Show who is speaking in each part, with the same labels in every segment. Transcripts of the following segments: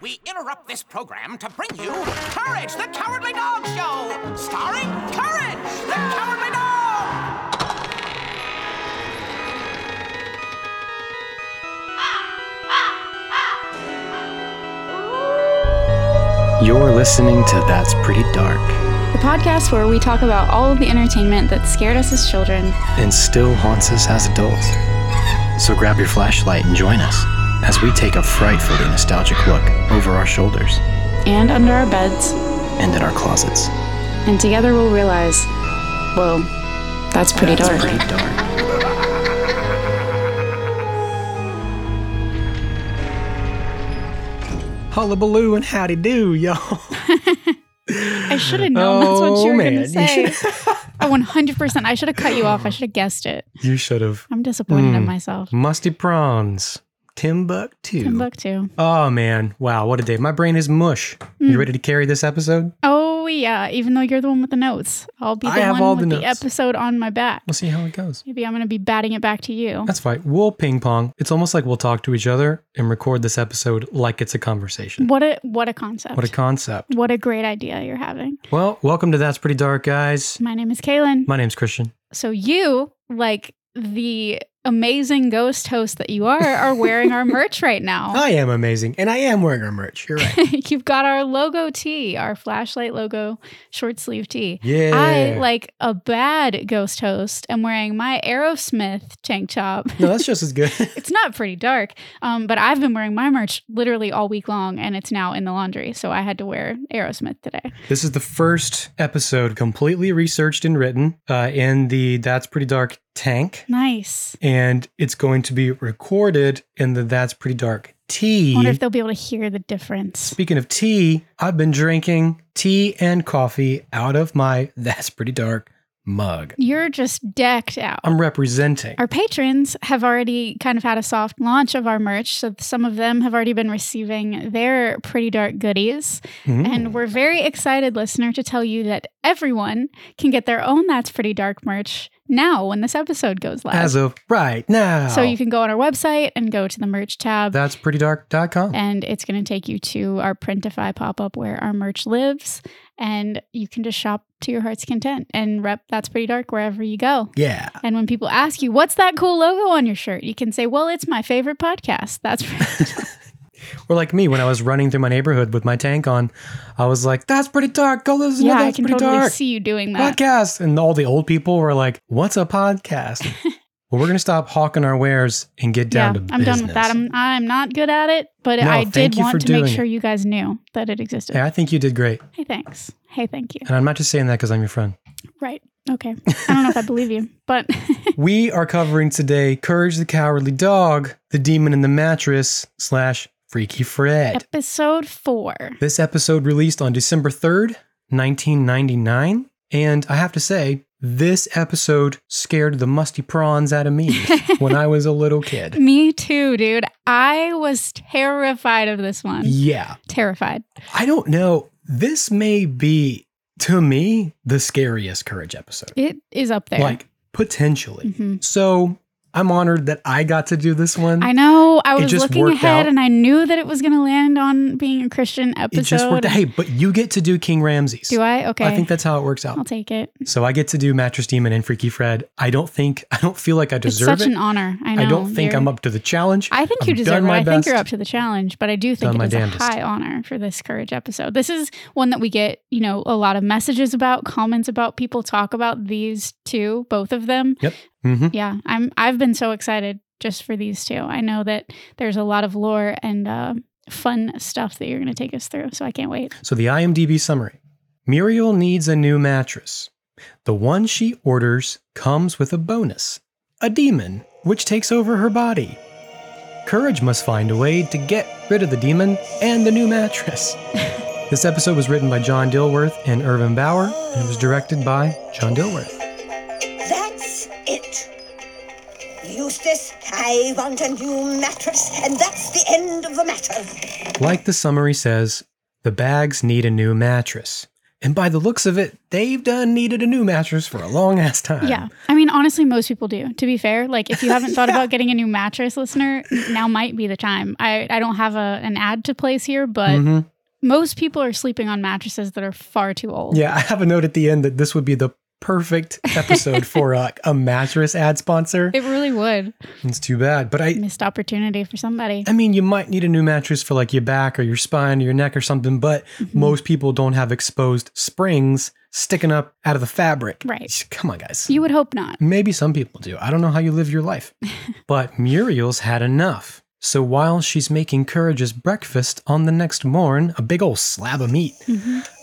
Speaker 1: we interrupt this program to bring you Courage the Cowardly Dog Show, starring Courage the Cowardly Dog!
Speaker 2: You're listening to That's Pretty Dark
Speaker 3: the podcast where we talk about all of the entertainment that scared us as children.
Speaker 2: and still haunts us as adults. So grab your flashlight and join us as we take a frightfully nostalgic look over our shoulders
Speaker 3: and under our beds,
Speaker 2: and at our closets.
Speaker 3: and together we'll realize, whoa, that's pretty
Speaker 2: That's
Speaker 3: dark.
Speaker 2: pretty dark.
Speaker 4: Hullabaloo and howdy do, y'all.
Speaker 3: I should have known that's what
Speaker 4: Oh,
Speaker 3: you were
Speaker 4: man.
Speaker 3: going to
Speaker 4: You
Speaker 3: say. I 100%. I should have cut you off. I should have guessed it.
Speaker 4: You should have.
Speaker 3: I'm disappointed in
Speaker 4: Mm.
Speaker 3: myself.
Speaker 4: Musty prawns. Timbuktu.
Speaker 3: Timbuktu.
Speaker 4: Oh, man. Wow. What a day. My brain is mush. You ready to carry this episode?
Speaker 3: Oh, yeah. Even though you're the one with the notes, I'll be the
Speaker 4: I have
Speaker 3: one
Speaker 4: all
Speaker 3: with
Speaker 4: the
Speaker 3: the,
Speaker 4: notes.
Speaker 3: episode on my back.
Speaker 4: We'll see how it goes.
Speaker 3: Maybe I'm going to be batting it back to you.
Speaker 4: That's fine. We'll ping pong. It's almost like we'll talk to each other and record this episode like it's a conversation.
Speaker 3: What a what a concept.
Speaker 4: What a concept.
Speaker 3: What a great idea you're having.
Speaker 4: Well, welcome to That's Pretty Dark, guys.
Speaker 3: My name is Kaylin.
Speaker 4: My name's Christian.
Speaker 3: So you, like the amazing ghost host that you are, are wearing our merch right now.
Speaker 4: I am amazing, and I am wearing our merch. You're right.
Speaker 3: You've got our logo tee, our flashlight logo short sleeve tee.
Speaker 4: Yeah.
Speaker 3: I, like a bad ghost host, am wearing my Aerosmith tank top.
Speaker 4: no, that's just as good.
Speaker 3: It's not pretty dark, um, but I've been wearing my merch literally all week long, and it's now in the laundry. So I had to wear Aerosmith today.
Speaker 4: This is the first episode completely researched and written uh, in the That's Pretty Dark tank.
Speaker 3: Nice.
Speaker 4: And it's going to be recorded in the That's Pretty Dark
Speaker 3: I
Speaker 4: tea.
Speaker 3: wonder if they'll be able to hear the difference.
Speaker 4: Speaking of tea, I've been drinking tea and coffee out of my That's Pretty Dark mug.
Speaker 3: You're just decked out.
Speaker 4: I'm representing.
Speaker 3: Our patrons have already kind of had a soft launch of our merch, so some of them have already been receiving their pretty dark goodies.
Speaker 4: Mm.
Speaker 3: And we're very excited, listener, to tell you that everyone can get their own That's Pretty Dark merch now when this episode goes live.
Speaker 4: As of right now.
Speaker 3: so you can go on our website and go to the merch tab.
Speaker 4: That's prettydark.com.
Speaker 3: and it's going to take you to our Printify pop up where our merch lives. And you can just shop to your heart's content and rep That's Pretty Dark wherever you go.
Speaker 4: Yeah.
Speaker 3: And when people ask you, what's that cool logo on your shirt? You can say, well, it's my favorite podcast. That's
Speaker 4: Or like me, when I was running through my neighborhood with my tank on, I was like, That's Pretty Dark. Go listen
Speaker 3: yeah,
Speaker 4: to
Speaker 3: I
Speaker 4: That's
Speaker 3: can
Speaker 4: Pretty
Speaker 3: totally
Speaker 4: Dark.
Speaker 3: see you doing that.
Speaker 4: podcast. And all the old people were like, What's a podcast? well, we're going to stop hawking our wares and get
Speaker 3: Yeah,
Speaker 4: down to
Speaker 3: I'm
Speaker 4: business.
Speaker 3: done with that. I'm I'm not good at it, but
Speaker 4: No,
Speaker 3: I did
Speaker 4: thank you for
Speaker 3: want to make
Speaker 4: doing
Speaker 3: sure you guys knew that it existed.
Speaker 4: Hey, I think you did great.
Speaker 3: Hey, thanks. Hey, thank you.
Speaker 4: And I'm not just saying that because I'm your friend.
Speaker 3: Right. Okay. I don't know if I believe you, but
Speaker 4: we are covering today Courage the Cowardly Dog, The Demon in the Mattress, slash Freaky Fred.
Speaker 3: episode four.
Speaker 4: This episode released on December 3rd, 1999. And I have to say, this episode scared the musty prawns out of me when I was a little kid.
Speaker 3: Me too, dude. I was terrified of this one.
Speaker 4: Yeah.
Speaker 3: Terrified.
Speaker 4: I don't know. This may be, to me, the scariest Courage episode.
Speaker 3: It is up there.
Speaker 4: Like, potentially.
Speaker 3: Mhm.
Speaker 4: So I'm honored that I got to do this one.
Speaker 3: I know. I
Speaker 4: It
Speaker 3: was
Speaker 4: just
Speaker 3: looking
Speaker 4: worked
Speaker 3: ahead
Speaker 4: out.
Speaker 3: and I knew that it was going to land on being a Christian episode.
Speaker 4: it just worked out. Hey, but you get to do King Ramses.
Speaker 3: Do I? Okay.
Speaker 4: I think that's how it works out.
Speaker 3: I'll take it.
Speaker 4: so I get to do Mattress Demon and Freaky Fred. I don't think I don't feel like I
Speaker 3: It's
Speaker 4: deserve
Speaker 3: such
Speaker 4: it.
Speaker 3: an honor. I know.
Speaker 4: I don't think
Speaker 3: You're-
Speaker 4: I'm up to the challenge.
Speaker 3: I think you
Speaker 4: I've
Speaker 3: deserve
Speaker 4: done
Speaker 3: it.
Speaker 4: my
Speaker 3: I think you're
Speaker 4: best.
Speaker 3: up to the challenge, but I do think
Speaker 4: Done my
Speaker 3: it is a
Speaker 4: damnedest.
Speaker 3: high honor for this courage episode. This is one that we get, you know, a lot of messages about, comments about. People talk about these two, both of them.
Speaker 4: hmm
Speaker 3: Yeah, I'm. I've been so excited just for these two. I know that there's a lot of lore and uh, fun stuff that you're going to take us through, so I can't wait.
Speaker 4: So the IMDb summary: Muriel needs a new mattress. The one she orders comes with a bonus: a demon, which takes over her body. Courage must find a way to get rid of the demon and the new mattress. this episode was written by John Dilworth and Irvin Bauer, and it was directed by John Dilworth.
Speaker 5: That's it. Eustace, I want a new mattress, and that's the end of the matter.
Speaker 4: Like the summary says, the bags need a new mattress, And by the looks of it, they've done needed a new mattress for a long ass time.
Speaker 3: Yeah. I mean, honestly, most people do. To be fair, like if you haven't thought
Speaker 4: Yeah.
Speaker 3: about getting a new mattress, listener, now might be the time. I, I don't have a, an ad to place here, but
Speaker 4: Mhm.
Speaker 3: most people are sleeping on mattresses that are far too old.
Speaker 4: Yeah, I have a note at the end that this would be the perfect episode for uh, a mattress ad sponsor.
Speaker 3: It really would.
Speaker 4: It's too bad, but I
Speaker 3: Missed opportunity for somebody.
Speaker 4: I mean, you might need a new mattress for like your back or your spine or your neck or something, but
Speaker 3: Mm-hmm.
Speaker 4: most people don't have exposed springs sticking up out of the fabric.
Speaker 3: Right.
Speaker 4: Come on, guys.
Speaker 3: You would hope not.
Speaker 4: Maybe some people do. I don't know how you live your life. but Muriel's had enough. So while she's making Courage's breakfast on the next morn, a big old slab of meat,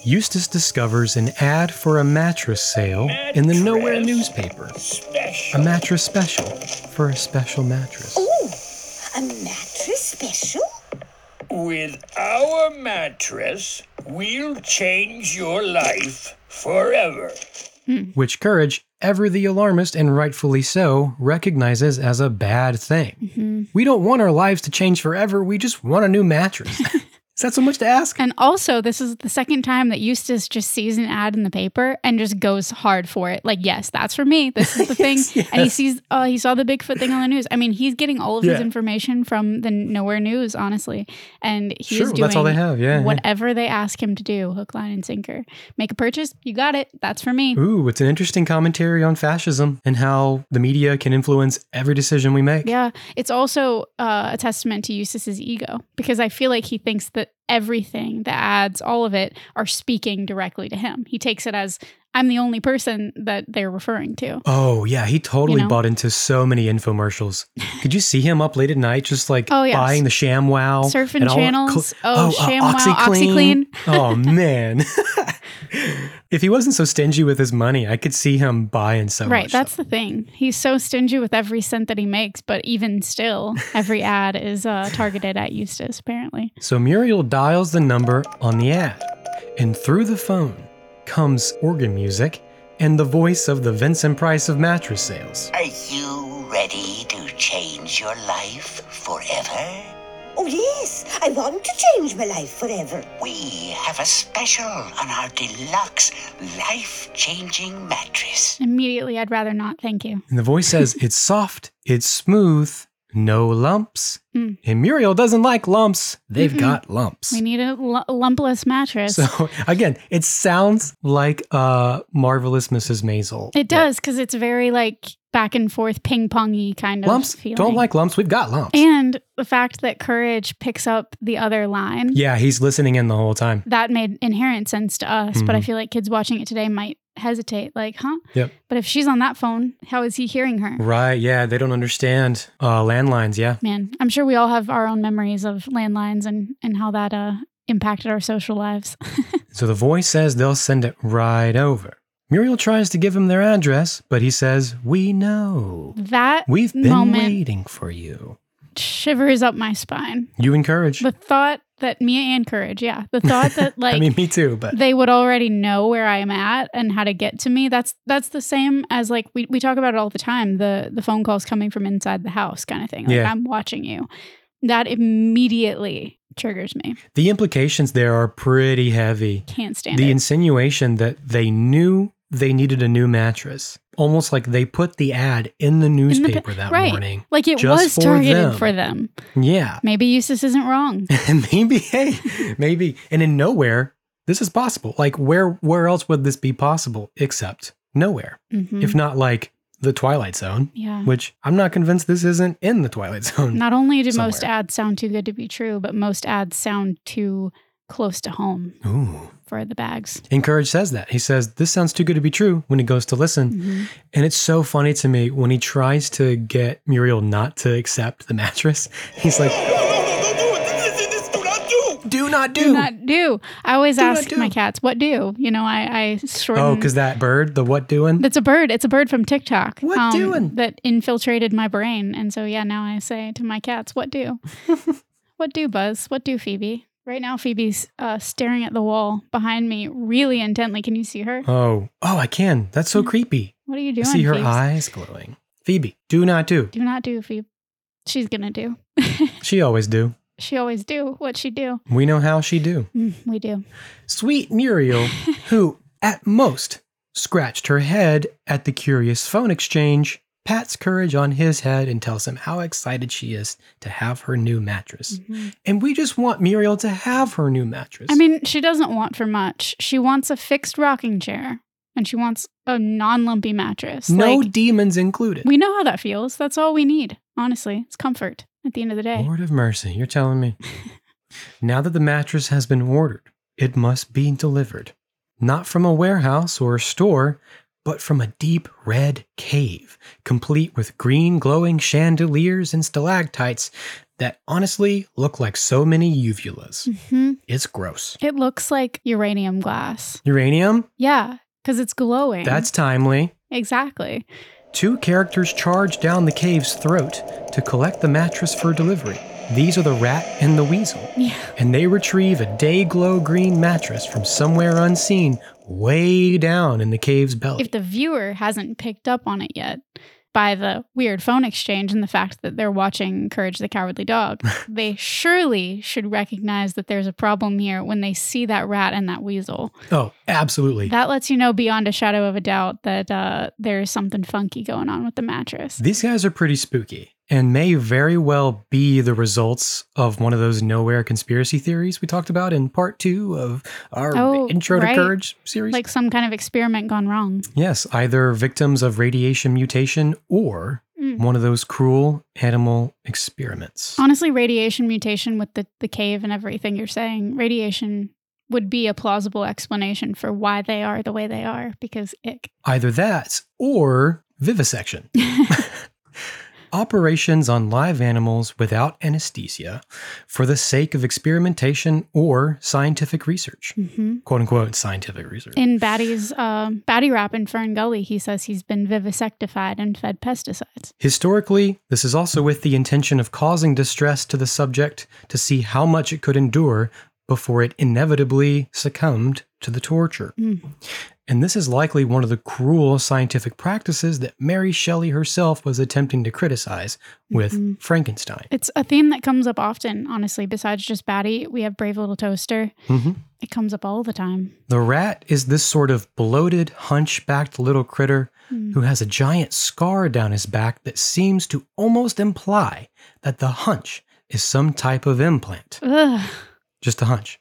Speaker 4: Eustace discovers an ad for a mattress sale in the Nowhere newspaper. A mattress special for a special mattress.
Speaker 5: Ooh, a mattress special?
Speaker 6: With our mattress, we'll change your life forever.
Speaker 4: which courage, ever the alarmist and rightfully so, recognizes as a bad thing. We don't want our lives to change forever, we just want a new mattress. Is that so much to ask?
Speaker 3: And also, this is the second time that Eustace just sees an ad in the paper and just goes hard for it. Like, yes, that's for me. This is the thing. And he sees, oh, he saw the Bigfoot thing on the news. I mean, he's getting all of his
Speaker 4: Yeah.
Speaker 3: information from the Nowhere News, honestly. And he's
Speaker 4: Sure,
Speaker 3: doing
Speaker 4: that's all they have, yeah, yeah.
Speaker 3: whatever they ask him to do, hook, line, and sinker. Make a purchase. You got it. That's for me.
Speaker 4: Ooh, it's an interesting commentary on fascism and how the media can influence every decision we make.
Speaker 3: Yeah, it's also uh, a testament to Eustace's ego because I feel like he thinks that everything, the ads, all of it, are speaking directly to him. He takes it as I'm the only person that they're referring to.
Speaker 4: Oh, yeah, he totally
Speaker 3: You know?
Speaker 4: bought into so many infomercials. Could you see him up late at night just like
Speaker 3: Oh, yes.
Speaker 4: buying the ShamWow?
Speaker 3: Surfing
Speaker 4: and all-
Speaker 3: channels. Oh, ShamWow, OxyClean.
Speaker 4: uh, oh, man. if he wasn't so stingy with his money, I could see him buying so
Speaker 3: right,
Speaker 4: much.
Speaker 3: that's the thing. He's so stingy with every cent that he makes, but even still, every ad is uh, targeted at Eustace, apparently.
Speaker 4: So Muriel dials the number on the ad, and through the phone comes organ music and the voice of the Vincent Price of mattress sales.
Speaker 7: Are you ready to change your life forever?
Speaker 5: Oh, yes, I want to change my life forever.
Speaker 7: We have a special on our deluxe life changing mattress.
Speaker 3: Immediately, I'd rather not. Thank you.
Speaker 4: And the voice says, It's soft, it's smooth, no lumps.
Speaker 3: Mm.
Speaker 4: And Muriel doesn't like lumps. They've got lumps.
Speaker 3: We need a l- lumpless mattress.
Speaker 4: So again, it sounds like uh marvelous Mrs. Maisel.
Speaker 3: It does because it's very like back and forth, ping pongy kind of
Speaker 4: lumps
Speaker 3: Feeling.
Speaker 4: don't like lumps. We've got lumps.
Speaker 3: And the fact that courage picks up the other line
Speaker 4: yeah, he's listening in the whole time.
Speaker 3: that made inherent sense to us, but
Speaker 4: Mm-hmm.
Speaker 3: I feel like kids watching it today might hesitate, like, huh?
Speaker 4: Yep.
Speaker 3: But if she's on that phone, how is he hearing her?
Speaker 4: Right. Yeah, they don't understand uh landlines. Yeah.
Speaker 3: Man, I'm sure we all have our own memories of landlines and and how that uh impacted our social lives.
Speaker 4: So the voice says they'll send it right over. Muriel tries to give him their address, but he says, "We know.
Speaker 3: that
Speaker 4: We've been
Speaker 3: Mm. moment
Speaker 4: waiting for you."
Speaker 3: shivers up my spine.
Speaker 4: You encourage.
Speaker 3: The thought that Mia and Courage, yeah, the thought that like
Speaker 4: I mean, me too, but
Speaker 3: they would already know where I am at and how to get to me. That's that's the same as like we, we talk about it all the time, the the phone calls coming from inside the house kind of thing. Like
Speaker 4: Yeah.
Speaker 3: I'm watching you. That immediately triggers me.
Speaker 4: the implications there are pretty heavy.
Speaker 3: Can't stand
Speaker 4: the
Speaker 3: it.
Speaker 4: insinuation that they knew they needed a new mattress almost like they put the ad in the
Speaker 3: In the pa-
Speaker 4: newspaper that
Speaker 3: right.
Speaker 4: morning
Speaker 3: Like it
Speaker 4: just
Speaker 3: was
Speaker 4: for
Speaker 3: targeted
Speaker 4: them.
Speaker 3: for them.
Speaker 4: yeah
Speaker 3: Maybe Eustace isn't wrong.
Speaker 4: and maybe hey maybe and in nowhere this is possible like where where else would this be possible except nowhere
Speaker 3: Mhm.
Speaker 4: if not like the twilight zone
Speaker 3: Yeah.
Speaker 4: which i'm not convinced this isn't in the twilight zone
Speaker 3: Not only do most
Speaker 4: somewhere.
Speaker 3: ads sound too good to be true, but most ads sound too close to home
Speaker 4: Ooh.
Speaker 3: for the bags.
Speaker 4: Encourage says that. He says, This sounds too good to be true when he goes to listen. And it's so funny to me when he tries to get Muriel not to accept the mattress. He's like, Do not do.
Speaker 3: Do not do. I always
Speaker 4: not
Speaker 3: ask
Speaker 4: do.
Speaker 3: my cats, what do? You know, I, I shorten
Speaker 4: oh, because that bird, the what doing?
Speaker 3: That's a bird. It's a bird from TikTok. um,
Speaker 4: What doing?
Speaker 3: That infiltrated my brain. And so, yeah, now I say to my cats, what do? what do, Buzz? What do, Phoebe? Right now, Phoebe's uh, staring at the wall behind me really intently. Can you see her?
Speaker 4: oh, oh, I can. That's so creepy.
Speaker 3: What are you
Speaker 4: I
Speaker 3: doing?
Speaker 4: see her
Speaker 3: Phoebes?
Speaker 4: eyes glowing. Phoebe, do not do.
Speaker 3: Do not do, Phoebe. She's going to do.
Speaker 4: She always do.
Speaker 3: She always do what she do.
Speaker 4: We know how she do.
Speaker 3: Mm, we do.
Speaker 4: Sweet Muriel, who at most scratched her head at the curious phone exchange, pats Courage on his head and tells him how excited she is to have her new mattress. And we just want Muriel to have her new mattress.
Speaker 3: Mm-hmm. I mean, she doesn't want for much. She wants a fixed rocking chair and she wants a non lumpy mattress.
Speaker 4: no
Speaker 3: like,
Speaker 4: demons included.
Speaker 3: we know how that feels. That's all we need. Honestly, it's comfort at the end of the day.
Speaker 4: Lord of mercy, you're telling me. now that the mattress has been ordered, it must be delivered. Not from a warehouse or a store, but from a deep red cave, complete with green glowing chandeliers and stalactites that honestly look like so many uvulas.
Speaker 3: hmm
Speaker 4: it's gross.
Speaker 3: It looks like uranium glass.
Speaker 4: Uranium?
Speaker 3: Yeah, because it's glowing.
Speaker 4: That's timely.
Speaker 3: exactly.
Speaker 4: Two characters charge down the cave's throat to collect the mattress for delivery. These are the rat and the weasel.
Speaker 3: Yeah.
Speaker 4: and they retrieve a day glow green mattress from somewhere unseen way down in the cave's belly.
Speaker 3: If the viewer hasn't picked up on it yet by the weird phone exchange and the fact that they're watching Courage the Cowardly Dog, they surely should recognize that there's a problem here when they see that rat and that weasel.
Speaker 4: oh, absolutely.
Speaker 3: That lets you know beyond a shadow of a doubt that uh, there's something funky going on with the mattress.
Speaker 4: These guys are pretty spooky and may very well be the results of one of those nowhere conspiracy theories we talked about in part two of our
Speaker 3: Oh,
Speaker 4: Intro to
Speaker 3: right.
Speaker 4: Courage series.
Speaker 3: Like some kind of experiment gone wrong.
Speaker 4: yes, either victims of radiation mutation or
Speaker 3: Mm.
Speaker 4: one of those cruel animal experiments.
Speaker 3: Honestly, radiation mutation with the, the cave and everything you're saying, radiation would be a plausible explanation for why they are the way they are because ick.
Speaker 4: Either that or vivisection. Operations on live animals without anesthesia for the sake of experimentation or scientific research.
Speaker 3: hmm
Speaker 4: Quote unquote scientific research.
Speaker 3: In Batty's um, Batty Rap in Fern Gully, he says he's been vivisectified and fed pesticides.
Speaker 4: Historically, this is also with the intention of causing distress to the subject to see how much it could endure before it inevitably succumbed to the torture.
Speaker 3: Mm.
Speaker 4: And this is likely one of the cruel scientific practices that Mary Shelley herself was attempting to criticize with
Speaker 3: Mhm.
Speaker 4: Frankenstein.
Speaker 3: It's a theme that comes up often, honestly. Besides just Batty, we have Brave Little Toaster.
Speaker 4: Mhm.
Speaker 3: It comes up all the time.
Speaker 4: The rat is this sort of bloated, hunchbacked little critter
Speaker 3: Mm.
Speaker 4: who has a giant scar down his back that seems to almost imply that the hunch is some type of implant.
Speaker 3: Ugh,
Speaker 4: Just a hunch.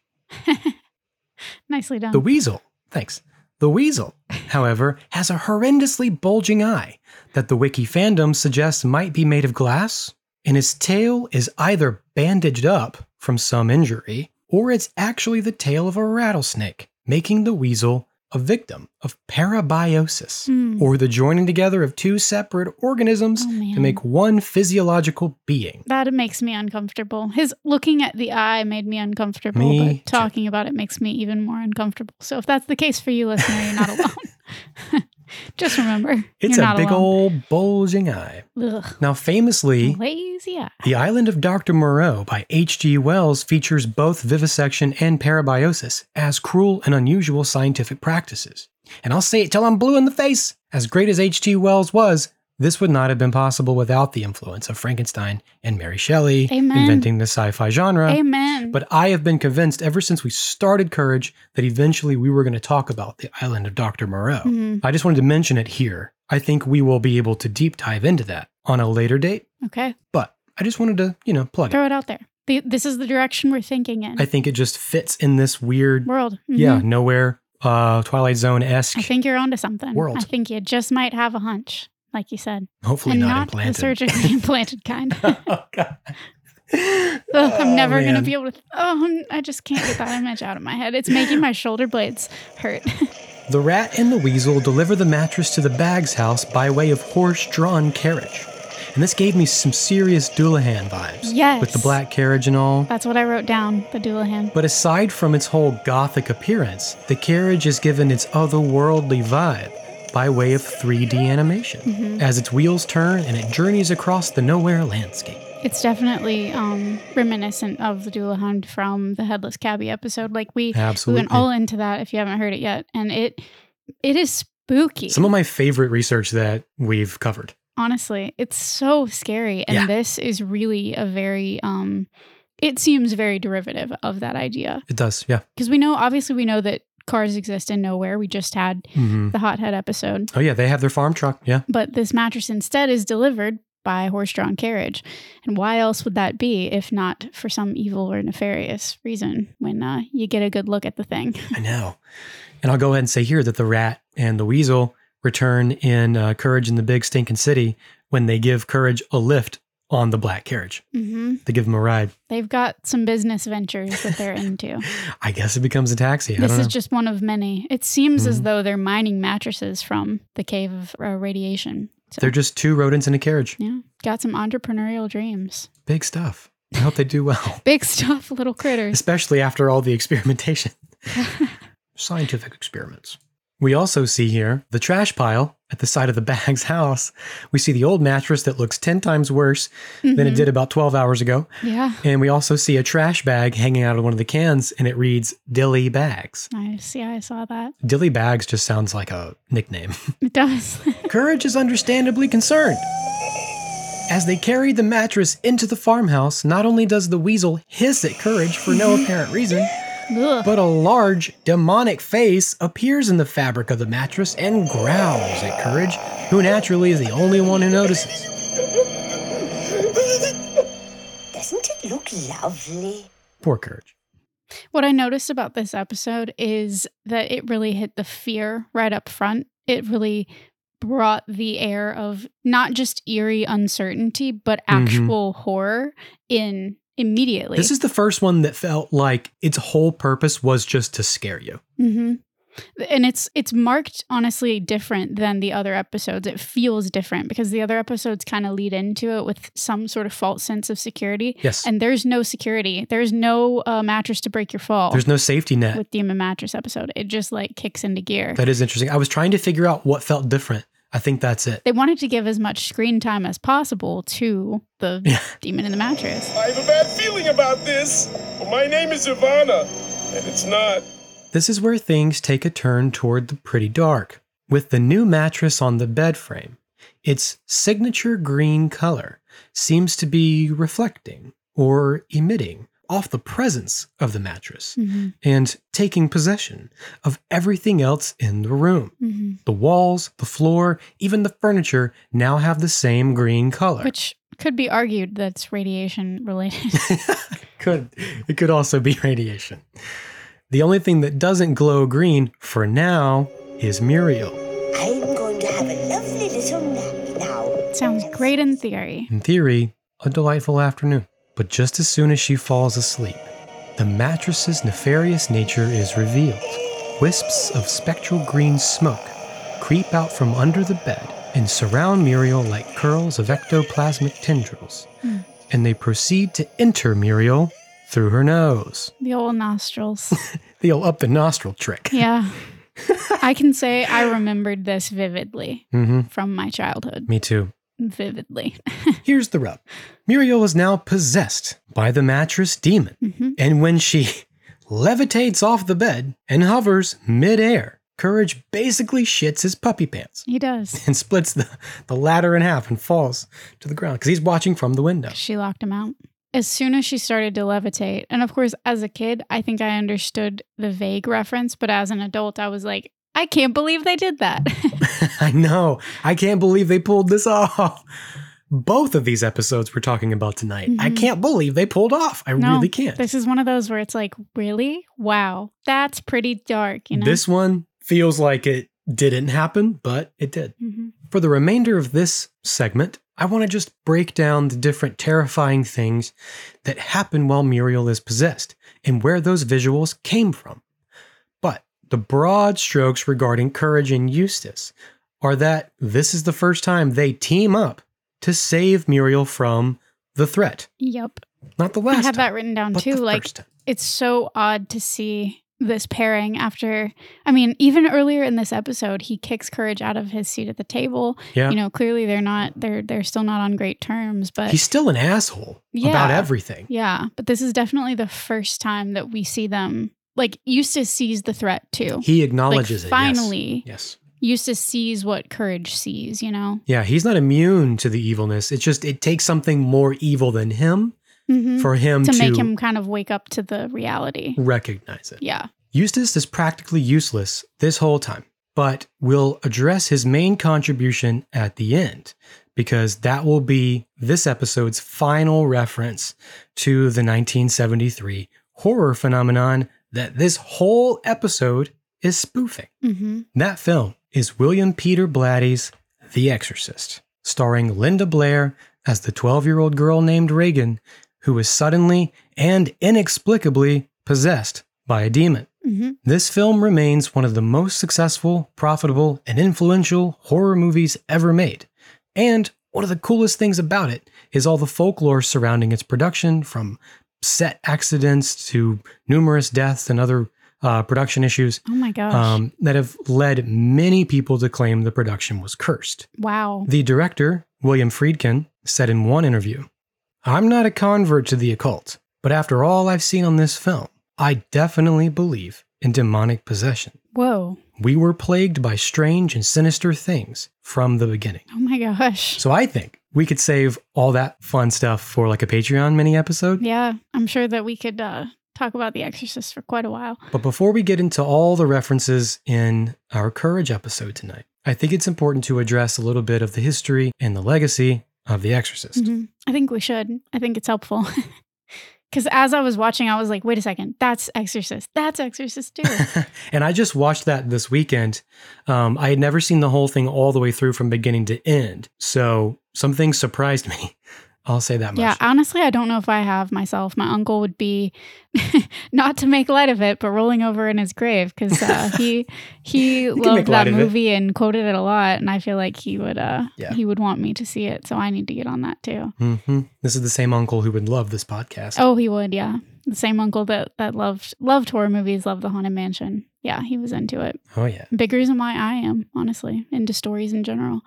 Speaker 3: nicely done.
Speaker 4: The weasel, thanks. The weasel, however, has a horrendously bulging eye that the wiki fandom suggests might be made of glass, and his tail is either bandaged up from some injury or it's actually the tail of a rattlesnake, making the weasel a victim of parabiosis
Speaker 3: Mm.
Speaker 4: or the joining together of two separate organisms
Speaker 3: Oh,
Speaker 4: to
Speaker 3: man.
Speaker 4: make one physiological being.
Speaker 3: that makes me uncomfortable. His looking at the eye made me uncomfortable,
Speaker 4: Me too.
Speaker 3: but talking about it makes me even more uncomfortable. So if that's the case for you, listener, you're not alone. just remember,
Speaker 4: It's
Speaker 3: you're
Speaker 4: a
Speaker 3: not
Speaker 4: big
Speaker 3: alone.
Speaker 4: old bulging eye.
Speaker 3: Ugh,
Speaker 4: Now, famously,
Speaker 3: lazy eye.
Speaker 4: The Island of Dr. Moreau by H.G. Wells features both vivisection and parabiosis as cruel and unusual scientific practices. And I'll say it till I'm blue in the face. As great as H.G. Wells was, this would not have been possible without the influence of Frankenstein and Mary Shelley
Speaker 3: Amen.
Speaker 4: inventing the sci fi genre.
Speaker 3: Amen.
Speaker 4: Uh, But I have been convinced ever since we started Courage that eventually we were going to talk about the island of Dr. Moreau.
Speaker 3: Mhm.
Speaker 4: I just wanted to mention it here. I think we will be able to deep dive into that on a later date
Speaker 3: okay,
Speaker 4: but I just wanted to, you know, plug it.
Speaker 3: throw it out there. The, this is the direction we're thinking in.
Speaker 4: I think it just fits in this weird,
Speaker 3: World. Mhm.
Speaker 4: yeah, nowhere, uh, Twilight Zone
Speaker 3: I
Speaker 4: esque.
Speaker 3: think you're onto something.
Speaker 4: World.
Speaker 3: I think you just might have a hunch, like you said,
Speaker 4: Hopefully
Speaker 3: and
Speaker 4: not,
Speaker 3: not
Speaker 4: implanted.
Speaker 3: the surgically implanted kind.
Speaker 4: oh, God.
Speaker 3: Ugh, I'm never going to
Speaker 4: man.
Speaker 3: be able to. Oh, I'm- I just can't get that image out of my head. It's making my shoulder blades hurt.
Speaker 4: The rat and the weasel deliver the mattress to the Bags house by way of horse-drawn carriage, and this gave me some serious Doulahan vibes. with the
Speaker 3: Yes. Uh,
Speaker 4: black carriage and all.
Speaker 3: That's what I wrote down. The Doulahan.
Speaker 4: But aside from its whole gothic appearance, the carriage is given its otherworldly vibe by way of 3D animation
Speaker 3: Mm-hmm.
Speaker 4: as its wheels turn and it journeys across the nowhere landscape.
Speaker 3: It's definitely um, reminiscent of the Doulahan from the Headless Cabby episode. Like we, we
Speaker 4: Absolutely.
Speaker 3: went all into that. If you haven't heard it yet, and it it is spooky.
Speaker 4: Some of my favorite research that we've covered.
Speaker 3: honestly it's so scary and
Speaker 4: Yeah.
Speaker 3: this is really a very um It seems very derivative of that idea.
Speaker 4: It does, yeah.
Speaker 3: Because we know, obviously, we know that cars exist in nowhere. We just had
Speaker 4: hmm
Speaker 3: the hothead episode.
Speaker 4: Oh yeah, they have their farm truck. Yeah,
Speaker 3: But this mattress instead is delivered by a horse drawn carriage. And why else would that be if not for some evil or nefarious reason when uh, you get a good look at the thing?
Speaker 4: I know. And I'll go ahead and say here that the rat and the weasel return in uh, Courage in the Big Stinking City when they give Courage a lift on the black carriage.
Speaker 3: hmm
Speaker 4: They give him a ride.
Speaker 3: They've got some business ventures that they're into.
Speaker 4: I guess it becomes a taxi. I
Speaker 3: this
Speaker 4: don't
Speaker 3: is
Speaker 4: know.
Speaker 3: just one of many. It seems as
Speaker 4: Mhm.
Speaker 3: though they're mining mattresses from the cave of uh, radiation. So,
Speaker 4: They're just two rodents in a carriage.
Speaker 3: yeah, got some entrepreneurial dreams.
Speaker 4: Big stuff. I hope they do well,
Speaker 3: Big stuff, little critters.
Speaker 4: especially after all the experimentation, scientific experiments. We also see here the trash pile at the side of the bag's house. We see the old mattress that looks 10 times worse than it
Speaker 3: Mhm.
Speaker 4: did about 12 hours ago.
Speaker 3: Yeah,
Speaker 4: And we also see a trash bag hanging out of one of the cans and it reads Dilly Bags.
Speaker 3: nice. Yeah, I saw that.
Speaker 4: Dilly Bags just sounds like a nickname.
Speaker 3: It does.
Speaker 4: Courage is understandably concerned. As they carry the mattress into the farmhouse, not only does the weasel hiss at Courage for no apparent reason,
Speaker 3: Ugh.
Speaker 4: but a large, demonic face appears in the fabric of the mattress and growls at Courage, who naturally is the only one who notices.
Speaker 5: Doesn't it look lovely?
Speaker 4: Poor Courage.
Speaker 3: What I noticed about this episode is that it really hit the fear right up front. It really brought the air of not just eerie uncertainty, but
Speaker 4: Mhm.
Speaker 3: actual horror in immediately.
Speaker 4: This is the first one that felt like its whole purpose was just to scare you.
Speaker 3: hmm And it's it's marked honestly different than the other episodes. It feels different because the other episodes kind of lead into it with some sort of false sense of security.
Speaker 4: Yes.
Speaker 3: And there's no security. There's no uh, mattress to break your fall
Speaker 4: There's no safety net.
Speaker 3: with Demon Mattress episode. It just like kicks into gear.
Speaker 4: That is interesting. I was trying to figure out what felt different. I think that's it.
Speaker 3: they wanted to give as much screen time as possible to the
Speaker 4: Yeah.
Speaker 3: demon in the mattress.
Speaker 8: I have a bad feeling about this. My name is Ivana, and it's not.
Speaker 4: This is where things take a turn toward the pretty dark. With the new mattress on the bed frame, its signature green color seems to be reflecting or emitting off the presence of the mattress
Speaker 3: Mhm,
Speaker 4: and taking possession of everything else in the room.
Speaker 3: mhm.
Speaker 4: The walls, the floor, even the furniture now have the same green color.
Speaker 3: Which could be argued that's radiation related.
Speaker 4: could it could also be radiation. The only thing that doesn't glow green for now is Muriel.
Speaker 5: I'm going to have a lovely little nap now.
Speaker 3: Sounds great in theory.
Speaker 4: In theory, a delightful afternoon. But just as soon as she falls asleep, the mattress's nefarious nature is revealed. Wisps of spectral green smoke creep out from under the bed and surround Muriel like curls of ectoplasmic tendrils, and they proceed to enter Muriel through her nose.
Speaker 3: The old nostrils.
Speaker 4: The old up the nostril trick.
Speaker 3: Yeah. I can say I remembered this vividly
Speaker 4: Mm-hmm.
Speaker 3: from my childhood.
Speaker 4: Me too.
Speaker 3: Vividly.
Speaker 4: Here's the rub Muriel is now possessed by the mattress demon,
Speaker 3: Mhm.
Speaker 4: and when she levitates off the bed and hovers midair, Courage basically shits his puppy pants
Speaker 3: He does.
Speaker 4: and splits the, the ladder in half and falls to the ground because he's watching from the window.
Speaker 3: She locked him out. As soon as she started to levitate, and of course, as a kid, I think I understood the vague reference, but as an adult, I was like, I can't believe they did that.
Speaker 4: I know. I can't believe they pulled this off. Both of these episodes we're talking about tonight. I
Speaker 3: Mhm.
Speaker 4: can't believe they pulled off. I
Speaker 3: No,
Speaker 4: really can't.
Speaker 3: this is one of those where it's like, really? Wow. That's pretty dark, you know?
Speaker 4: This one feels like it didn't happen, but it did.
Speaker 3: Mhm.
Speaker 4: For the remainder of this segment, I want to just break down the different terrifying things that happen while Muriel is possessed and where those visuals came from. But the broad strokes regarding Courage and Eustace are that this is the first time they team up to save Muriel from the threat.
Speaker 3: Yep.
Speaker 4: Not the
Speaker 3: I
Speaker 4: last
Speaker 3: had
Speaker 4: time,
Speaker 3: that written down
Speaker 4: but
Speaker 3: too.
Speaker 4: the
Speaker 3: Like,
Speaker 4: first time.
Speaker 3: it's so odd to see this pairing after i mean even earlier in this episode he kicks courage out of his seat at the table
Speaker 4: Yeah.
Speaker 3: you know clearly they're not they're they're still not on great terms but
Speaker 4: He's still an asshole about
Speaker 3: Yeah.
Speaker 4: everything.
Speaker 3: yeah but this is definitely the first time that we see them like eustace sees the threat too
Speaker 4: He acknowledges
Speaker 3: like,
Speaker 4: it. yes.
Speaker 3: finally
Speaker 4: yes.
Speaker 3: eustace sees what courage sees you know
Speaker 4: Yeah, he's not immune to the evilness. It's just it takes something more evil than him
Speaker 3: Mhm.
Speaker 4: for him to,
Speaker 3: to make him kind of wake up to the reality.
Speaker 4: recognize it.
Speaker 3: Yeah.
Speaker 4: Eustace is practically useless this whole time, but we'll address his main contribution at the end because that will be this episode's final reference to the 1973 horror phenomenon that this whole episode is spoofing.
Speaker 3: hmm
Speaker 4: That film is William Peter Blatty's The Exorcist, starring Linda Blair as the 12 year old girl named Reagan, who is suddenly and inexplicably possessed by a demon.
Speaker 3: hmm
Speaker 4: This film remains one of the most successful, profitable, and influential horror movies ever made. And one of the coolest things about it is all the folklore surrounding its production, from set accidents to numerous deaths and other uh, production issues
Speaker 3: Oh my gosh.
Speaker 4: um, that have led many people to claim the production was cursed.
Speaker 3: wow.
Speaker 4: The director, William Friedkin, said in one interview I'm not a convert to the occult, but after all I've seen on this film, I definitely believe in demonic possession.
Speaker 3: Whoa.
Speaker 4: We were plagued by strange and sinister things from the beginning.
Speaker 3: Oh my gosh.
Speaker 4: So I think we could save all that fun stuff for like a Patreon mini episode.
Speaker 3: Yeah. I'm sure that we could uh, talk about The Exorcist for quite a while.
Speaker 4: But before we get into all the references in our Courage episode tonight, I think it's important to address a little bit of the history and the legacy of The Exorcist.
Speaker 3: Mhm. I think we should. I think it's helpful. Because as I was watching, I was like, wait a second, that's Exorcist. That's Exorcist too.
Speaker 4: and I just watched that this weekend. Um, I had never seen the whole thing all the way through from beginning to end. So some things surprised me. I'll say that much.
Speaker 3: yeah, honestly, I don't know if I have myself. My uncle would be, not to make light of it, but rolling over in his grave because uh, he he
Speaker 4: can make
Speaker 3: loved
Speaker 4: light
Speaker 3: that
Speaker 4: of it.
Speaker 3: movie and quoted it a lot, and I feel like he would uh
Speaker 4: Yeah.
Speaker 3: he would want me to see it, so I need to get on that too.
Speaker 4: hmm This is the same uncle who would love this podcast.
Speaker 3: Oh, he would, yeah. The same uncle that that loved loved horror movies, loved the Haunted Mansion. Yeah, he was into it.
Speaker 4: oh yeah.
Speaker 3: Big reason why I am honestly into stories in general.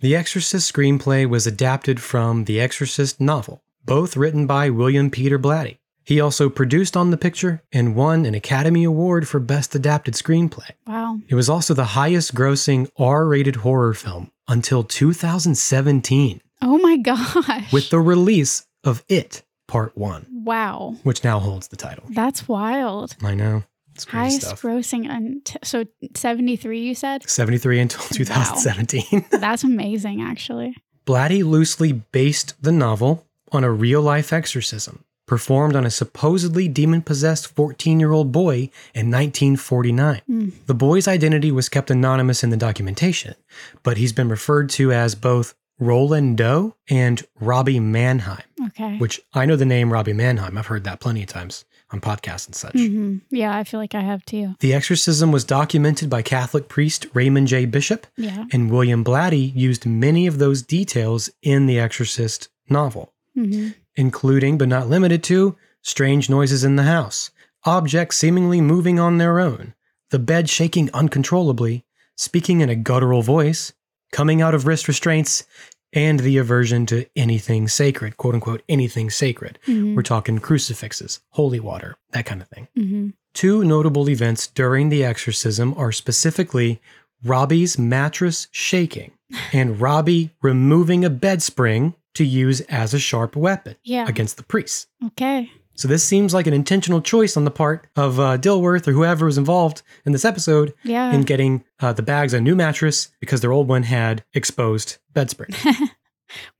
Speaker 4: The Exorcist screenplay was adapted from the Exorcist novel, both written by William Peter Blatty. He also produced on the picture and won an Academy Award for Best Adapted Screenplay.
Speaker 3: Wow.
Speaker 4: It was also the highest grossing R rated horror film until 2017
Speaker 3: Oh my gosh.
Speaker 4: with the release of It Part 1,
Speaker 3: wow.
Speaker 4: which now holds the title.
Speaker 3: That's wild.
Speaker 4: I know. It's crazy
Speaker 3: Highest
Speaker 4: stuff.
Speaker 3: grossing and so 73 you said?
Speaker 4: 73 until 2017.
Speaker 3: That's amazing actually.
Speaker 4: Blatty loosely based the novel on a real life exorcism performed on a supposedly demon possessed 14 year old boy in 1949.
Speaker 3: Hmm.
Speaker 4: The boy's identity was kept anonymous in the documentation, but he's been referred to as both Roland Doe and Robbie Mannheim,
Speaker 3: Okay.
Speaker 4: which I know the name Robbie Mannheim. I've heard that plenty of times on podcasts and such.
Speaker 3: Mhm. Yeah, I feel like I have too.
Speaker 4: The exorcism was documented by Catholic priest Raymond J. Bishop
Speaker 3: Yeah.
Speaker 4: and William Blatty used many of those details in the Exorcist novel,
Speaker 3: Mhm.
Speaker 4: including but not limited to strange noises in the house, objects seemingly moving on their own, the bed shaking uncontrollably, speaking in a guttural voice, coming out of wrist restraints, and the aversion to anything sacred, quote unquote, anything sacred.
Speaker 3: Mhm.
Speaker 4: We're talking crucifixes, holy water, that kind of thing.
Speaker 3: Mhm.
Speaker 4: Two notable events during the exorcism are specifically Robbie's mattress shaking and Robbie removing a bed spring to use as a sharp weapon
Speaker 3: Yeah.
Speaker 4: against the priest.
Speaker 3: Okay.
Speaker 4: So this seems like an intentional choice on the part of uh, Dilworth or whoever was involved in this episode
Speaker 3: Yeah.
Speaker 4: in getting uh, the bags a new mattress because their old one had exposed bed spring.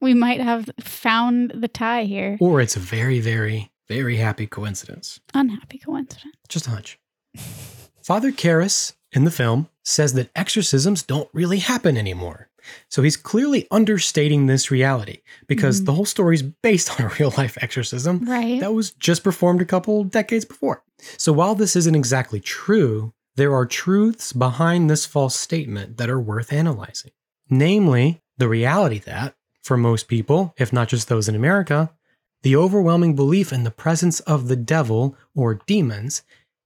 Speaker 3: we might have found the tie here.
Speaker 4: or it's a very, very, very happy coincidence.
Speaker 3: Unhappy coincidence.
Speaker 4: Just a hunch. Father Karras in the film says that exorcisms don't really happen anymore. So he's clearly understating this reality because
Speaker 3: Mhm.
Speaker 4: the whole story is based on a real life exorcism
Speaker 3: Right.
Speaker 4: that was just performed a couple decades before. So while this isn't exactly true, there are truths behind this false statement that are worth analyzing. Namely, the reality that, for most people, if not just those in America, the overwhelming belief in the presence of the devil or demons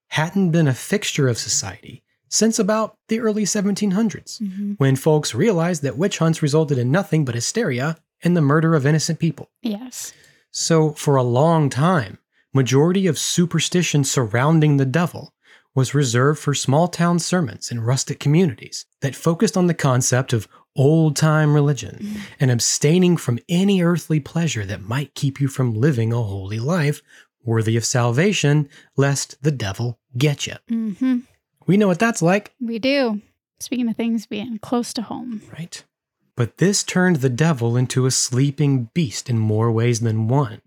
Speaker 4: hadn't been a fixture of society since about the early 1700s,
Speaker 3: Mhm.
Speaker 4: when folks realized that witch hunts resulted in nothing but hysteria and the murder of innocent people.
Speaker 3: Yes.
Speaker 4: So, for a long time, majority of superstition surrounding the devil was reserved for small town sermons in rustic communities that focused on the concept of old time religion and abstaining from any earthly pleasure that might keep you from living a holy life worthy of salvation, lest the devil get you.
Speaker 3: Mm-hmm.
Speaker 4: We know what that's like,
Speaker 3: We do. Speaking of things being close to home.
Speaker 4: right? But this turned the devil into a sleeping beast in more ways than one,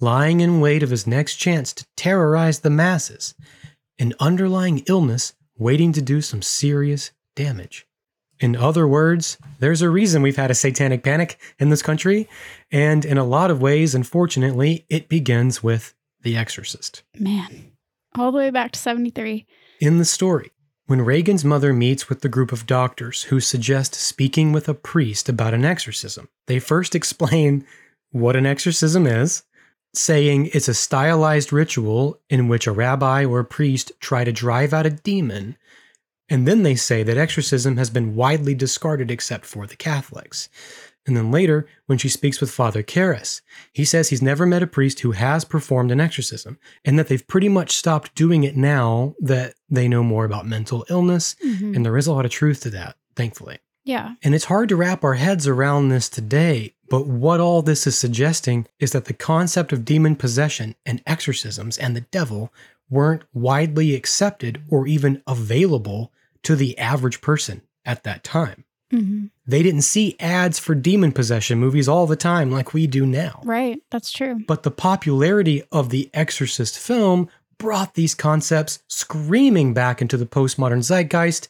Speaker 4: lying in wait of his next chance to terrorize the masses, an underlying illness waiting to do some serious damage. In other words, there's a reason we've had a satanic panic in this country, and in a lot of ways, unfortunately, it begins with The Exorcist.
Speaker 3: Man. All the way back to 73.
Speaker 4: In the story, when Reagan's mother meets with the group of doctors who suggest speaking with a priest about an exorcism, they first explain what an exorcism is, saying it's a stylized ritual in which a rabbi or priest try to drive out a demon. And then they say that exorcism has been widely discarded except for the Catholics. And then later, when she speaks with Father Karras, he says he's never met a priest who has performed an exorcism and that they've pretty much stopped doing it now that they know more about mental illness.
Speaker 3: Mhm.
Speaker 4: And there is a lot of truth to that, thankfully.
Speaker 3: Yeah.
Speaker 4: And it's hard to wrap our heads around this today, but what all this is suggesting is that the concept of demon possession and exorcisms and the devil weren't widely accepted or even available to the average person at that time.
Speaker 3: hmm
Speaker 4: They didn't see ads for demon possession movies all the time like we do now.
Speaker 3: Right. That's true.
Speaker 4: But the popularity of the Exorcist film brought these concepts screaming back into the postmodern zeitgeist,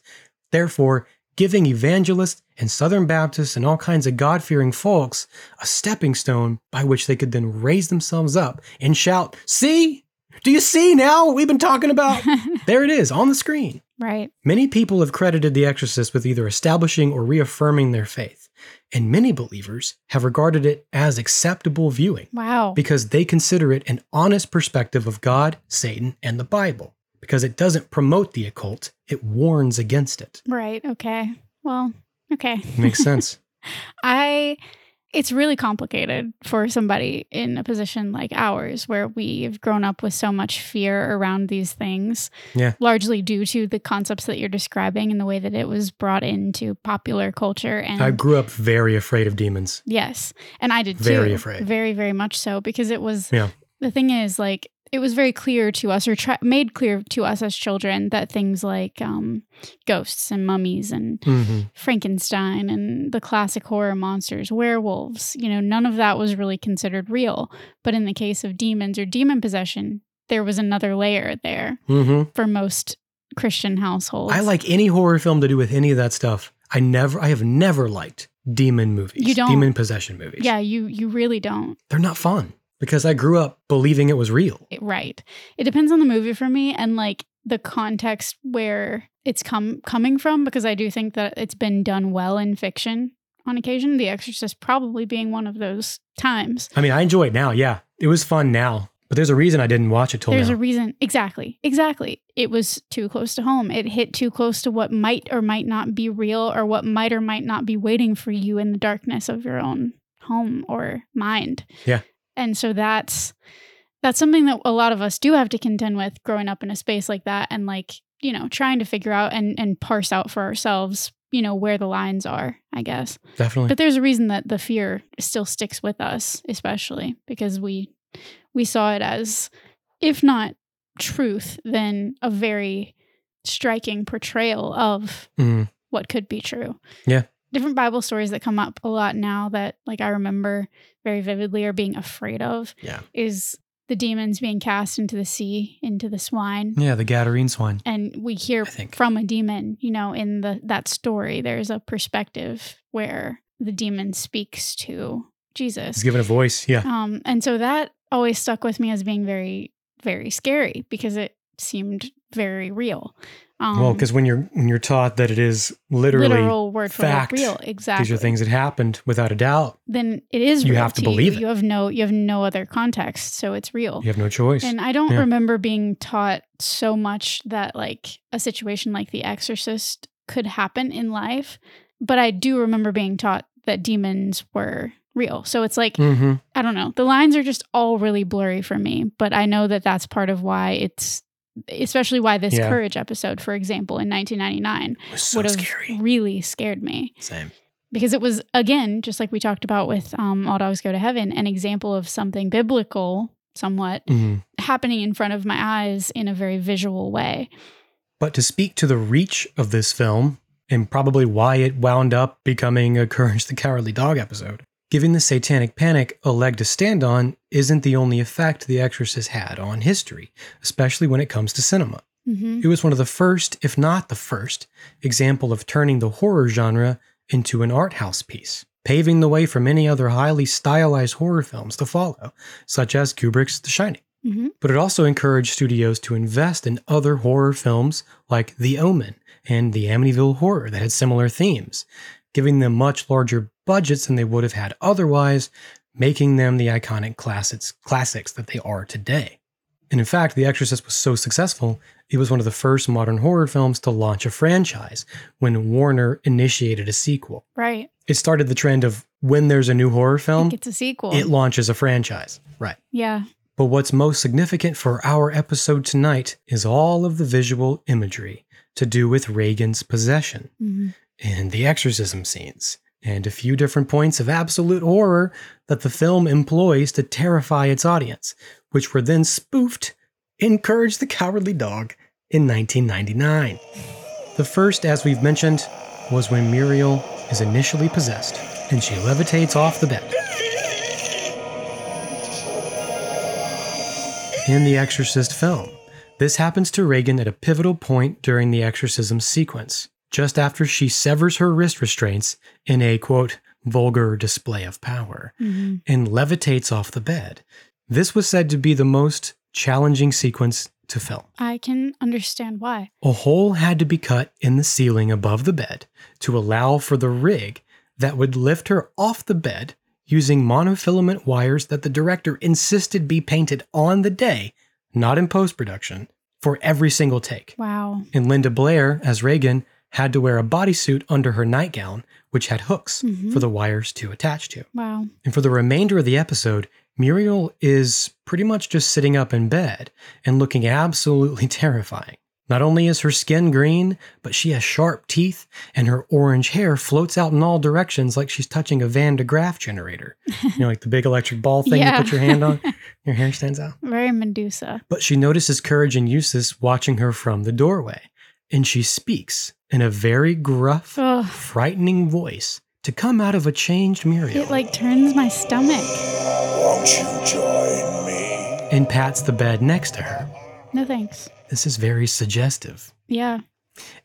Speaker 4: therefore, giving evangelists and Southern Baptists and all kinds of God fearing folks a stepping stone by which they could then raise themselves up and shout, See? Do you see now what we've been talking about? there it is on the screen.
Speaker 3: Right.
Speaker 4: Many people have credited The Exorcist with either establishing or reaffirming their faith, and many believers have regarded it as acceptable viewing
Speaker 3: Wow.
Speaker 4: because they consider it an honest perspective of God, Satan, and the Bible. Because it doesn't promote the occult, it warns against it.
Speaker 3: right. Okay. Well, okay.
Speaker 4: Makes sense.
Speaker 3: I it's really complicated for somebody in a position like ours where we've grown up with so much fear around these things.
Speaker 4: Yeah.
Speaker 3: Largely due to the concepts that you're describing and the way that it was brought into popular culture and
Speaker 4: I grew up very afraid of demons.
Speaker 3: Yes. And I did too.
Speaker 4: Very afraid.
Speaker 3: Very, very much so because it was
Speaker 4: Yeah.
Speaker 3: the thing is like it was very clear to us or tri- made clear to us as children that things like um, ghosts and mummies and
Speaker 4: hmm
Speaker 3: Frankenstein and the classic horror monsters, werewolves, you know, none of that was really considered real. But in the case of demons or demon possession, there was another layer there
Speaker 4: hmm
Speaker 3: for most Christian households.
Speaker 4: I like any horror film to do with any of that stuff. I never, I have never liked demon movies.
Speaker 3: You don't-
Speaker 4: Demon possession movies.
Speaker 3: Yeah, you you really don't.
Speaker 4: They're not fun because I grew up believing it was real.
Speaker 3: It- right. It depends on the movie for me and like the context where it's come coming from because I do think that it's been done well in fiction on occasion, The Exorcist probably being one of those times.
Speaker 4: I mean, I enjoy it now. Yeah. It was fun now, but there's a reason I didn't watch it till
Speaker 3: There's
Speaker 4: now.
Speaker 3: a reason. Exactly. Exactly. It was too close to home. It hit too close to what might or might not be real or what might or might not be waiting for you in the darkness of your own home or mind.
Speaker 4: Yeah.
Speaker 3: And so that's that's something that a lot of us do have to contend with growing up in a space like that and like, you know, trying to figure out and and parse out for ourselves, you know, where the lines are, I guess.
Speaker 4: Definitely.
Speaker 3: But there's a reason that the fear still sticks with us, especially because we we saw it as, if not truth, then a very striking portrayal of
Speaker 4: Mhm.
Speaker 3: what could be true.
Speaker 4: Yeah.
Speaker 3: Different Bible stories that come up a lot now that like I remember very vividly or being afraid of
Speaker 4: Yeah.
Speaker 3: is the demons being cast into the sea, into the swine.
Speaker 4: Yeah. The Gadarene swine.
Speaker 3: And we hear
Speaker 4: I think.
Speaker 3: from a demon, you know, in the that story, there's a perspective where the demon speaks to Jesus.
Speaker 4: He's given a voice. Yeah.
Speaker 3: Um, and so that always stuck with me as being very, very scary because it seemed very real. Um,
Speaker 4: well, because when you're when you're taught that it is literally
Speaker 3: literal word for
Speaker 4: fact,
Speaker 3: word, real,
Speaker 4: these
Speaker 3: exactly.
Speaker 4: are things that happened without a doubt,
Speaker 3: Then it is.
Speaker 4: You
Speaker 3: real
Speaker 4: have to
Speaker 3: you.
Speaker 4: believe it.
Speaker 3: You have no, you have no other context, so it's real.
Speaker 4: you have no choice.
Speaker 3: And I don't
Speaker 4: Yeah.
Speaker 3: remember being taught so much that like a situation like The Exorcist could happen in life, but I do remember being taught that demons were real. So it's like
Speaker 4: hmm
Speaker 3: I don't know. The lines are just all really blurry for me, but I know that that's part of why it's especially why this
Speaker 4: Yeah.
Speaker 3: courage episode for example in 1999
Speaker 4: It was so
Speaker 3: would have
Speaker 4: scary.
Speaker 3: really scared me
Speaker 4: Same.
Speaker 3: because it was again just like we talked about with um, all dogs go to heaven an example of something biblical somewhat
Speaker 4: Mhm.
Speaker 3: happening in front of my eyes in a very visual way
Speaker 4: But to speak to the reach of this film and probably why it wound up becoming a Courage the Cowardly Dog episode, giving the satanic panic a leg to stand on isn't the only effect The Exorcist had on history, especially when it comes to cinema.
Speaker 3: hmm
Speaker 4: It was one of the first, if not the first, example of turning the horror genre into an art house piece, paving the way for many other highly stylized horror films to follow, such as Kubrick's The Shining
Speaker 3: hmm
Speaker 4: but it also encouraged studios to invest in other horror films like The Omen and the Amityville Horror that had similar themes, giving them much larger budgets than they would have had otherwise, making them the iconic classics, classics that they are today. And in fact, The Exorcist was so successful, it was one of the first modern horror films to launch a franchise when Warner initiated a sequel.
Speaker 3: right
Speaker 4: It started the trend of when there's a new horror film,
Speaker 3: it's a sequel
Speaker 4: Um, it launches a franchise. Right.
Speaker 3: yeah
Speaker 4: But what's most significant for our episode tonight is all of the visual imagery to do with Reagan's possession
Speaker 3: hmm
Speaker 4: and the exorcism scenes, and a few different points of absolute horror that the film employs to terrify its audience, which were then spoofed in Courage the Cowardly Dog in 1999. The first, as we've mentioned, was when Muriel is initially possessed and she levitates off the bed. in the Exorcist film. This happens to Reagan at a pivotal point during the exorcism sequence, just after she severs her wrist restraints in a quote, vulgar display of power
Speaker 3: hmm
Speaker 4: and levitates off the bed. This was said to be the most challenging sequence to film.
Speaker 3: i can understand why
Speaker 4: A hole had to be cut in the ceiling above the bed to allow for the rig that would lift her off the bed using monofilament wires that the director insisted be painted on the day, not in post production, for every single take.
Speaker 3: wow
Speaker 4: And Linda Blair, as Reagan, had to wear a bodysuit under her nightgown, which had hooks
Speaker 3: Mhm.
Speaker 4: for the wires to attach to.
Speaker 3: wow
Speaker 4: And for the remainder of the episode, Muriel is pretty much just sitting up in bed and looking absolutely terrifying. Not only is her skin green, but she has sharp teeth and her orange hair floats out in all directions like she's touching a Van de Graaff generator. You know, like the big electric ball thing
Speaker 3: Yeah.
Speaker 4: you put your hand on, your hair stands out.
Speaker 3: very medusa
Speaker 4: But she notices Courage and Eustace watching her from the doorway, and she speaks in a very gruff,
Speaker 3: Ugh.
Speaker 4: frightening voice to come out of a changed Muriel.
Speaker 3: it like turns my stomach
Speaker 6: Won't you join me?
Speaker 4: and pats the bed next to her.
Speaker 3: no thanks
Speaker 4: This is very suggestive,
Speaker 3: yeah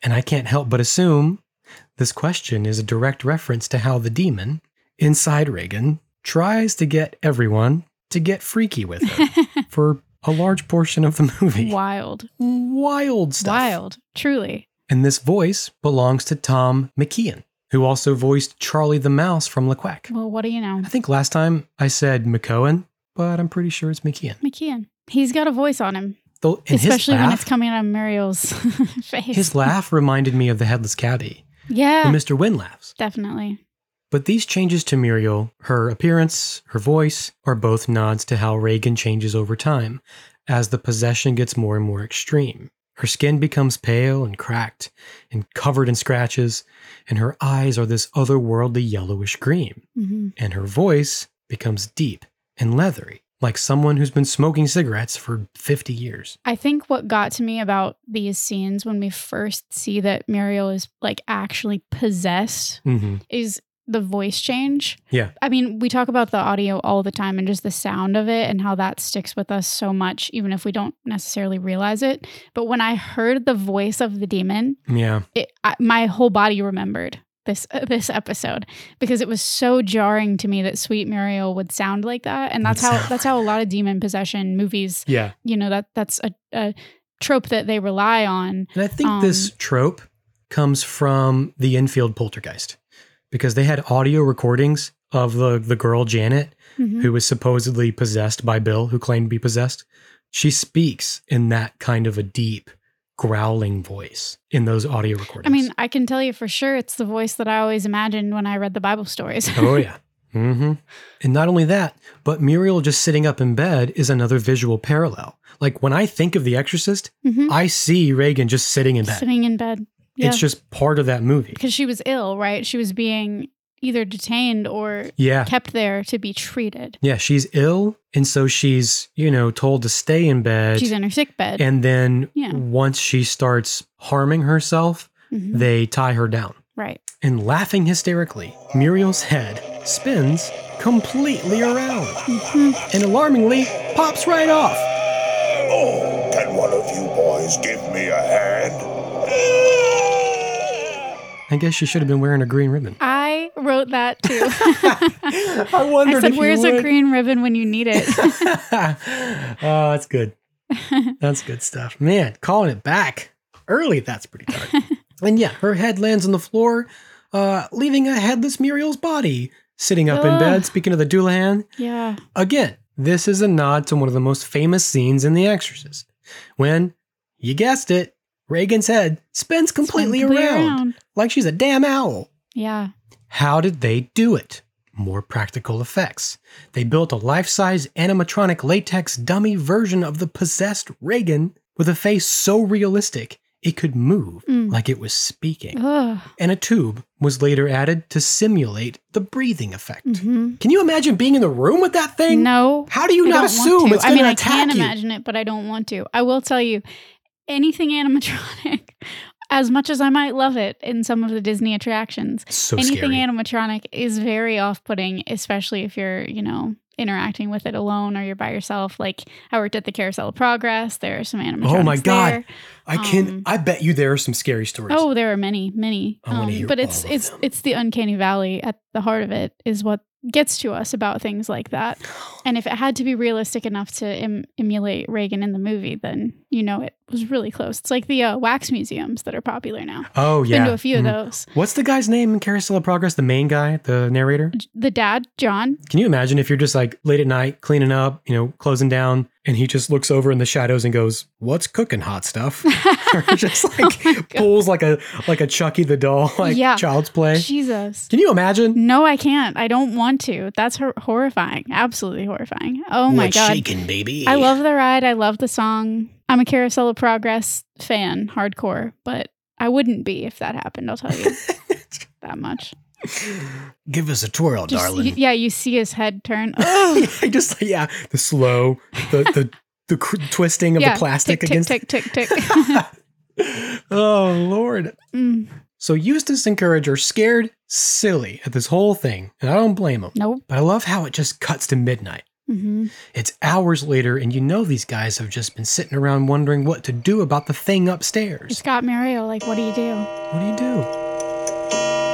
Speaker 4: and I can't help but assume this question is a direct reference to how the demon, inside Reagan, tries to get everyone to get freaky with her for a large portion of the movie.
Speaker 3: wild
Speaker 4: Wild stuff.
Speaker 3: wild truly
Speaker 4: And this voice belongs to Tom McKeon, who also voiced Charlie the Mouse from LeQuack.
Speaker 3: well what do you know
Speaker 4: I think last time I said McCohen, but I'm pretty sure it's McKeon.
Speaker 3: mckeon he's got a voice on him
Speaker 4: Though, and his
Speaker 3: especially when
Speaker 4: laugh-
Speaker 3: it's coming out of Muriel's face.
Speaker 4: His laugh reminded me of the headless cabbie
Speaker 3: yeah,
Speaker 4: when Mr. Wynn laughs.
Speaker 3: definitely.
Speaker 4: But these changes to Muriel, her appearance, her voice, are both nods to how Reagan changes over time as the possession gets more and more extreme. Her skin becomes pale and cracked and covered in scratches, and her eyes are this otherworldly yellowish green,
Speaker 3: hmm
Speaker 4: and her voice becomes deep and leathery, like someone who's been smoking cigarettes for 50 years.
Speaker 3: I think what got to me about these scenes when we first see that Muriel is like actually possessed
Speaker 4: Mm-hmm.
Speaker 3: is the voice change.
Speaker 4: Yeah.
Speaker 3: I mean, we talk about the audio all the time and just the sound of it and how that sticks with us so much, even if we don't necessarily realize it. But when I heard the voice of the demon,
Speaker 4: Yeah.
Speaker 3: it, I, my whole body remembered this uh, this episode because it was so jarring to me that Sweet Muriel would sound like that, and
Speaker 4: Would
Speaker 3: that's how
Speaker 4: sound
Speaker 3: that's how a lot of demon possession movies,
Speaker 4: Yeah.
Speaker 3: you know, that that's a, a trope that they rely on.
Speaker 4: And I think this
Speaker 3: Um,
Speaker 4: trope comes from the infield poltergeist because they had audio recordings of the, the girl Janet,
Speaker 3: Mhm.
Speaker 4: who was supposedly possessed by Bill, who claimed to be possessed. She speaks in that kind of a deep, growling voice in those audio
Speaker 3: I
Speaker 4: recordings.
Speaker 3: mean, I can tell you for sure it's the voice that I always imagined when I read the Bible stories.
Speaker 4: oh, yeah. hmm And not only that, but Muriel just sitting up in bed is another visual parallel. Like when I think of The Exorcist,
Speaker 3: Mhm.
Speaker 4: I see Reagan just sitting in bed.
Speaker 3: Sitting in bed. Yeah.
Speaker 4: It's just part of that movie.
Speaker 3: because she was ill, right? She was being either detained or
Speaker 4: Yeah.
Speaker 3: kept there to be treated.
Speaker 4: Yeah, she's ill. And so she's, you know, told to stay in bed.
Speaker 3: She's in her sick bed.
Speaker 4: and then
Speaker 3: Yeah.
Speaker 4: once she starts harming herself,
Speaker 3: Mhm.
Speaker 4: they tie her down.
Speaker 3: Right.
Speaker 4: And laughing hysterically, Muriel's head spins completely around
Speaker 3: Mm-hmm.
Speaker 4: and alarmingly pops right off.
Speaker 6: Oh, can one of you boys give me a hand?
Speaker 4: I guess she should have been wearing a green ribbon.
Speaker 3: I wrote that too.
Speaker 4: I wondered
Speaker 3: I said,
Speaker 4: if
Speaker 3: "Where's
Speaker 4: you
Speaker 3: a
Speaker 4: would.
Speaker 3: green ribbon when you need it?"
Speaker 4: oh, that's good. That's good stuff. Man, calling it back early, that's pretty dark. and yeah, her head lands on the floor, uh, leaving a headless Muriel's body sitting up in
Speaker 3: Ugh.
Speaker 4: bed. Speaking of the Doulahan,
Speaker 3: yeah.
Speaker 4: again, this is a nod to one of the most famous scenes in The Exorcist when, you guessed it, Reagan's head spins completely,
Speaker 3: Completely
Speaker 4: around, like she's a damn owl.
Speaker 3: Yeah.
Speaker 4: How did they do it? More practical effects. They built a life size animatronic latex dummy version of the possessed Reagan with a face so realistic it could move
Speaker 3: Mm. Oh.
Speaker 4: like it was speaking.
Speaker 3: Ugh.
Speaker 4: And a tube was later added to simulate the breathing effect.
Speaker 3: Mhm.
Speaker 4: Can you imagine being in the room with that thing?
Speaker 3: No.
Speaker 4: How do you
Speaker 3: I
Speaker 4: not
Speaker 3: don't want
Speaker 4: assume
Speaker 3: to.
Speaker 4: it's
Speaker 3: I
Speaker 4: going
Speaker 3: mean,
Speaker 4: to
Speaker 3: I
Speaker 4: attack
Speaker 3: can
Speaker 4: you?
Speaker 3: imagine it, but I don't want to. I will tell you, anything animatronic, as much as I might love it in some of the Disney attractions,
Speaker 4: So
Speaker 3: anything
Speaker 4: scary.
Speaker 3: animatronic is very off-putting, especially if you're, you know, interacting with it alone or you're by yourself. Like I worked at the Carousel of Progress. There are some animatronics.
Speaker 4: oh my god!
Speaker 3: there.
Speaker 4: I can.
Speaker 3: Um,
Speaker 4: I bet you there are some scary stories.
Speaker 3: Oh, there are many, many. Um,
Speaker 4: I wanna hear
Speaker 3: but
Speaker 4: all
Speaker 3: it's
Speaker 4: of
Speaker 3: it's
Speaker 4: them.
Speaker 3: it's the uncanny valley at the heart of it is what gets to us about things like that. And if it had to be realistic enough to em- emulate Reagan in the movie, then you know it was really close. It's like the uh, wax museums that are popular now.
Speaker 4: oh yeah.
Speaker 3: Been to a few of
Speaker 4: Mhm.
Speaker 3: those.
Speaker 4: What's the guy's name in Carousel of Progress? The main guy, the narrator?
Speaker 3: J- The dad, John.
Speaker 4: Can you imagine if you're just like late at night, cleaning up, you know, closing down, and he just looks over in the shadows and goes, What's cooking hot stuff? or just like pulls like a like a Chucky the doll, like
Speaker 3: Oh Yeah.
Speaker 4: child's play.
Speaker 3: Jesus.
Speaker 4: Can you imagine?
Speaker 3: No, I can't. I don't want to. That's hor- horrifying. Absolutely horrifying. Oh my
Speaker 2: What's
Speaker 3: god.
Speaker 2: shaking, baby?
Speaker 3: I love the ride. I love the song. I'm a Carousel of Progress fan, hardcore, but I wouldn't be if that happened. I'll tell you that much.
Speaker 2: Give us a twirl,
Speaker 3: Just-
Speaker 2: darling.
Speaker 3: you- yeah, you see his head turn.
Speaker 4: Oh, I just like, yeah, the slow, the the the cr- twisting of
Speaker 3: yeah,
Speaker 4: the plastic
Speaker 3: tick,
Speaker 4: against.
Speaker 3: tick, tick, tick, tick.
Speaker 4: oh Lord.
Speaker 3: Mm,
Speaker 4: So Eustace and Courage are scared silly at this whole thing, and I don't blame them.
Speaker 3: nope.
Speaker 4: But I love how it just cuts to midnight.
Speaker 3: hmm
Speaker 4: It's hours later, and you know these guys have just been sitting around wondering what to do about the thing upstairs.
Speaker 3: It's got Mario. Like, what do you do?
Speaker 4: What do you do?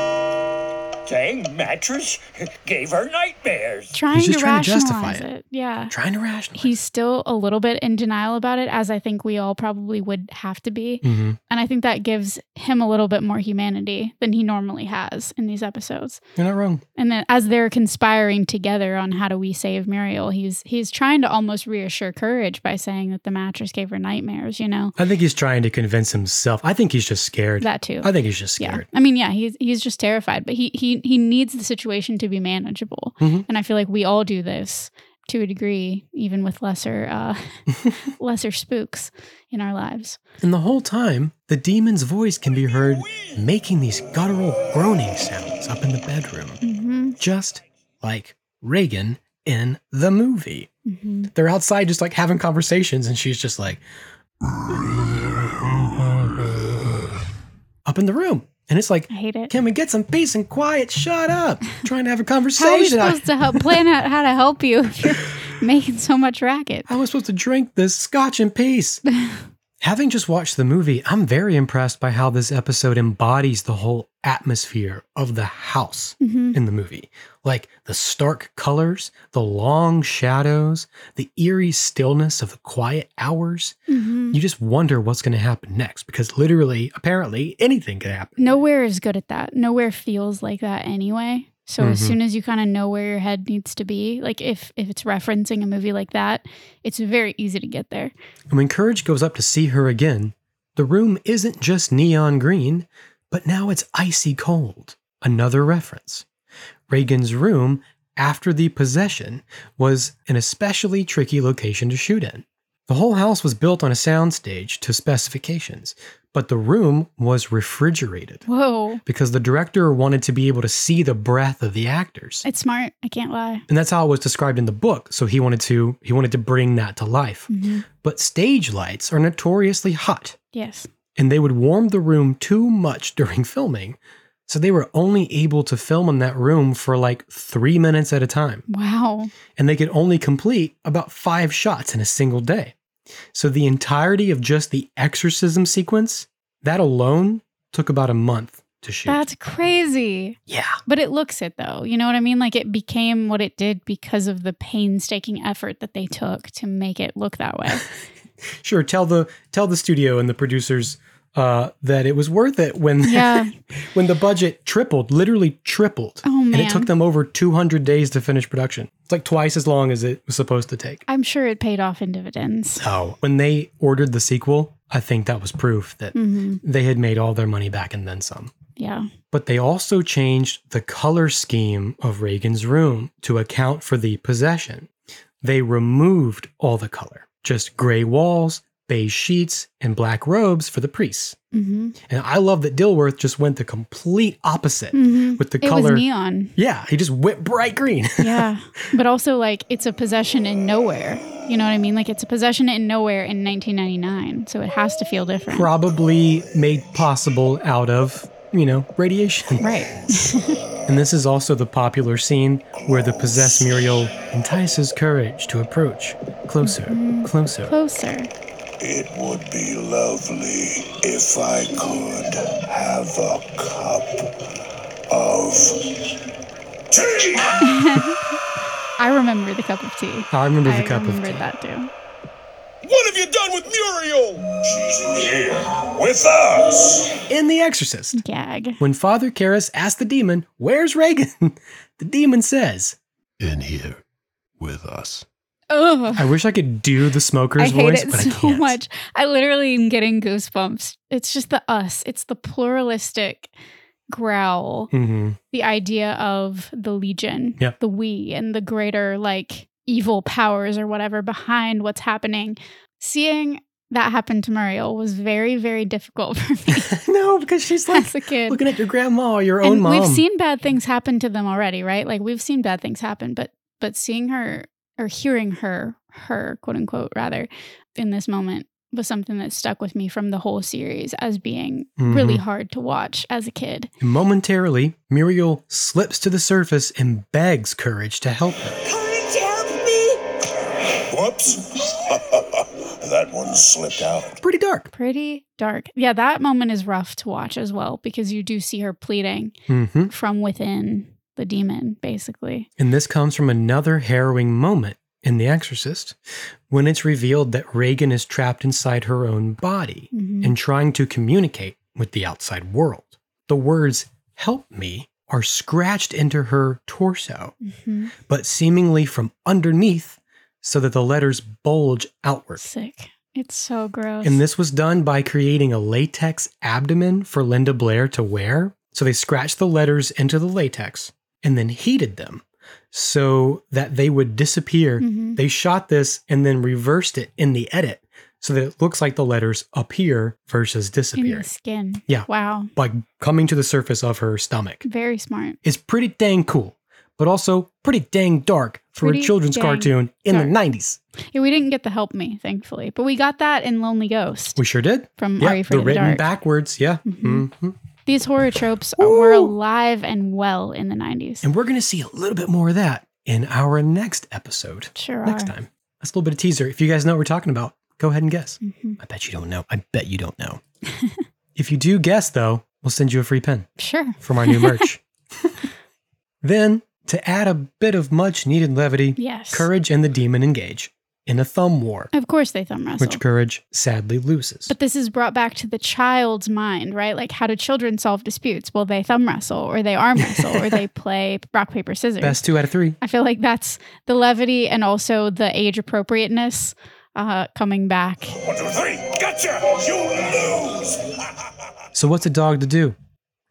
Speaker 9: Dang mattress gave her nightmares.
Speaker 3: Trying
Speaker 4: just
Speaker 3: to
Speaker 4: trying to
Speaker 3: rationalize
Speaker 4: justify
Speaker 3: it.
Speaker 4: it.
Speaker 3: Yeah.
Speaker 4: Trying to rationalize.
Speaker 3: He's still a little bit in denial about it, as I think we all probably would have to be.
Speaker 4: hmm
Speaker 3: And I think that gives him a little bit more humanity than he normally has in these episodes.
Speaker 4: You're not wrong.
Speaker 3: And then as they're conspiring together on how do we save Muriel, he's he's trying to almost reassure courage by saying that the mattress gave her nightmares, you know?
Speaker 4: I think he's trying to convince himself. I think he's just scared.
Speaker 3: That too.
Speaker 4: I think he's just
Speaker 3: yeah.
Speaker 4: scared.
Speaker 3: I mean, yeah, he's he's just terrified, but he he he needs the situation to be manageable.
Speaker 4: Mhm.
Speaker 3: And I feel like we all do this to a degree, even with lesser uh lesser spooks in our lives.
Speaker 4: And the whole time, the demon's voice can be heard making these guttural groaning sounds up in the bedroom,
Speaker 3: Mm-hmm.
Speaker 4: just like Reagan in the movie.
Speaker 3: Mm-hmm.
Speaker 4: They're outside just like having conversations, and she's just like up in the room. And it's like,
Speaker 3: I hate it.
Speaker 4: Can we get some peace and quiet? Shut up. trying to have a conversation.
Speaker 3: How are
Speaker 4: I-
Speaker 3: we supposed to help plan out how to help you if you're making so much racket?
Speaker 4: how am I supposed to drink this scotch in peace? Having just watched the movie, I'm very impressed by how this episode embodies the whole atmosphere of the house
Speaker 3: Mm-hmm.
Speaker 4: in the movie. Like the stark colors, the long shadows, the eerie stillness of the quiet hours.
Speaker 3: Mm-hmm.
Speaker 4: You just wonder what's going to happen next because literally, apparently, anything could happen.
Speaker 3: nowhere is good at that. Nowhere feels like that anyway. So as
Speaker 4: Mhm.
Speaker 3: soon as you kind of know where your head needs to be, like if if it's referencing a movie like that, it's very easy to get there.
Speaker 4: And when Courage goes up to see her again, the room isn't just neon green, but now it's icy cold. Another reference. Reagan's room after the possession was an especially tricky location to shoot in. The whole house was built on a soundstage to specifications, But the room was refrigerated
Speaker 3: Whoa.
Speaker 4: because the director wanted to be able to see the breath of the actors.
Speaker 3: It's smart. I can't lie.
Speaker 4: and that's how it was described in the book so he wanted to he wanted to bring that to life but stage lights are notoriously hot
Speaker 3: Yes.
Speaker 4: and they would warm the room too much during filming so they were only able to film in that room for like 3 minutes at a time
Speaker 3: Wow.
Speaker 4: and they could only complete about 5 shots in a single day so the entirety of just the exorcism sequence that alone took about a month to shoot
Speaker 3: That's crazy.
Speaker 4: yeah
Speaker 3: But it looks it though. You know what I mean? Like it became what it did because of the painstaking effort that they took to make it look that way.
Speaker 4: Sure, tell the tell the studio and the producers uh, that it was worth it when
Speaker 3: Yeah.
Speaker 4: when the budget tripled, literally tripled,
Speaker 3: Oh,
Speaker 4: and it
Speaker 3: man.
Speaker 4: took them over 200 days to finish production. It's like twice as long as it was supposed to take.
Speaker 3: I'm sure it paid off in dividends.
Speaker 4: Oh, when they ordered the sequel, I think that was proof that
Speaker 3: hmm
Speaker 4: they had made all their money back and then some.
Speaker 3: Yeah.
Speaker 4: But they also changed the color scheme of Reagan's room to account for the possession. They removed all the color, just gray walls, beige sheets, and black robes for the priests.
Speaker 3: hmm
Speaker 4: And I love that Dilworth just went the complete opposite
Speaker 3: Mhm.
Speaker 4: with the
Speaker 3: It was
Speaker 4: color.
Speaker 3: neon.
Speaker 4: Yeah, he just went bright green.
Speaker 3: Yeah. but also, like, it's a possession in nowhere. You know what I mean? Like, it's a possession in nowhere in 1999. So it has to feel different.
Speaker 4: Probably made possible out of, you know, radiation.
Speaker 3: Right.
Speaker 4: And this is also the popular scene where the possessed Muriel entices courage to approach closer,
Speaker 3: Mm-hmm.
Speaker 4: closer.
Speaker 3: Closer.
Speaker 6: It would be lovely if I could have a cup of tea.
Speaker 3: I remember the cup of tea.
Speaker 4: I remember the
Speaker 3: I
Speaker 4: cup of
Speaker 3: remembered
Speaker 4: tea.
Speaker 3: that too.
Speaker 8: What have you done with Muriel?
Speaker 6: She's here with us.
Speaker 4: In The Exorcist,
Speaker 3: Gag.
Speaker 4: when Father Karras asked the demon, Where's Reagan? the demon says,
Speaker 10: in here with us.
Speaker 3: Ugh.
Speaker 4: I wish I could do the smoker's
Speaker 3: I hate
Speaker 4: voice,
Speaker 3: it
Speaker 4: but I
Speaker 3: so
Speaker 4: can't.
Speaker 3: much. I literally am getting goosebumps. It's just the us. It's the pluralistic growl.
Speaker 4: hmm
Speaker 3: The idea of the legion,
Speaker 4: Yeah.
Speaker 3: the we, and the greater like evil powers or whatever behind what's happening. Seeing that happen to Muriel was very, very difficult for me
Speaker 4: no, because she's like
Speaker 3: as a kid.
Speaker 4: looking at your grandma or your own
Speaker 3: and
Speaker 4: mom.
Speaker 3: we've seen bad things happen to them already, right? Like we've seen bad things happen, but but seeing her or hearing her, her quote unquote rather, in this moment was something that stuck with me from the whole series as being really
Speaker 4: Mhm.
Speaker 3: hard to watch as a kid.
Speaker 4: Momentarily, Muriel slips to the surface and begs Courage to help her.
Speaker 5: Courage, help me!
Speaker 6: Whoops. that one slipped out.
Speaker 4: Pretty dark.
Speaker 3: Pretty dark. Yeah, that moment is rough to watch as well because you do see her pleading
Speaker 4: hmm
Speaker 3: from within the demon, basically.
Speaker 4: And this comes from another harrowing moment in The Exorcist when it's revealed that Reagan is trapped inside her own body
Speaker 3: Mhm.
Speaker 4: and trying to communicate with the outside world. The words, help me, are scratched into her torso,
Speaker 3: Mhm.
Speaker 4: but seemingly from underneath so that the letters bulge outward.
Speaker 3: Sick. It's so gross.
Speaker 4: And this was done by creating a latex abdomen for Linda Blair to wear. So they scratched the letters into the latex and then heated them so that they would disappear.
Speaker 3: Mhm.
Speaker 4: They shot this and then reversed it in the edit so that it looks like the letters appear versus
Speaker 3: in
Speaker 4: disappear
Speaker 3: the skin.
Speaker 4: Yeah.
Speaker 3: Wow.
Speaker 4: by coming to the surface of her stomach.
Speaker 3: Very smart.
Speaker 4: It's pretty dang cool, but also pretty dang dark for a
Speaker 3: Pretty
Speaker 4: children's
Speaker 3: dang
Speaker 4: cartoon in
Speaker 3: dark.
Speaker 4: the 90s.
Speaker 3: Yeah, we didn't get the help me, thankfully, but we got that in Lonely Ghost
Speaker 4: We sure did.
Speaker 3: from Are
Speaker 4: Yeah,
Speaker 3: You
Speaker 4: the
Speaker 3: Afraid of the
Speaker 4: written
Speaker 3: Dark.
Speaker 4: backwards. Yeah.
Speaker 3: Mhm.
Speaker 4: Mhm.
Speaker 3: These horror tropes are, were alive and well in the nineties.
Speaker 4: And we're going to see a little bit more of that in our next episode.
Speaker 3: Sure
Speaker 4: Next
Speaker 3: are.
Speaker 4: time. That's a little bit of teaser. If you guys know what we're talking about, go ahead and guess.
Speaker 3: Mhm.
Speaker 4: I bet you don't know. I bet you don't know. if you do guess, though, we'll send you a free pen
Speaker 3: Sure.
Speaker 4: from our new merch. then, to add a bit of much needed levity,
Speaker 3: Yes.
Speaker 4: Courage and the Demon engage in a thumb war,
Speaker 3: Of course they thumb wrestle.
Speaker 4: which Courage sadly loses.
Speaker 3: but this is brought back to the child's mind, right? Like how do children solve disputes? Well, they thumb wrestle or they arm wrestle or they play rock, paper, scissors.
Speaker 4: Best two out of three.
Speaker 3: I feel like that's the levity and also the age appropriateness uh, coming back.
Speaker 6: One, two, three. Gotcha. You lose.
Speaker 4: So, what's a dog to do?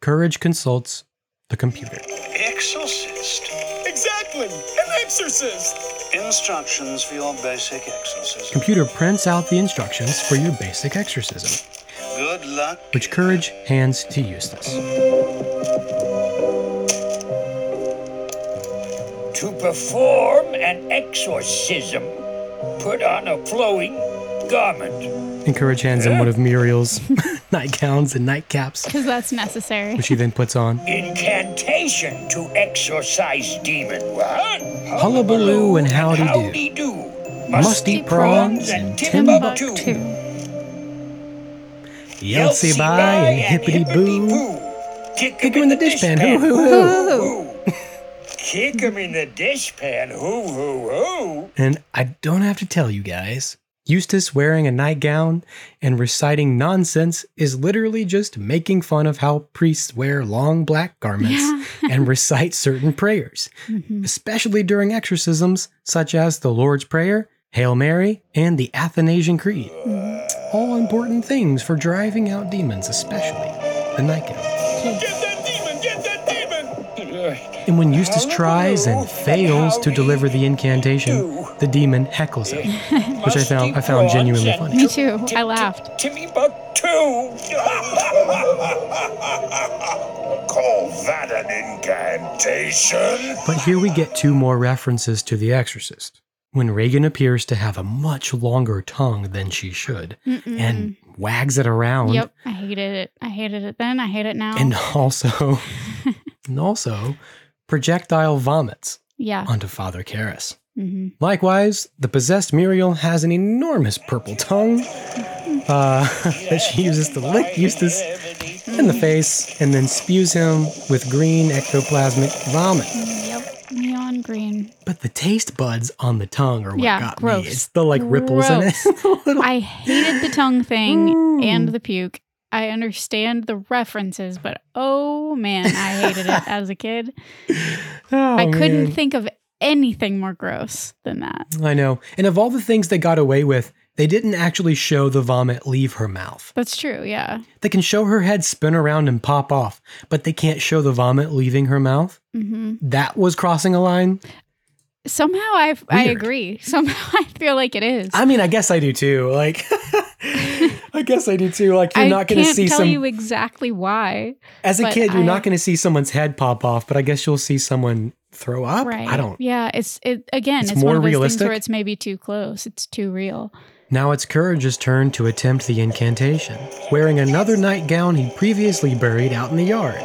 Speaker 4: Courage consults the computer.
Speaker 10: Exorcist.
Speaker 8: Exactly. An exorcist.
Speaker 10: Instructions for your basic exorcism.
Speaker 4: Computer prints out the instructions for your basic exorcism.
Speaker 10: Good luck.
Speaker 4: which Courage hands to Eustace.
Speaker 9: To perform an exorcism, put on a flowing garment.
Speaker 4: And Courage hands him one of Muriel's nightgowns and nightcaps,
Speaker 3: because that's necessary.
Speaker 4: which he then puts on.
Speaker 9: Incantation to exorcise demon. What?
Speaker 4: Hullabaloo and howdy do.
Speaker 9: do.
Speaker 4: Must eat prawns and Timbuktu. Yeltsin bye and hippity boo.
Speaker 9: Kick
Speaker 4: Kick him in the dishpan. Hoo hoo hoo.
Speaker 3: Ooh.
Speaker 9: Kick him in the dishpan. Hoo hoo hoo.
Speaker 4: And I don't have to tell you guys, Eustace wearing a nightgown and reciting nonsense is literally just making fun of how priests wear long black garments and recite certain prayers, especially during exorcisms such as the Lord's Prayer, Hail Mary, and the Athanasian Creed. All important things for driving out demons, especially the nightgown.
Speaker 8: Get that demon! Get that demon!
Speaker 4: And when Eustace tries and fails to deliver the incantation, the demon heckles him. Which I found- I found genuinely funny.
Speaker 3: Me too. I laughed.
Speaker 6: Call that an incantation?
Speaker 4: But here we get two more references to The Exorcist. When Reagan appears to have a much longer tongue than she should
Speaker 3: Mm-mm.
Speaker 4: and wags it around.
Speaker 3: Yep, I hated it. I hated it then. I hate it now.
Speaker 4: And also, and also, projectile vomits
Speaker 3: yeah.
Speaker 4: onto Father Karras.
Speaker 3: hmm
Speaker 4: Likewise, the possessed Muriel has an enormous purple tongue uh, that she uses to lick Eustace in the face and then spews him with green ectoplasmic vomit.
Speaker 3: Yep. Neon green.
Speaker 4: But the taste buds on the tongue are what
Speaker 3: Yeah,
Speaker 4: got
Speaker 3: gross.
Speaker 4: me. It's the like ripples in it. The little-
Speaker 3: I hated the tongue thing and the puke. I understand the references, but oh man, I hated it as a kid. I
Speaker 4: Oh,
Speaker 3: couldn't
Speaker 4: man.
Speaker 3: think of anything more gross than that.
Speaker 4: I know. And of all the things they got away with, they didn't actually show the vomit leave her mouth.
Speaker 3: That's true. Yeah.
Speaker 4: They can show her head spin around and pop off, but they can't show the vomit leaving her mouth.
Speaker 3: hmm
Speaker 4: That was crossing a line.
Speaker 3: Somehow I I
Speaker 4: Weird.
Speaker 3: agree. Somehow I feel like it is.
Speaker 4: I mean, I guess I do too. Like, I guess I do too. Like, you're
Speaker 3: I
Speaker 4: not going to
Speaker 3: can't
Speaker 4: see
Speaker 3: tell
Speaker 4: some.
Speaker 3: you exactly why.
Speaker 4: as a
Speaker 3: but
Speaker 4: kid, you're
Speaker 3: I-
Speaker 4: not going to see someone's head pop off, but I guess you'll see someone throw up.
Speaker 3: Right.
Speaker 4: I don't.
Speaker 3: Yeah. It's it again.
Speaker 4: It's
Speaker 3: It's,
Speaker 4: more
Speaker 3: one of those things
Speaker 4: realistic.
Speaker 3: where it's maybe too close. It's too real.
Speaker 4: Now it's Courage's turn to attempt the incantation, wearing another nightgown he previously buried out in the yard.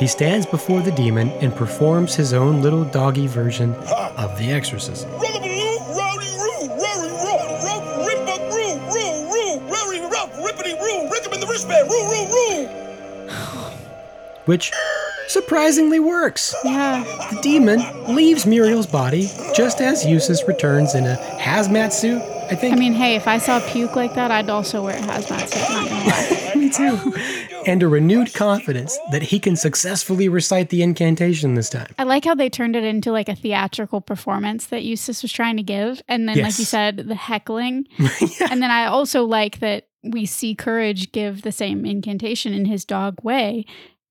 Speaker 4: He stands before the demon and performs his own little doggy version of the exorcism.
Speaker 8: Rollabaloo, rowdy roo, rory roar, rope, rip up roo, roo, roo, rory rough, rippity roo, rick him in the wristband, roo, roo, roo.
Speaker 4: which surprisingly works.
Speaker 3: Yeah.
Speaker 4: The demon leaves Muriel's body just as Eustace returns in a hazmat suit, I think.
Speaker 3: I mean, hey, if I saw puke like that, I'd also wear a hazmat suit. not gonna lie.
Speaker 4: me too. And a renewed confidence that he can successfully recite the incantation this time.
Speaker 3: I like how they turned it into like a theatrical performance that Eustace was trying to give. And then, like you
Speaker 4: Yes.
Speaker 3: said, the heckling. And then I also like that we see Courage give the same incantation in his dog way.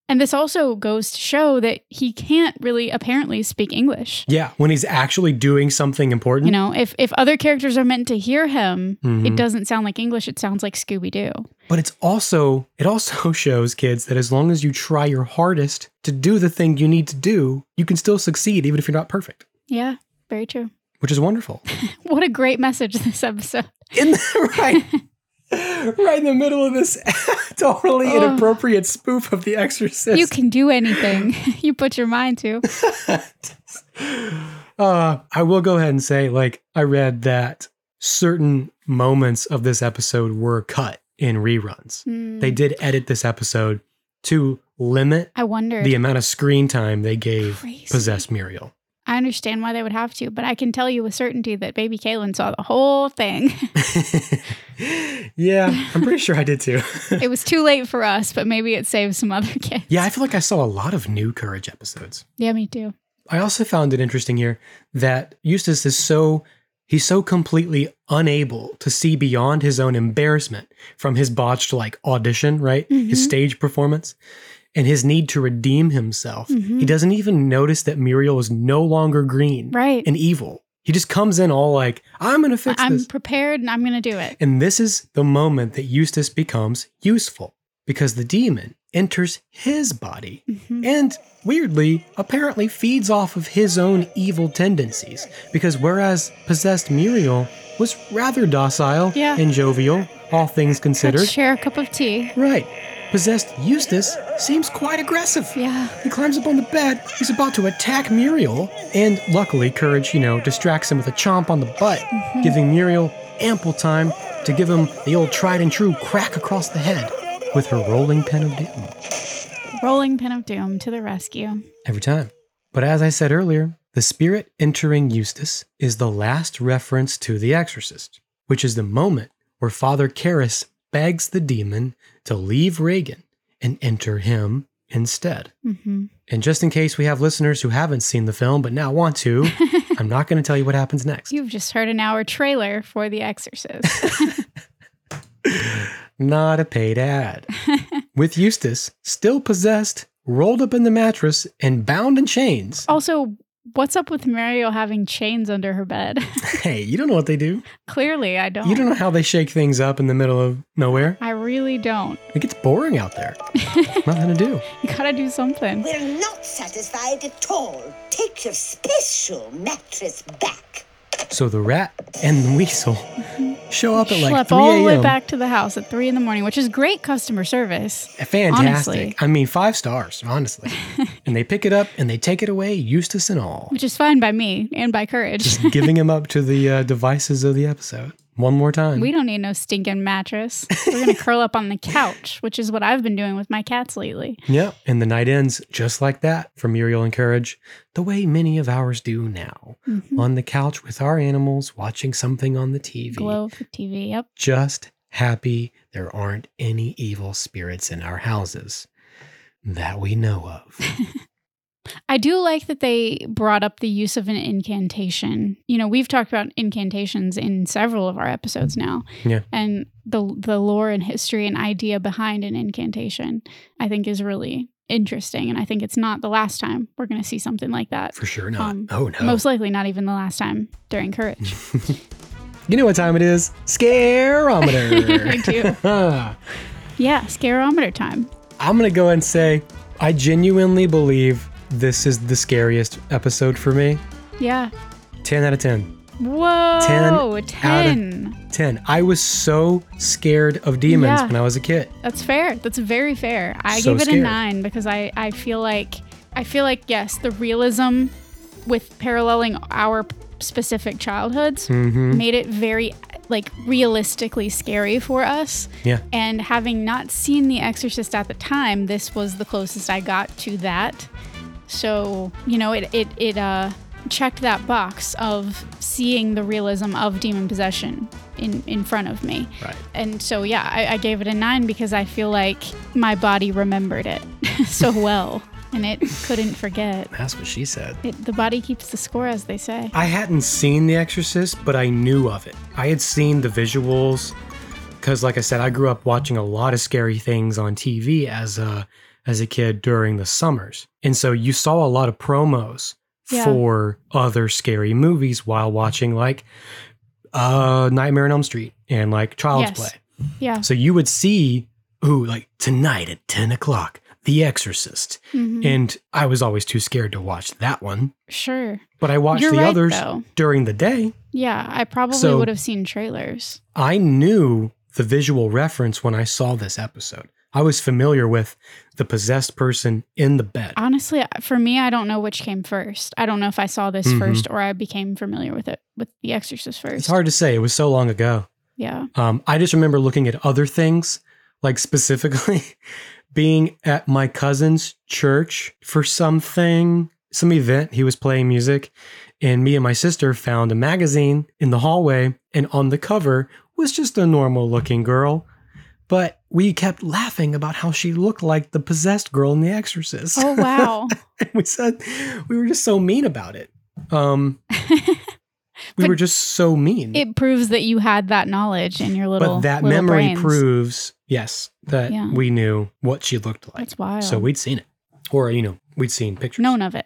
Speaker 3: And this also goes to show that he can't really apparently speak English.
Speaker 4: Yeah, when he's actually doing something important.
Speaker 3: You know, if if other characters are meant to hear him,
Speaker 4: Mhm.
Speaker 3: it doesn't sound like English. It sounds like Scooby Doo.
Speaker 4: But it's also it also shows kids that as long as you try your hardest to do the thing you need to do, you can still succeed even if you're not perfect,
Speaker 3: Yeah, very true.
Speaker 4: which is wonderful.
Speaker 3: What a great message this episode.
Speaker 4: In the, right right in the middle of this totally
Speaker 3: Oh.
Speaker 4: inappropriate spoof of The Exorcist.
Speaker 3: You can do anything you put your mind to.
Speaker 4: uh, I will go ahead and say, like, I read that certain moments of this episode were cut in reruns.
Speaker 3: Hmm.
Speaker 4: They did edit this episode to limit
Speaker 3: I wonder.
Speaker 4: the amount of screen time they gave
Speaker 3: Crazy.
Speaker 4: possessed Muriel.
Speaker 3: I understand why they would have to, but I can tell you with certainty that baby Kaylin saw the whole thing.
Speaker 4: yeah, I'm pretty sure I did too.
Speaker 3: it was too late for us, but maybe it saved some other kids.
Speaker 4: yeah, I feel like I saw a lot of new Courage episodes.
Speaker 3: Yeah, me too.
Speaker 4: I also found it interesting here that Eustace is so he's so completely unable to see beyond his own embarrassment from his botched like audition, right? His stage performance and his need to Mm-hmm. redeem himself. He doesn't even notice that Muriel is no longer green
Speaker 3: Right.
Speaker 4: and evil. He just comes in all like, I'm going to fix
Speaker 3: I'm
Speaker 4: this.
Speaker 3: prepared and I'm going to do it.
Speaker 4: And this is the moment that Eustace becomes useful because the demon enters his body
Speaker 3: Mm-hmm.
Speaker 4: and, weirdly, apparently feeds off of his own evil tendencies. Because whereas possessed Muriel was rather docile
Speaker 3: Yeah.
Speaker 4: and jovial, all things considered,
Speaker 3: Let's share a cup of tea.
Speaker 4: right, possessed Eustace seems quite aggressive.
Speaker 3: Yeah.
Speaker 4: He climbs up on the bed. He's about to attack Muriel. And luckily, Courage, you know, distracts him with a chomp on the butt, giving Muriel ample time to give him the old tried and true crack across the head with her rolling pin of doom
Speaker 3: Rolling pin of doom to the rescue.
Speaker 4: every time. But as I said earlier, the spirit entering Eustace is the last reference to The Exorcist, which is the moment where Father Karras begs the demon to leave Reagan and enter him instead.
Speaker 3: hmm
Speaker 4: And just in case we have listeners who haven't seen the film but now want to, I'm not going to tell you what happens next.
Speaker 3: You've just heard an hour trailer for The Exorcist.
Speaker 4: Not a paid ad. With Eustace still possessed, rolled up in the mattress, and bound in chains.
Speaker 3: also, what's up with Mario having chains under her bed?
Speaker 4: Hey, you don't know what they do.
Speaker 3: Clearly, I don't.
Speaker 4: You don't know how they shake things up in the middle of nowhere.
Speaker 3: I really don't.
Speaker 4: It gets boring out there. Nothing to do.
Speaker 3: You gotta do something.
Speaker 5: We're not satisfied at all. Take your special mattress back.
Speaker 4: So the rat and the weasel show up at like
Speaker 3: Schlep
Speaker 4: 3
Speaker 3: all the way
Speaker 4: a.m.
Speaker 3: back to the house at three in the morning, which is great customer service.
Speaker 4: Fantastic.
Speaker 3: Honestly.
Speaker 4: I mean, five stars, honestly. and they pick it up and they take it away, Eustace and all.
Speaker 3: Which is fine by me and by courage.
Speaker 4: Just giving him up to the uh, devices of the episode. One more time.
Speaker 3: We don't need no stinking mattress. We're gonna curl up on the couch, which is what I've been doing with my cats lately.
Speaker 4: Yep. And the night ends just like that for Muriel and Courage, the way many of ours do now.
Speaker 3: Mm.
Speaker 4: On the couch with our animals, watching something on the TV.
Speaker 3: Glow of the TV. Yep.
Speaker 4: Just happy there aren't any evil spirits in our houses that we know of.
Speaker 3: I do like that they brought up the use of an incantation. You know, we've talked about incantations in several of our episodes now.
Speaker 4: Yeah.
Speaker 3: And the the lore and history and idea behind an incantation, I think, is really interesting. And I think it's not the last time we're going to see something like that.
Speaker 4: for sure not.
Speaker 3: Um,
Speaker 4: oh, no.
Speaker 3: Most likely, not even the last time during Courage.
Speaker 4: you know what time it is? Scarometer.
Speaker 3: I do. Yeah, scarometer time.
Speaker 4: I'm gonna go ahead and say I genuinely believe this is the scariest episode for me.
Speaker 3: Yeah.
Speaker 4: Ten out of ten.
Speaker 3: Whoa. 10.
Speaker 4: out of ten. I was so scared of demons
Speaker 3: Yeah.
Speaker 4: when I was a kid.
Speaker 3: That's fair. That's very fair. I
Speaker 4: So
Speaker 3: give it
Speaker 4: scared.
Speaker 3: a nine because I, I feel like I feel like yes, the realism with paralleling our p- specific childhoods
Speaker 4: Mm-hmm.
Speaker 3: made it very like realistically scary for us.
Speaker 4: Yeah.
Speaker 3: And having not seen The Exorcist at the time, this was the closest I got to that. So, you know, it it, it uh checked that box of seeing the realism of demon possession in, in front of me.
Speaker 4: Right.
Speaker 3: And so, yeah, I, I gave it a nine because I feel like my body remembered it so well and it couldn't forget.
Speaker 4: That's what she said.
Speaker 3: It, the body keeps the score, as they say.
Speaker 4: I hadn't seen The Exorcist, but I knew of it. I had seen the visuals because, like I said, I grew up watching a lot of scary things on TV as a as a kid during the summers, and so you saw a lot of promos
Speaker 3: Yeah.
Speaker 4: for other scary movies while watching like uh, Nightmare on Elm Street and like Child's
Speaker 3: Yes.
Speaker 4: Play.
Speaker 3: Yeah.
Speaker 4: So you would see, ooh, like tonight at ten o'clock, The Exorcist,
Speaker 3: Mhm.
Speaker 4: and I was always too scared to watch that one.
Speaker 3: Sure.
Speaker 4: But I watched
Speaker 3: You're
Speaker 4: the
Speaker 3: right,
Speaker 4: others
Speaker 3: though.
Speaker 4: during the day.
Speaker 3: Yeah, I probably
Speaker 4: So-
Speaker 3: would have seen trailers.
Speaker 4: I knew the visual reference when I saw this episode. I was familiar with the possessed person in the bed.
Speaker 3: Honestly, for me, I don't know which came first. I don't know if I saw this
Speaker 4: Mhm.
Speaker 3: first or I became familiar with it with The Exorcist first.
Speaker 4: It's hard to say. It was so long ago.
Speaker 3: Yeah.
Speaker 4: Um, I just remember looking at other things, like specifically being at my cousin's church for something, some event. He was playing music, and me and my sister found a magazine in the hallway, and on the cover was just a normal looking girl. But we kept laughing about how she looked like the possessed girl in The Exorcist.
Speaker 3: Oh, wow.
Speaker 4: we said we were just so mean about it. Um, we
Speaker 3: But
Speaker 4: were just so mean.
Speaker 3: it proves that you had that knowledge in your little
Speaker 4: but that
Speaker 3: little
Speaker 4: memory
Speaker 3: brains.
Speaker 4: proves, yes, that
Speaker 3: Yeah.
Speaker 4: we knew what she looked like.
Speaker 3: That's wild.
Speaker 4: So we'd seen it, or you know, we'd seen pictures.
Speaker 3: known of it.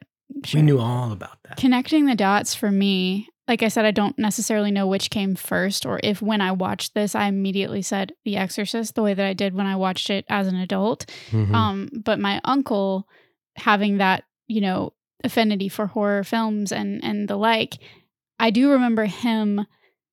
Speaker 4: we knew all about that.
Speaker 3: Connecting the dots for me, like I said, I don't necessarily know which came first or if when I watched this, I immediately said The Exorcist the way that I did when I watched it as an adult.
Speaker 4: Mhm.
Speaker 3: Um, but my uncle, having that, you know, affinity for horror films and and the like, I do remember him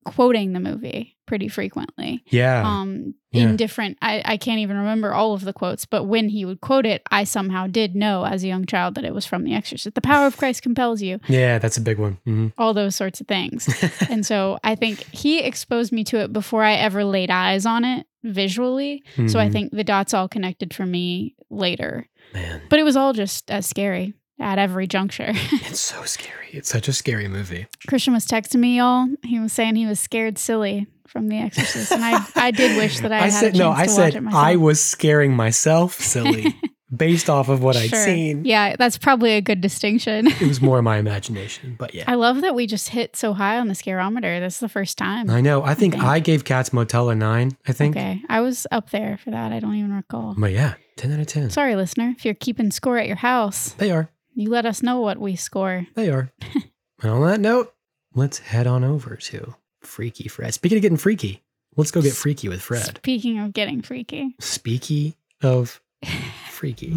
Speaker 3: quoting the movie pretty frequently.
Speaker 4: yeah.
Speaker 3: Um,
Speaker 4: Yeah.
Speaker 3: in different, I, I can't even remember all of the quotes, but when he would quote it, I somehow did know as a young child that it was from The Exorcist. The power of Christ compels you,
Speaker 4: yeah, that's a big one. Mhm.
Speaker 3: all those sorts of things. and so I think he exposed me to it before I ever laid eyes on it visually. So I
Speaker 4: Mhm.
Speaker 3: think the dots all connected for me later.
Speaker 4: Man,
Speaker 3: But it was all just as scary at every juncture.
Speaker 4: it's so scary. It's such a scary movie.
Speaker 3: Christian was texting me, y'all. He was saying he was scared silly from The Exorcist, and I, I did wish that I, had
Speaker 4: said
Speaker 3: a chance
Speaker 4: no. I
Speaker 3: to watch
Speaker 4: said
Speaker 3: it myself.
Speaker 4: I was scaring myself silly based off of what I'd
Speaker 3: Sure.
Speaker 4: seen.
Speaker 3: Yeah, that's probably a good distinction.
Speaker 4: It was more my imagination, but yeah.
Speaker 3: I love that we just hit so high on the scarometer. This is the first time.
Speaker 4: I know. I think
Speaker 3: think.
Speaker 4: I gave Cats Motel a nine. I think.
Speaker 3: Okay, I was up there for that. I don't even recall.
Speaker 4: But yeah, ten out of ten.
Speaker 3: Sorry, listener, if you're keeping score at your house,
Speaker 4: They are.
Speaker 3: you let us know what we score.
Speaker 4: They are. and on that note, let's head on over to Freaky Fred. Speaking of getting freaky, let's go get freaky with Fred.
Speaker 3: Speaking of getting freaky,
Speaker 4: Speaky of freaky.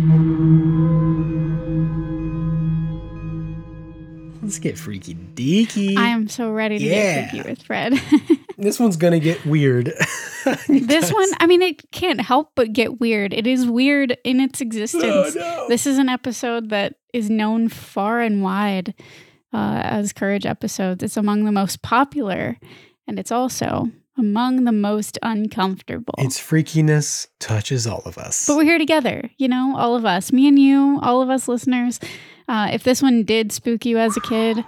Speaker 4: Let's get freaky deaky.
Speaker 3: I am so ready to
Speaker 4: Yeah.
Speaker 3: get freaky with Fred.
Speaker 4: this one's gonna get weird.
Speaker 3: this one, I mean, it can't help but get weird. It is weird in its existence.
Speaker 4: Oh,
Speaker 3: This is an episode that is known far and wide uh, as Courage episodes. It's among the most popular, and it's also among the most uncomfortable.
Speaker 4: Its freakiness touches all of us.
Speaker 3: But we're here together, you know, all of us, me and you, all of us listeners. Uh, if this one did spook you as a kid,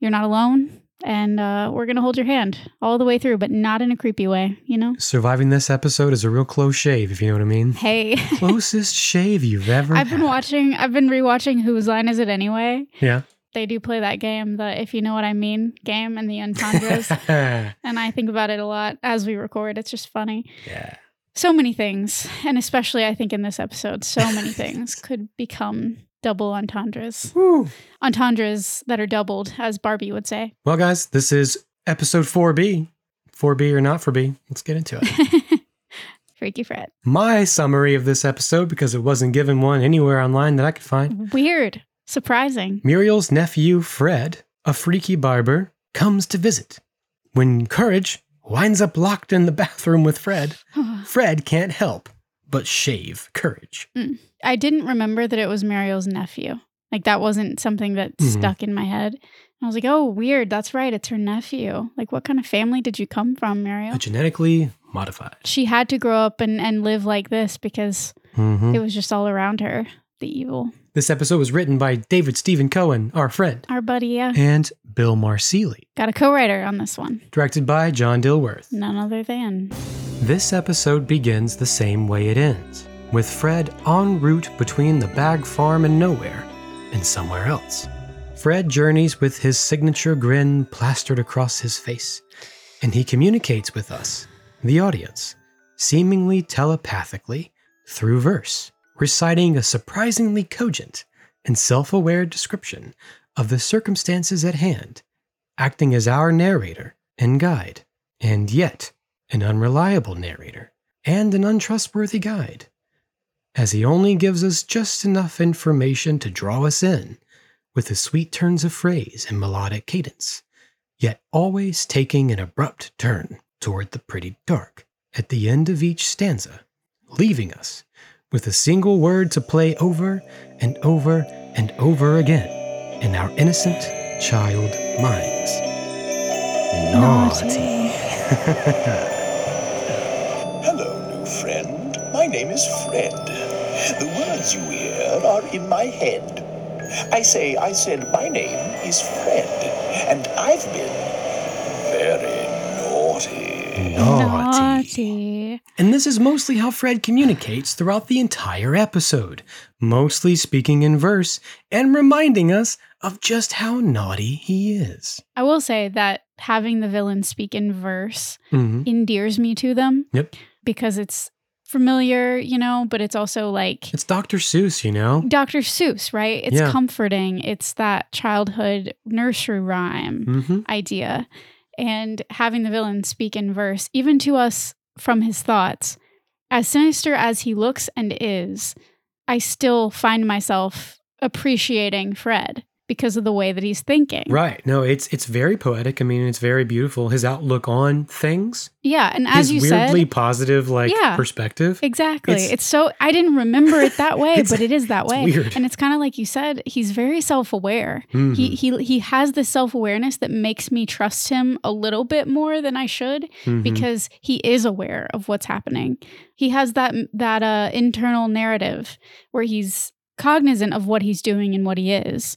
Speaker 3: you're not alone. And uh, we're going to hold your hand all the way through, but not in a creepy way, you know?
Speaker 4: Surviving this episode is a real close shave, if you know what I mean.
Speaker 3: Hey,
Speaker 4: Closest shave you've ever
Speaker 3: I've been
Speaker 4: had.
Speaker 3: watching, I've been rewatching Whose Line Is It Anyway?
Speaker 4: Yeah.
Speaker 3: They do play that game, the if you know what I mean game and the entendres.
Speaker 4: yeah.
Speaker 3: and I think about it a lot as we record. It's just funny. So many things, and especially I think in this episode, so many things could become double entendres.
Speaker 4: Woo.
Speaker 3: entendres that are doubled, as Barbie would say.
Speaker 4: Well, guys, this is episode 4B. 4B or not 4B. Let's get into it.
Speaker 3: Freaky Fred.
Speaker 4: My summary of this episode, because it wasn't given one anywhere online that I could find
Speaker 3: Weird. Surprising.
Speaker 4: Muriel's nephew, Fred, a freaky barber, comes to visit. When Courage winds up locked in the bathroom with Fred, Fred can't help but shave Courage.
Speaker 3: I didn't remember that it was Mario's nephew. Like that wasn't something that
Speaker 4: Mhm.
Speaker 3: stuck in my head. I was like, oh, weird. That's right. It's her nephew. Like, what kind of family did you come from, Mario?
Speaker 4: A genetically modified.
Speaker 3: She had to grow up and, and live like this because
Speaker 4: Mhm.
Speaker 3: it was just all around her. The evil.
Speaker 4: This episode was written by David Stephen Cohen, our friend,
Speaker 3: Our buddy, yeah.
Speaker 4: and Bill Marsili,
Speaker 3: Got a co writer on this one.
Speaker 4: directed by John Dilworth.
Speaker 3: None other than.
Speaker 4: This episode begins the same way it ends, with Fred en route between the bag farm and nowhere, and somewhere else. Fred journeys with his signature grin plastered across his face, and he communicates with us, the audience, seemingly telepathically through verse, reciting a surprisingly cogent and self aware description of the circumstances at hand, acting as our narrator and guide, and yet an unreliable narrator, and an untrustworthy guide, as he only gives us just enough information to draw us in with his sweet turns of phrase and melodic cadence, yet always taking an abrupt turn toward the pretty dark at the end of each stanza, leaving us with a single word to play over and over and over again in our innocent child minds. Naughty.
Speaker 8: Hello, new friend. My name is Fred. The words you hear are in my head. I say, I said, my name is Fred, and I've been very naughty.
Speaker 3: Naughty.
Speaker 4: And this is mostly how Fred communicates throughout the entire episode, mostly speaking in verse and reminding us of just how naughty he is.
Speaker 3: I will say that having the villain speak in verse
Speaker 4: Mm-hmm.
Speaker 3: endears me to them.
Speaker 4: Yep.
Speaker 3: Because it's familiar, you know, but it's also like
Speaker 4: It's Dr. Seuss, you know?
Speaker 3: Dr. Seuss, right? It's
Speaker 4: Yeah.
Speaker 3: comforting. It's that childhood nursery rhyme
Speaker 4: Mm-hmm.
Speaker 3: idea. And having the villain speak in verse, even to us from his thoughts, as sinister as he looks and is, I still find myself appreciating Fred because of the way that he's thinking.
Speaker 4: Right. No, it's it's very poetic. I mean, it's very beautiful. His outlook on things,
Speaker 3: Yeah. And as
Speaker 4: his
Speaker 3: you
Speaker 4: weirdly
Speaker 3: said,
Speaker 4: positive like
Speaker 3: Yeah.
Speaker 4: perspective.
Speaker 3: Exactly.
Speaker 4: It's-
Speaker 3: It's, so I didn't remember it that way,
Speaker 4: It's-
Speaker 3: but it is that
Speaker 4: it's
Speaker 3: way.
Speaker 4: weird.
Speaker 3: And it's kind of like you said, he's very self-aware.
Speaker 4: Mhm.
Speaker 3: He he he has this self-awareness that makes me trust him a little bit more than I should
Speaker 4: Mhm.
Speaker 3: because he is aware of what's happening. He has that that uh internal narrative where he's cognizant of what he's doing and what he is.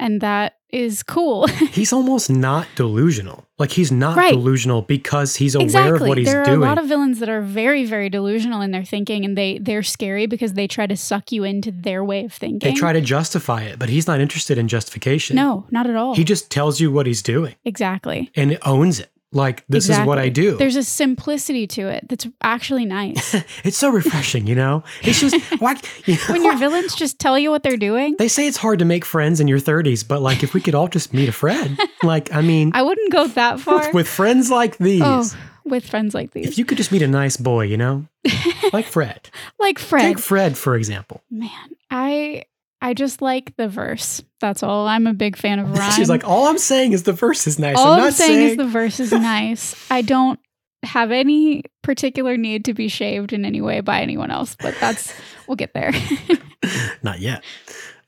Speaker 3: And that is cool.
Speaker 4: he's almost not delusional. Like he's not
Speaker 3: Right.
Speaker 4: delusional because he's aware
Speaker 3: exactly.
Speaker 4: of what he's
Speaker 3: there are
Speaker 4: doing.
Speaker 3: a lot of villains that are very, very delusional in their thinking, and they they're scary because they try to suck you into their way of thinking.
Speaker 4: they try to justify it, but he's not interested in justification.
Speaker 3: No, not at all.
Speaker 4: He just tells you what he's doing
Speaker 3: exactly.
Speaker 4: and it owns it. Like this is what I
Speaker 3: Exactly.
Speaker 4: do.
Speaker 3: There's a simplicity to it that's actually nice.
Speaker 4: it's so refreshing, you know? It's just why you know,
Speaker 3: when your villains just tell you what they're doing,
Speaker 4: they say it's hard to make friends in your 30s, but like if we could all just meet a friend, like I mean,
Speaker 3: I wouldn't go that far.
Speaker 4: with, with friends like these,
Speaker 3: oh, with friends like these,
Speaker 4: if you could just meet a nice boy, you know, like Fred.
Speaker 3: like
Speaker 4: Take
Speaker 3: Fred.
Speaker 4: Fred for example.
Speaker 3: Man, I I just like the verse. That's all. I'm a big fan of rhyme.
Speaker 4: She's like, all I'm saying is the verse is nice.
Speaker 3: All
Speaker 4: I'm
Speaker 3: I'm,
Speaker 4: not
Speaker 3: saying, is the verse is nice. I don't have any particular need to be shaved in any way by anyone else, but that's we'll get there.
Speaker 4: not yet.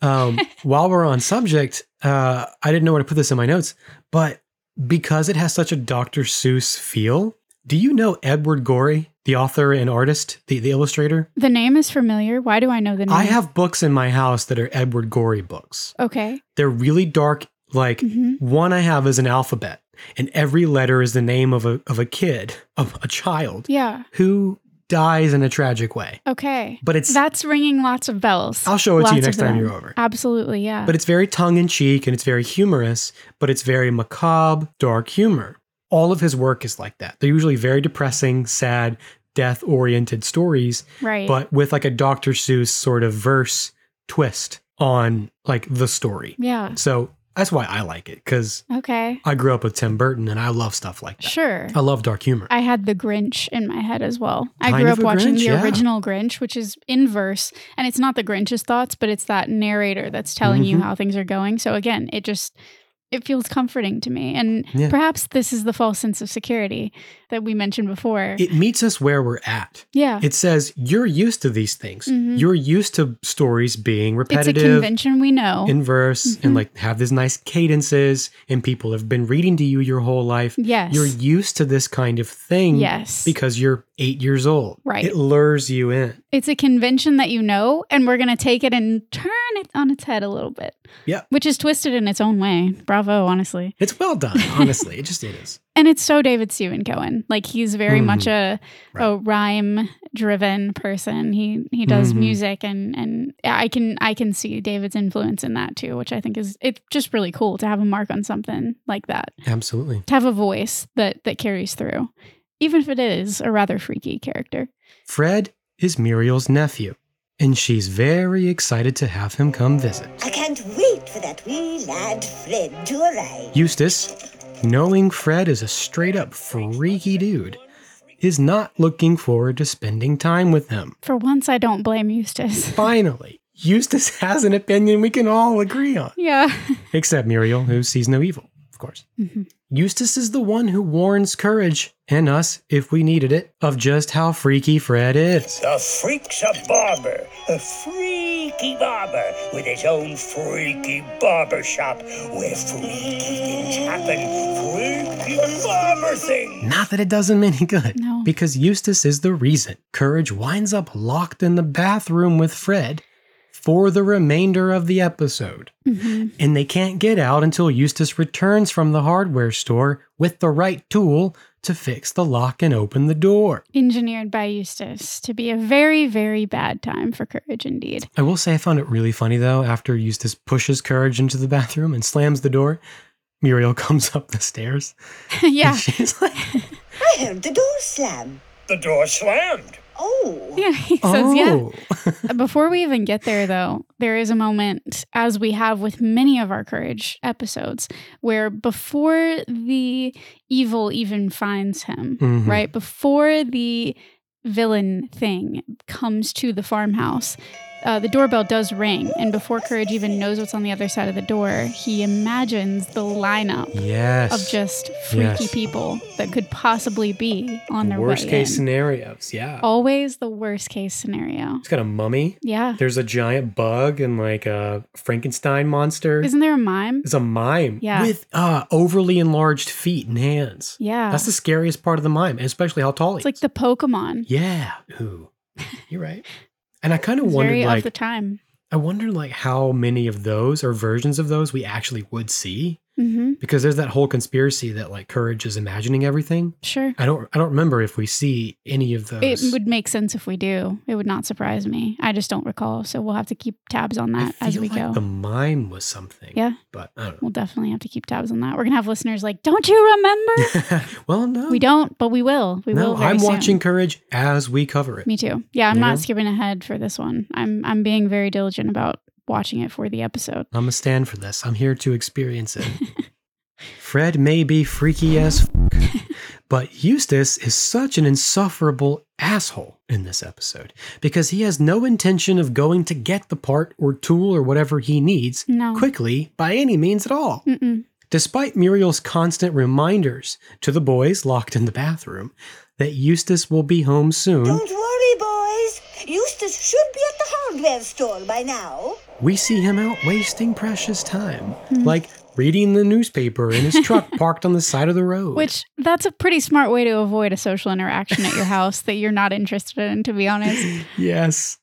Speaker 4: Um, while we're on subject, uh, I didn't know where to put this in my notes, but because it has such a Dr. Seuss feel, do you know Edward Gorey, the author and artist, the, the illustrator?
Speaker 3: the name is familiar. Why do I know the name?
Speaker 4: I have books in my house that are Edward Gorey books.
Speaker 3: Okay.
Speaker 4: They're really dark. Like
Speaker 3: Mhm.
Speaker 4: one I have is an alphabet, and every letter is the name of a of a kid, of a child
Speaker 3: Yeah.
Speaker 4: who dies in a tragic way.
Speaker 3: Okay.
Speaker 4: But it's
Speaker 3: That's ringing lots of bells.
Speaker 4: I'll show it to you
Speaker 3: Lots
Speaker 4: next
Speaker 3: of
Speaker 4: time
Speaker 3: them.
Speaker 4: you're over.
Speaker 3: Absolutely. Yeah.
Speaker 4: But it's very tongue in cheek and it's very humorous, but it's very macabre, dark humor. All of his work is like that. They're usually very depressing, sad, death oriented stories,
Speaker 3: right.
Speaker 4: but with like a Dr. Seuss sort of verse twist on like the story.
Speaker 3: yeah.
Speaker 4: So that's why I like it because
Speaker 3: Okay.
Speaker 4: I grew up with Tim Burton and I love stuff like that.
Speaker 3: Sure.
Speaker 4: I love dark humor.
Speaker 3: I had the Grinch in my head as well. I
Speaker 4: Kind
Speaker 3: grew
Speaker 4: of
Speaker 3: up
Speaker 4: a
Speaker 3: watching
Speaker 4: Grinch,
Speaker 3: the
Speaker 4: yeah.
Speaker 3: original Grinch, which is in verse, and it's not the Grinch's thoughts, but it's that narrator that's telling you
Speaker 4: Mhm.
Speaker 3: how things are going. So again, it just it feels comforting to me, and
Speaker 4: Yeah.
Speaker 3: perhaps this is the false sense of security that we mentioned before.
Speaker 4: it meets us where we're at.
Speaker 3: yeah,
Speaker 4: It says you're used to these things.
Speaker 3: Mhm.
Speaker 4: You're used to stories being
Speaker 3: it's a
Speaker 4: repetitive,
Speaker 3: convention we know.
Speaker 4: in verse
Speaker 3: Mhm.
Speaker 4: and like have these nice cadences and people have been reading to you your whole life
Speaker 3: yes,
Speaker 4: you're used to this kind of thing
Speaker 3: yes,
Speaker 4: because you're eight years old
Speaker 3: Right.
Speaker 4: it lures you in
Speaker 3: it's a convention that you know, and we're gonna take it and turn it on its head a little bit.
Speaker 4: Yeah.
Speaker 3: which is twisted in its own way. Bravo, honestly.
Speaker 4: it's well done honestly it just it is
Speaker 3: and it's so David Stephen Cohen. Like he's very
Speaker 4: Mhm.
Speaker 3: much a a
Speaker 4: Right.
Speaker 3: rhyme driven person. He he does
Speaker 4: Mhm.
Speaker 3: music and and I can I can see David's influence in that too, which I think is it's just really cool to have a mark on something like that.
Speaker 4: absolutely
Speaker 3: To have a voice that that carries through. Even if it is a rather freaky character.
Speaker 4: fred is muriel's nephew and she's very excited to have him come visit
Speaker 5: I can't wait for that wee lad Fred to arrive.
Speaker 4: eustace knowing fred is a straight up freaky dude is not looking forward to spending time with him
Speaker 3: For once I don't blame Eustace.
Speaker 4: finally eustace has an opinion we can all agree on
Speaker 3: yeah.
Speaker 4: Except Muriel, who sees no evil, of course.
Speaker 3: Mhm.
Speaker 4: Eustace is the one who warns Courage, and us, if we needed it, of just how freaky Fred is.
Speaker 9: The freak's a barber, a freaky barber, with his own freaky barber shop, where freaky things happen, freaky barber things.
Speaker 4: Not that it does him any good,
Speaker 3: No.
Speaker 4: because Eustace is the reason Courage winds up locked in the bathroom with Fred for the remainder of the episode.
Speaker 3: Mhm.
Speaker 4: And they can't get out until Eustace returns from the hardware store with the right tool to fix the lock and open the door.
Speaker 3: Engineered by Eustace to be a very, very bad time for courage indeed.
Speaker 4: I will say I found it really funny though. After Eustace pushes Courage into the bathroom and slams the door, Muriel comes up the stairs.
Speaker 3: yeah.
Speaker 4: And she's like,
Speaker 5: I heard the door slam.
Speaker 9: The door slammed.
Speaker 5: Oh.
Speaker 3: Yeah, he says, yeah.
Speaker 4: "Oh,
Speaker 3: Before we even get there, though, there is a moment, as we have with many of our courage episodes, where before the evil even finds him,
Speaker 4: Mhm.
Speaker 3: right? Before the villain thing comes to the farmhouse, uh, the doorbell does ring. And before Courage even knows what's on the other side of the door, he imagines the lineup
Speaker 4: Yes.
Speaker 3: of just freaky
Speaker 4: Yes.
Speaker 3: people that could possibly be on their
Speaker 4: Worst
Speaker 3: way
Speaker 4: case
Speaker 3: in. Oh.
Speaker 4: scenarios. Yeah.
Speaker 3: Always the worst case scenario.
Speaker 4: It's got a mummy.
Speaker 3: Yeah.
Speaker 4: There's a giant bug and like a Frankenstein monster.
Speaker 3: Isn't there a mime?
Speaker 4: It's a mime
Speaker 3: Yeah.
Speaker 4: with uh, overly enlarged feet and hands.
Speaker 3: Yeah.
Speaker 4: That's the scariest part of the mime, especially how tall he
Speaker 3: It's like the Pokemon.
Speaker 4: Yeah. Ooh. You're right. And I kind of
Speaker 3: It's
Speaker 4: wondered
Speaker 3: very
Speaker 4: like
Speaker 3: of the time.
Speaker 4: I wonder like how many of those or versions of those we actually would see
Speaker 3: hmm
Speaker 4: because there's that whole conspiracy that like courage is imagining everything.
Speaker 3: Sure.
Speaker 4: I don't I don't remember if we see any of those.
Speaker 3: It would make sense if we do. It would not surprise me. I just don't recall. So we'll have to keep tabs on
Speaker 4: I
Speaker 3: that as
Speaker 4: feel
Speaker 3: we
Speaker 4: like
Speaker 3: go.
Speaker 4: the mime was something.
Speaker 3: Yeah.
Speaker 4: But I don't
Speaker 3: We'll definitely have to keep tabs on that. We're going to have listeners like, don't you remember?
Speaker 4: know. well, no.
Speaker 3: we don't, but we will. We
Speaker 4: no,
Speaker 3: will. Very
Speaker 4: I'm
Speaker 3: soon.
Speaker 4: watching Courage as we cover it.
Speaker 3: Me too. Yeah, I'm
Speaker 4: You
Speaker 3: not
Speaker 4: know?
Speaker 3: skipping ahead for this one. I'm I'm being very diligent about watching it for the episode.
Speaker 4: I'm a stand for this. I'm here to experience it. Fred may be freaky as f- but Eustace is such an insufferable asshole in this episode because he has no intention of going to get the part or tool or whatever he needs
Speaker 3: No.
Speaker 4: quickly by any means at all.
Speaker 3: Mm-mm.
Speaker 4: Despite Muriel's constant reminders to the boys locked in the bathroom that Eustace will be home soon,
Speaker 5: Don't worry, boys. Eustace should be at the hardware store by now.
Speaker 4: we see him out wasting precious time,
Speaker 3: Hmm.
Speaker 4: like reading the newspaper in his truck parked on the side of the road.
Speaker 3: Which that's a pretty smart way to avoid a social interaction at your house that you're not interested in, to be honest.
Speaker 4: Yes.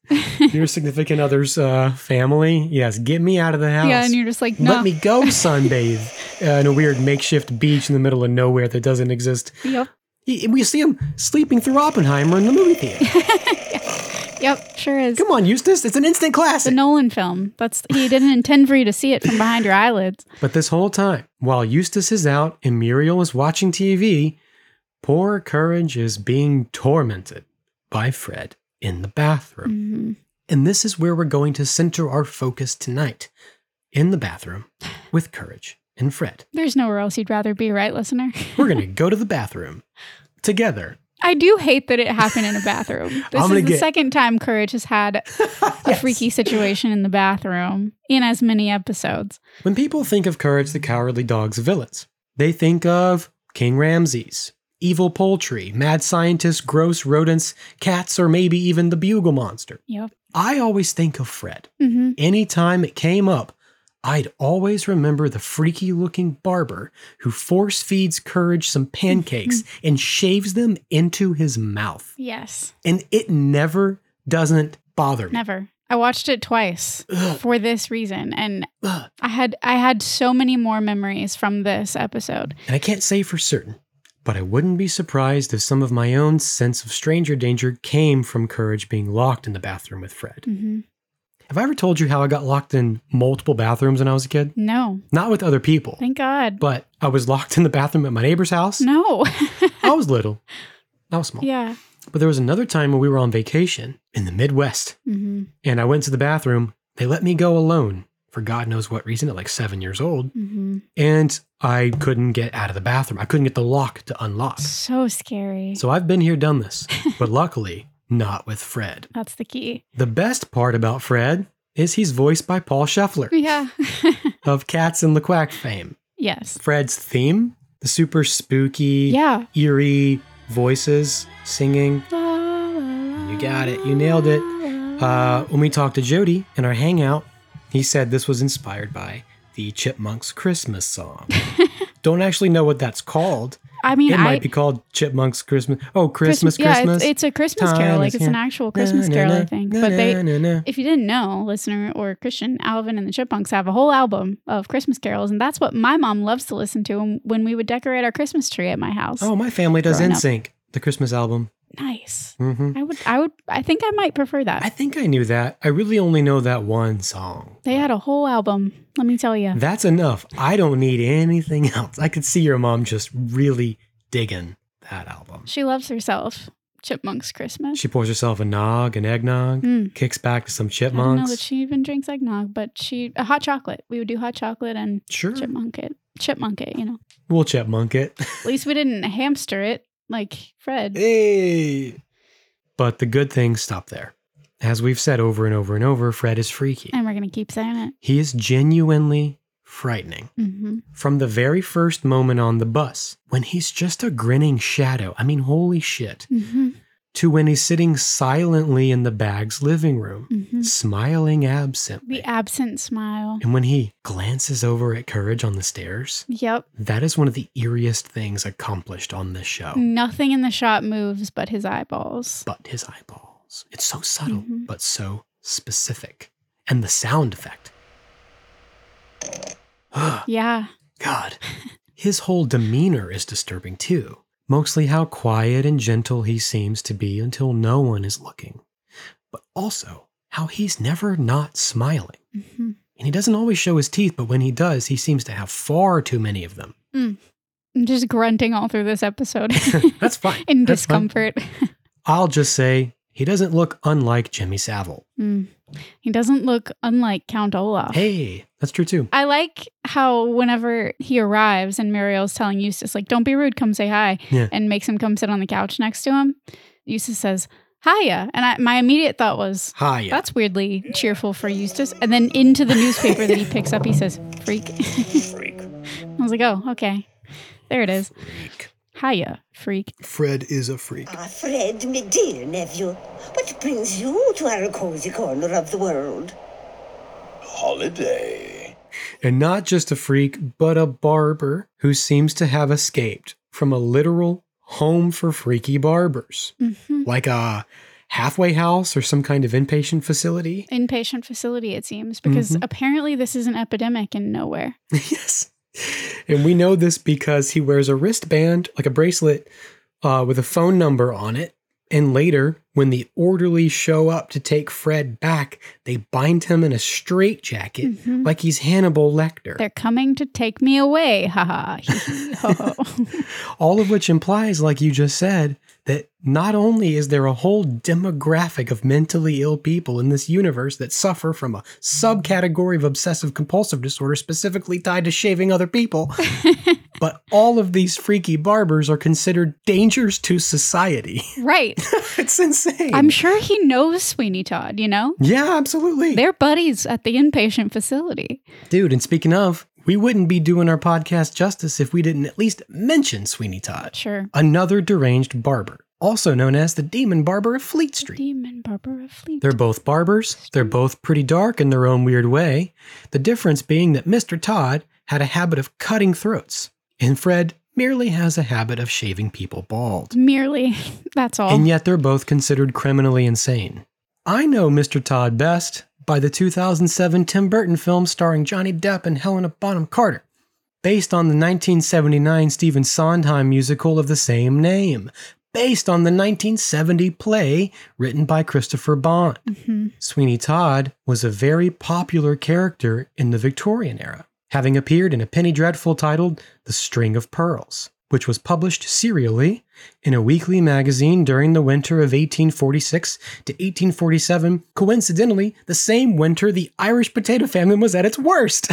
Speaker 4: Your significant other's uh, family. Yes. Get me out of the house.
Speaker 3: Yeah, and you're just like, no.
Speaker 4: Let me go sunbathe uh, in a weird makeshift beach in the middle of nowhere that doesn't exist.
Speaker 3: Yep.
Speaker 4: Y- We see him sleeping through Oppenheimer in the movie theater.
Speaker 3: Yep, sure is.
Speaker 4: Come on, Eustace. It's an instant
Speaker 3: The
Speaker 4: classic.
Speaker 3: Nolan film. That's he didn't intend for you to see it from behind your eyelids.
Speaker 4: But this whole time, while Eustace is out and Muriel is watching TV, poor Courage is being tormented by Fred in the bathroom.
Speaker 3: Mhm.
Speaker 4: And this is where we're going to center our focus tonight in the bathroom with Courage and Fred.
Speaker 3: There's nowhere else you'd rather be, right, listener?
Speaker 4: We're going to go to the bathroom together.
Speaker 3: I do hate that it happened in a bathroom. This
Speaker 4: gonna
Speaker 3: is the
Speaker 4: get-
Speaker 3: second time Courage has had a freaky situation in the bathroom in as many episodes.
Speaker 4: When people think of Courage the Cowardly Dog's villains, they think of King Ramses, evil poultry, mad scientists, gross rodents, cats, or maybe even the bugle monster.
Speaker 3: Yep.
Speaker 4: I always think of Fred.
Speaker 3: hmm
Speaker 4: Anytime it came up, I'd always remember the freaky looking barber who force feeds Courage some pancakes and shaves them into his mouth.
Speaker 3: Yes.
Speaker 4: And it never doesn't bother me.
Speaker 3: Never. I watched it twice
Speaker 4: Ugh.
Speaker 3: for this reason, and
Speaker 4: Ugh.
Speaker 3: I had I had so many more memories from this episode.
Speaker 4: And I can't say for certain, but I wouldn't be surprised if some of my own sense of stranger danger came from Courage being locked in the bathroom with Fred.
Speaker 3: hmm
Speaker 4: Have I ever told you how I got locked in multiple bathrooms when I was a kid?
Speaker 3: No,
Speaker 4: Not with other people,
Speaker 3: thank God.
Speaker 4: but I was locked in the bathroom at my neighbor's house.
Speaker 3: no.
Speaker 4: I was little. I was small.
Speaker 3: yeah.
Speaker 4: But there was another time when we were on vacation in the Midwest,
Speaker 3: hmm
Speaker 4: and I went to the bathroom. They let me go alone for God knows what reason at like seven years old,
Speaker 3: hmm
Speaker 4: and I couldn't get out of the bathroom. I couldn't get the lock to unlock.
Speaker 3: So scary.
Speaker 4: So I've been here, done this, but luckily, not with Fred.
Speaker 3: That's the key.
Speaker 4: The best part about Fred is he's voiced by Paul Scheffler
Speaker 3: Yeah.
Speaker 4: of Cats and the Quack fame.
Speaker 3: yes.
Speaker 4: Fred's theme, the super spooky,
Speaker 3: Yeah.
Speaker 4: eerie voices singing, You got it. You nailed it. Uh, when we talked to Jody in our hangout, he said this was inspired by the Chipmunks Christmas song. Don't actually know what that's called.
Speaker 3: I mean,
Speaker 4: it
Speaker 3: I
Speaker 4: might be called Chipmunks Christmas. Oh, Christmas, Christmas.
Speaker 3: Yeah, it's, it's a Christmas
Speaker 4: time
Speaker 3: carol. Like
Speaker 4: is
Speaker 3: it's an
Speaker 4: here.
Speaker 3: actual Christmas
Speaker 4: Na, na,
Speaker 3: carol,
Speaker 4: na,
Speaker 3: I think.
Speaker 4: na,
Speaker 3: But they,
Speaker 4: na, na, na.
Speaker 3: if you didn't know, listener or Christian, Alvin and the Chipmunks have a whole album of Christmas carols, and that's what my mom loves to listen to when we would decorate our Christmas tree at my house.
Speaker 4: Oh, my family does
Speaker 3: growing up.
Speaker 4: NSYNC, the Christmas album.
Speaker 3: nice.
Speaker 4: hmm
Speaker 3: I would, I would, I think I might prefer that.
Speaker 4: I think I knew that. I really only know that one song.
Speaker 3: they had a whole album. Let me tell you.
Speaker 4: That's enough. I don't need anything else. I could see your mom just really digging that album.
Speaker 3: She loves herself. Chipmunk's Christmas.
Speaker 4: She pours herself a nog and eggnog,
Speaker 3: Mm.
Speaker 4: kicks back to some
Speaker 3: I don't know that
Speaker 4: chipmunks.
Speaker 3: she even drinks eggnog, but she a hot chocolate. We would do hot chocolate and
Speaker 4: Sure.
Speaker 3: chipmunk it. Chipmunk it, you know.
Speaker 4: we'll chipmunk it.
Speaker 3: At least we didn't hamster it like Fred.
Speaker 4: Eh. hey. But the good things stop there. As we've said over and over and over, Fred is freaky.
Speaker 3: And we're gonna keep saying it.
Speaker 4: He is genuinely frightening.
Speaker 3: hmm
Speaker 4: From the very first moment on the bus, when he's just a grinning shadow, I mean, holy shit,
Speaker 3: hmm
Speaker 4: to when he's sitting silently in the bag's living room,
Speaker 3: hmm
Speaker 4: smiling absent.
Speaker 3: The absent smile.
Speaker 4: And when he glances over at Courage on the stairs,
Speaker 3: Yep.
Speaker 4: that is one of the eeriest things accomplished on this show.
Speaker 3: Nothing in the shot moves but his eyeballs.
Speaker 4: But his eyeballs. It's so subtle,
Speaker 3: Mhm.
Speaker 4: but so specific. And the sound effect.
Speaker 3: Yeah.
Speaker 4: God, his whole demeanor is disturbing too. Mostly how quiet and gentle he seems to be until no one is looking, but also how he's never not smiling.
Speaker 3: hmm
Speaker 4: And he doesn't always show his teeth, but when he does, he seems to have far too many of them.
Speaker 3: I'm just grunting all through this episode.
Speaker 4: That's fine.
Speaker 3: In
Speaker 4: That's fine.
Speaker 3: discomfort.
Speaker 4: I'll just say he doesn't look unlike Jimmy Savile.
Speaker 3: Mm. He doesn't look unlike Count Olaf.
Speaker 4: Hey, that's true too.
Speaker 3: I like how whenever he arrives and Muriel's telling Eustace, like, don't be rude, come say hi,
Speaker 4: Yeah.
Speaker 3: and makes him come sit on the couch next to him, Eustace says, hiya. And I, my immediate thought was,
Speaker 4: Hi. yeah.
Speaker 3: that's weirdly cheerful for Eustace. And then into the newspaper that he picks up, he says, freak.
Speaker 8: Freak.
Speaker 3: I was like, oh, okay. There it is. Hiya, freak.
Speaker 11: Fred is a freak.
Speaker 5: Ah, Fred, my dear nephew, what brings you to our cozy corner of the world?
Speaker 8: Holiday.
Speaker 4: And not just a freak, but a barber who seems to have escaped from a literal home for freaky barbers,
Speaker 3: hmm
Speaker 4: like a halfway house or some kind of inpatient facility.
Speaker 3: Inpatient facility, it seems, because
Speaker 4: Mhm.
Speaker 3: apparently this is an epidemic in nowhere.
Speaker 4: yes. And we know this because he wears a wristband, like a bracelet, uh, with a phone number on it. And later, when the orderlies show up to take Fred back, they bind him in a straitjacket
Speaker 3: Mhm.
Speaker 4: like he's Hannibal Lecter.
Speaker 3: They're coming to take me away. Ha ha. Hee hee. Ho ho.
Speaker 4: All of which implies, like you just said, that not only is there a whole demographic of mentally ill people in this universe that suffer from a subcategory of obsessive compulsive disorder specifically tied to shaving other people, but all of these freaky barbers are considered dangers to society.
Speaker 3: Right.
Speaker 4: it's insane.
Speaker 3: I'm sure he knows Sweeney Todd, you know?
Speaker 4: yeah, absolutely.
Speaker 3: They're buddies at the inpatient facility.
Speaker 4: Dude, and speaking of, we wouldn't be doing our podcast justice if we didn't at least mention Sweeney Todd.
Speaker 3: Sure.
Speaker 4: another deranged barber, also known as the Demon Barber of Fleet Street.
Speaker 3: Demon Barbara Fleet.
Speaker 4: They're both barbers, they're both pretty dark in their own weird way, the difference being that Mr. Todd had a habit of cutting throats, and Fred merely has a habit of shaving people bald.
Speaker 3: Merely. That's all.
Speaker 4: And yet they're both considered criminally insane. I know Mr. Todd best by the 2007 Tim Burton film starring Johnny Depp and Helena Bonham Carter, based on the 1979 Stephen Sondheim musical of the same name, based on the 1970 play written by Christopher Bond.
Speaker 3: Mhm.
Speaker 4: Sweeney Todd was a very popular character in the Victorian era, having appeared in a penny dreadful titled The String of Pearls, which was published serially in a weekly magazine during the winter of 1846 to 1847, coincidentally, the same winter the Irish potato famine was at its worst.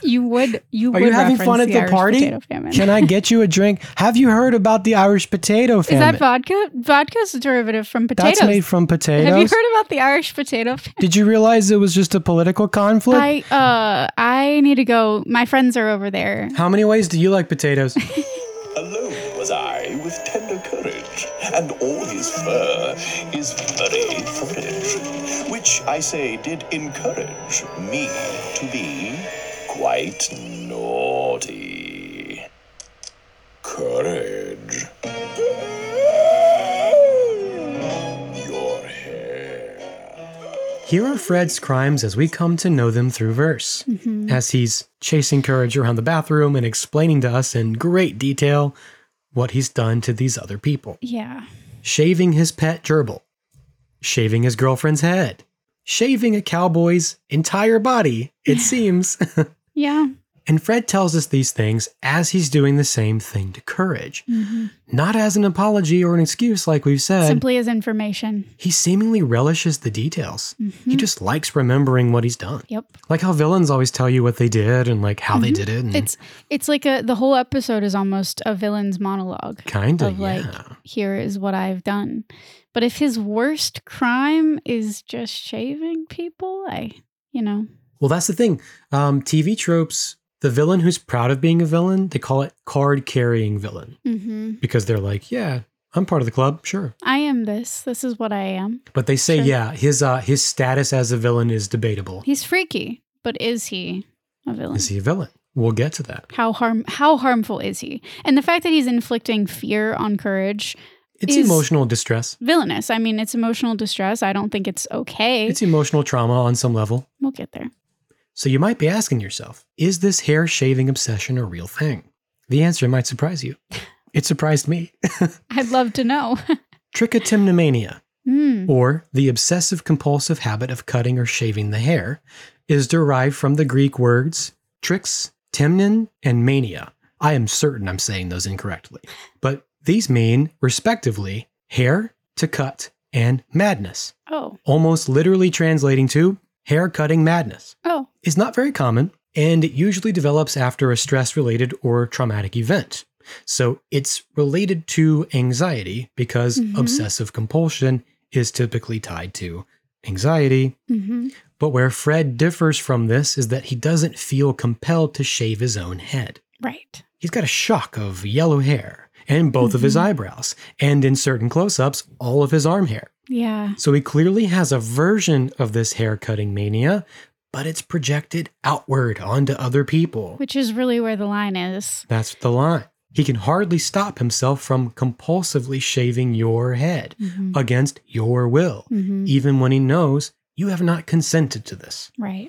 Speaker 3: You would. You
Speaker 4: Are
Speaker 3: would
Speaker 4: you having
Speaker 3: reference
Speaker 4: fun at the
Speaker 3: Irish
Speaker 4: party?
Speaker 3: potato famine.
Speaker 4: Can I get you a drink? Have you heard about the Irish potato
Speaker 3: Is
Speaker 4: famine?
Speaker 3: that vodka? Vodka's a derivative from potatoes.
Speaker 4: That's made from potatoes.
Speaker 3: Have you heard about the Irish potato famine?
Speaker 4: Did you realize it was just a political conflict?
Speaker 3: I uh I need to go. My friends are over there.
Speaker 4: How many ways do you like potatoes?
Speaker 8: Alone was I with tender courage, and all his fur is very forage, which I say did encourage me to be quite naughty. Courage. Your hair.
Speaker 4: Here are Fred's crimes as we come to know them through verse. As he's chasing Courage around the bathroom and explaining to us in great detail what he's done to these other people
Speaker 3: Yeah.
Speaker 4: shaving his pet gerbil, shaving his girlfriend's head, shaving a cowboy's entire body, it seems,
Speaker 3: Yeah.
Speaker 4: And Fred tells us these things as he's doing the same thing to Courage, not as an apology or an excuse, like we've said.
Speaker 3: Simply as information.
Speaker 4: he seemingly relishes the details. He
Speaker 3: Mhm.
Speaker 4: just likes remembering what he's done.
Speaker 3: Yep.
Speaker 4: Like how villains always tell you what they did and like how they
Speaker 3: Mhm.
Speaker 4: did it. And
Speaker 3: It's it's like a the whole episode is almost a villain's monologue.
Speaker 4: kind of
Speaker 3: of like
Speaker 4: yeah.
Speaker 3: here is what I've done. But if his worst crime is just shaving people, I you know.
Speaker 4: Well, that's the thing. Um, TV tropes, the villain who's proud of being a villain, they call it card carrying villain
Speaker 3: Mhm.
Speaker 4: because they're like, yeah, I'm part of the club, sure.
Speaker 3: I am this. This is what I am.
Speaker 4: But they say,
Speaker 3: Sure.
Speaker 4: yeah, his uh, his status as a villain is debatable.
Speaker 3: He's freaky, but is he a villain?
Speaker 4: Is he a villain? We'll get to that.
Speaker 3: How harm how harmful is he? And the fact that he's inflicting fear on courage
Speaker 4: It's
Speaker 3: is
Speaker 4: emotional distress.
Speaker 3: villainous. I mean, it's emotional distress. I don't think it's okay.
Speaker 4: It's e emotional trauma on some level.
Speaker 3: we'll get there.
Speaker 4: So you might be asking yourself, is this hair shaving obsession a real thing? The answer might surprise you. It surprised me.
Speaker 3: I'd love to know.
Speaker 4: Trichotillomania,
Speaker 3: Hmm.
Speaker 4: or the obsessive compulsive habit of cutting or shaving the hair, is derived from the Greek words trix, temnon, and mania. I am certain I'm saying those incorrectly, but these mean, respectively, hair to cut and madness,
Speaker 3: Oh.
Speaker 4: almost literally translating to hair cutting madness
Speaker 3: Oh.
Speaker 4: is not very common, and it usually develops after a stress related or traumatic event. So it's related to anxiety because
Speaker 3: Mhm.
Speaker 4: obsessive compulsion is typically tied to anxiety.
Speaker 3: hmm
Speaker 4: But where Fred differs from this is that he doesn't feel compelled to shave his own head.
Speaker 3: Right.
Speaker 4: He's got a shock of yellow hair and both of his
Speaker 3: Mhm.
Speaker 4: eyebrows, and in certain close ups, all of his arm hair.
Speaker 3: Yeah.
Speaker 4: So he clearly has a version of this hair cutting mania, but it's projected outward onto other people.
Speaker 3: Which is really where the line is.
Speaker 4: That's the line. He can hardly stop himself from compulsively shaving your head
Speaker 3: Mhm.
Speaker 4: against your will,
Speaker 3: Mhm.
Speaker 4: even when he knows you have not consented to this.
Speaker 3: Right.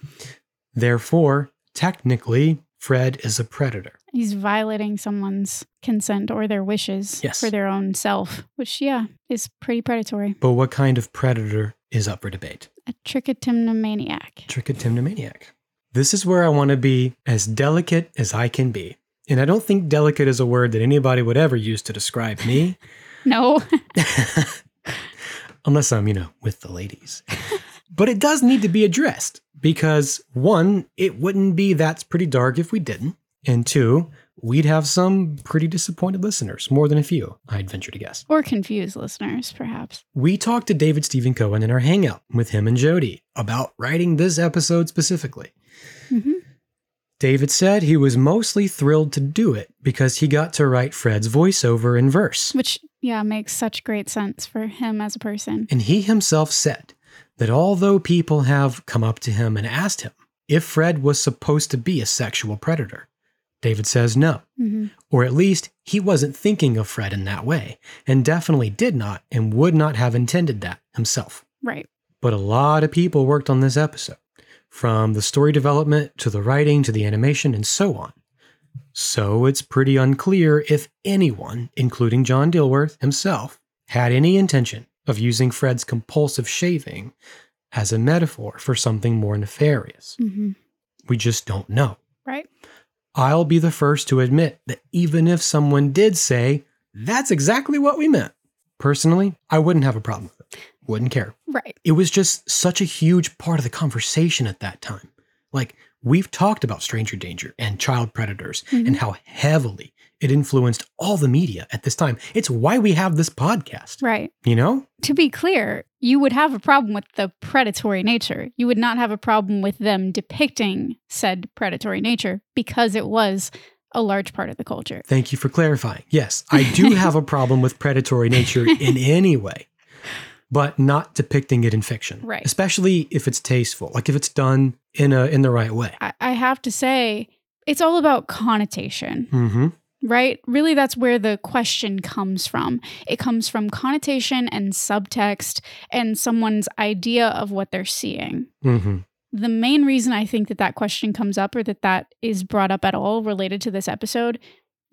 Speaker 4: Therefore, technically, Fred is a predator.
Speaker 3: He's violating someone's consent or their wishes
Speaker 4: Yes.
Speaker 3: for their own self, which, yeah, is pretty predatory.
Speaker 4: But what kind of predator is up for debate?
Speaker 3: A trichotillomaniac.
Speaker 4: Trichotillomaniac. This is where I want to be as delicate as I can be. And I don't think delicate is a word that anybody would ever use to describe me,
Speaker 3: No.
Speaker 4: unless I'm, you know, with the ladies. But it does need to be addressed because one, it wouldn't be that's pretty dark if we didn't. And two, we'd have some pretty disappointed listeners, more than a few, I'd venture to guess.
Speaker 3: or confused listeners, perhaps.
Speaker 4: We talked to David Stephen Cohen in our hangout with him and Jody about writing this episode specifically.
Speaker 3: hmm
Speaker 4: David said he was mostly thrilled to do it because he got to write Fred's voiceover in verse.
Speaker 3: Which, yeah, makes such great sense for him as a person.
Speaker 4: And he himself said that although people have come up to him and asked him if Fred was supposed to be a sexual predator, David says no,
Speaker 3: hmm
Speaker 4: or at least he wasn't thinking of Fred in that way, and definitely did not and would not have intended that himself.
Speaker 3: Right.
Speaker 4: But a lot of people worked on this episode, from the story development to the writing to the animation and so on. So it's pretty unclear if anyone, including John Dilworth himself, had any intention of using Fred's compulsive shaving as a metaphor for something more nefarious.
Speaker 3: hmm
Speaker 4: We just don't know.
Speaker 3: Right.
Speaker 4: I'll be the first to admit that even if someone did say, that's exactly what we meant, personally, I wouldn't have a problem with it. Wouldn't care
Speaker 3: Right.
Speaker 4: it was just such a huge part of the conversation at that time. Like, we've talked about stranger danger and child predators and
Speaker 3: Mhm.
Speaker 4: how heavily it influenced all the media at this time. It's why we have this podcast,
Speaker 3: Right.
Speaker 4: you know?
Speaker 3: To be clear, you would have a problem with the predatory nature. You would not have a problem with them depicting said predatory nature because it was a large part of the culture.
Speaker 4: Thank you for clarifying. Yes, I do have a problem with predatory nature in any way, but not depicting it in fiction.
Speaker 3: Right.
Speaker 4: Especially if it's tasteful, like if it's done in a in the right way.
Speaker 3: I, I have to say, it's all about connotation,
Speaker 4: Mm-hmm.
Speaker 3: right? Really, that's where the question comes from. It comes from connotation and subtext and someone's idea of what they're seeing.
Speaker 4: Mm-hmm.
Speaker 3: the main reason I think that that question comes up or that that is brought up at all related to this episode,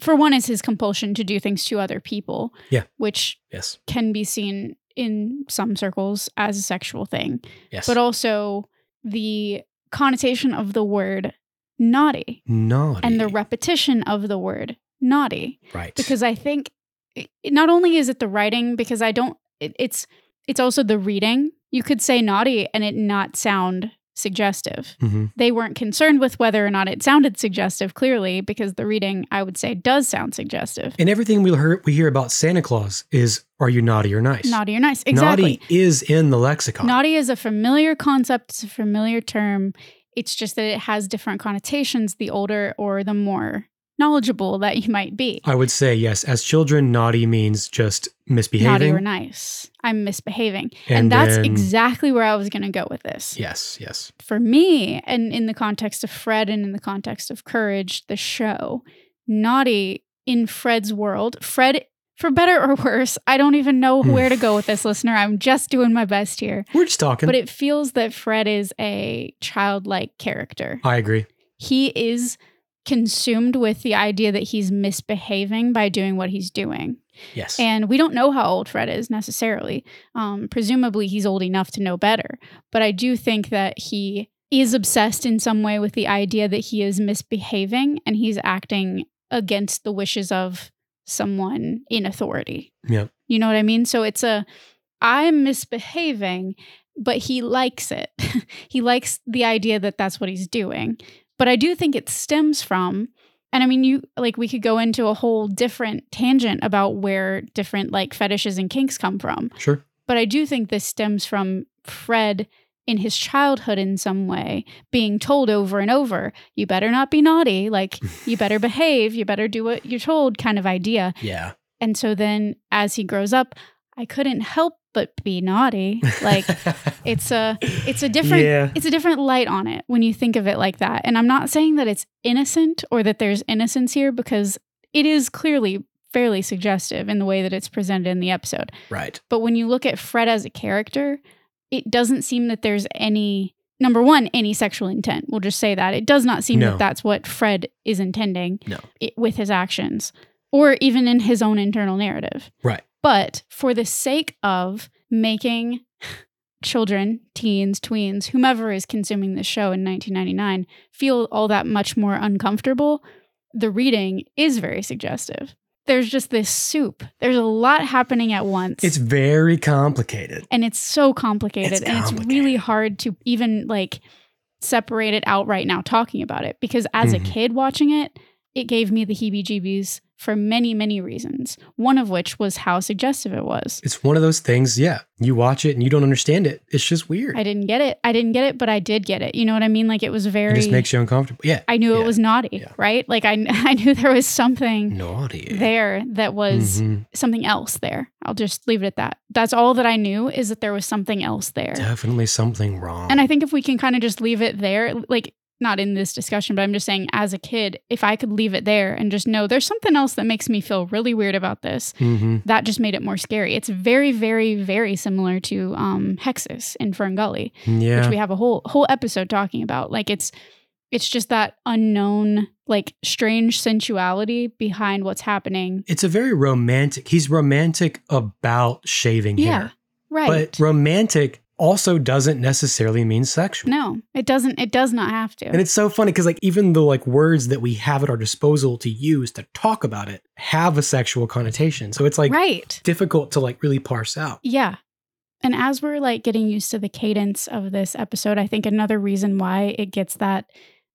Speaker 3: for one, is his compulsion to do things to other people.
Speaker 4: Yeah.
Speaker 3: Which
Speaker 4: Yes.
Speaker 3: can be seen in some circles as a sexual thing,
Speaker 4: Yes.
Speaker 3: but also the connotation of the word naughty
Speaker 4: Naughty.
Speaker 3: and the repetition of the word naughty
Speaker 4: right.
Speaker 3: because I think it, not only is it the writing because I don't it, it's it's also the reading. You could say naughty and it not sound suggestive.
Speaker 4: hmm
Speaker 3: They weren't concerned with whether or not it sounded suggestive clearly because the reading I would say does sound suggestive.
Speaker 4: And everything we hear, we hear about Santa Claus is are you naughty or nice?
Speaker 3: Naughty or nice. Exactly.
Speaker 4: Naughty Ah. is in the lexicon.
Speaker 3: Naughty is a familiar concept, it's a familiar term. It's just that it has different connotations the older or the more knowledgeable that you might be.
Speaker 4: I would say yes. As children, naughty means just misbehaving.
Speaker 3: Naughty or nice. I'm misbehaving.
Speaker 4: And
Speaker 3: And, that's
Speaker 4: then-
Speaker 3: exactly where I was going to go with this.
Speaker 4: Yes, yes.
Speaker 3: For me, and in the context of Fred and in the context of Courage, the show, naughty in Fred's world, Fred, for better or worse, I don't even know
Speaker 4: Hmm.
Speaker 3: where to go with this, listener. I'm just doing my best here.
Speaker 4: We're just talking.
Speaker 3: But it feels that Fred is a childlike character.
Speaker 4: I agree.
Speaker 3: He is consumed with the idea that he's misbehaving by doing what he's doing.
Speaker 4: Yes.
Speaker 3: And we don't know how old Fred is necessarily. Um, presumably, he's old enough to know better. But I do think that he is obsessed in some way with the idea that he is misbehaving and he's acting against the wishes of someone in authority.
Speaker 4: Yep.
Speaker 3: You know what I mean? So it's a, I'm misbehaving, but he likes it. he likes the idea that that's what he's doing. But I do think it stems from and I mean, you like we could go into a whole different tangent about where different like fetishes and kinks come from.
Speaker 4: Sure.
Speaker 3: But I do think this stems from Fred in his childhood in some way being told over and over, you better not be naughty, like you better behave, you better do what you're told kind of idea.
Speaker 4: Yeah.
Speaker 3: And so then as he grows up, I couldn't help but be naughty. Like it's a it's a different
Speaker 4: Yeah.
Speaker 3: it's a different light on it when you think of it like that and i'm not saying that it's innocent or that there's innocence here because it is clearly fairly suggestive in the way that it's presented in the episode
Speaker 4: right.
Speaker 3: but when you look at fred as a character it doesn't seem that there's any number one any sexual intent we'll just say that it does not seem
Speaker 4: No.
Speaker 3: that that's what fred is intending
Speaker 4: No.
Speaker 3: i- with his actions or even in his own internal narrative
Speaker 4: Right.
Speaker 3: but for the sake of making children, teens, tweens, whomever is consuming the show in 1999 feel all that much more uncomfortable, the reading is very suggestive. There's just this soup. There's a lot happening at once.
Speaker 4: It's very complicated.
Speaker 3: and it's so complicated,
Speaker 4: It's
Speaker 3: and it's really
Speaker 4: complicated.
Speaker 3: hard to even like separate it out right now talking about it because as
Speaker 4: Mhm.
Speaker 3: a kid watching it, it gave me the heebie-jeebies for many, many reasons. One of which was how suggestive it was.
Speaker 4: It's one of those things. Yeah. You watch it and you don't understand it. It's just weird.
Speaker 3: I didn't get it. I didn't get it, but I did get it. You know what I mean? Like it was very.
Speaker 4: it just makes you uncomfortable. Yeah.
Speaker 3: I knew
Speaker 4: yeah.
Speaker 3: it was naughty,
Speaker 4: Yeah. Mm-hmm.
Speaker 3: right? Like I, I knew there was something
Speaker 4: naughty.
Speaker 3: there that was
Speaker 4: Mhm.
Speaker 3: something else there. I'll just leave it at that. That's all that I knew is that there was something else there.
Speaker 4: definitely something wrong.
Speaker 3: And I think if we can kind of just leave it there, like not in this discussion, but I'm just saying as a kid, if I could leave it there and just know there's something else that makes me feel really weird about this,
Speaker 4: hmm
Speaker 3: that just made it more scary. It's very, very, very similar to um, Hexus in Ferngully
Speaker 4: Yeah.
Speaker 3: which we have a whole whole episode talking about. Like it's it's just that unknown, like strange sensuality behind what's happening.
Speaker 4: it's a very romantic. He's romantic about shaving
Speaker 3: Yeah,
Speaker 4: hair.
Speaker 3: Right.
Speaker 4: But romantic also doesn't necessarily mean sexual.
Speaker 3: no, it doesn't it does not have to.
Speaker 4: And it's so funny because like even the like words that we have at our disposal to use to talk about it have a sexual connotation. So it's like
Speaker 3: right.
Speaker 4: difficult to like really parse out.
Speaker 3: Yeah. And as we're like getting used to the cadence of this episode, I think another reason why it gets that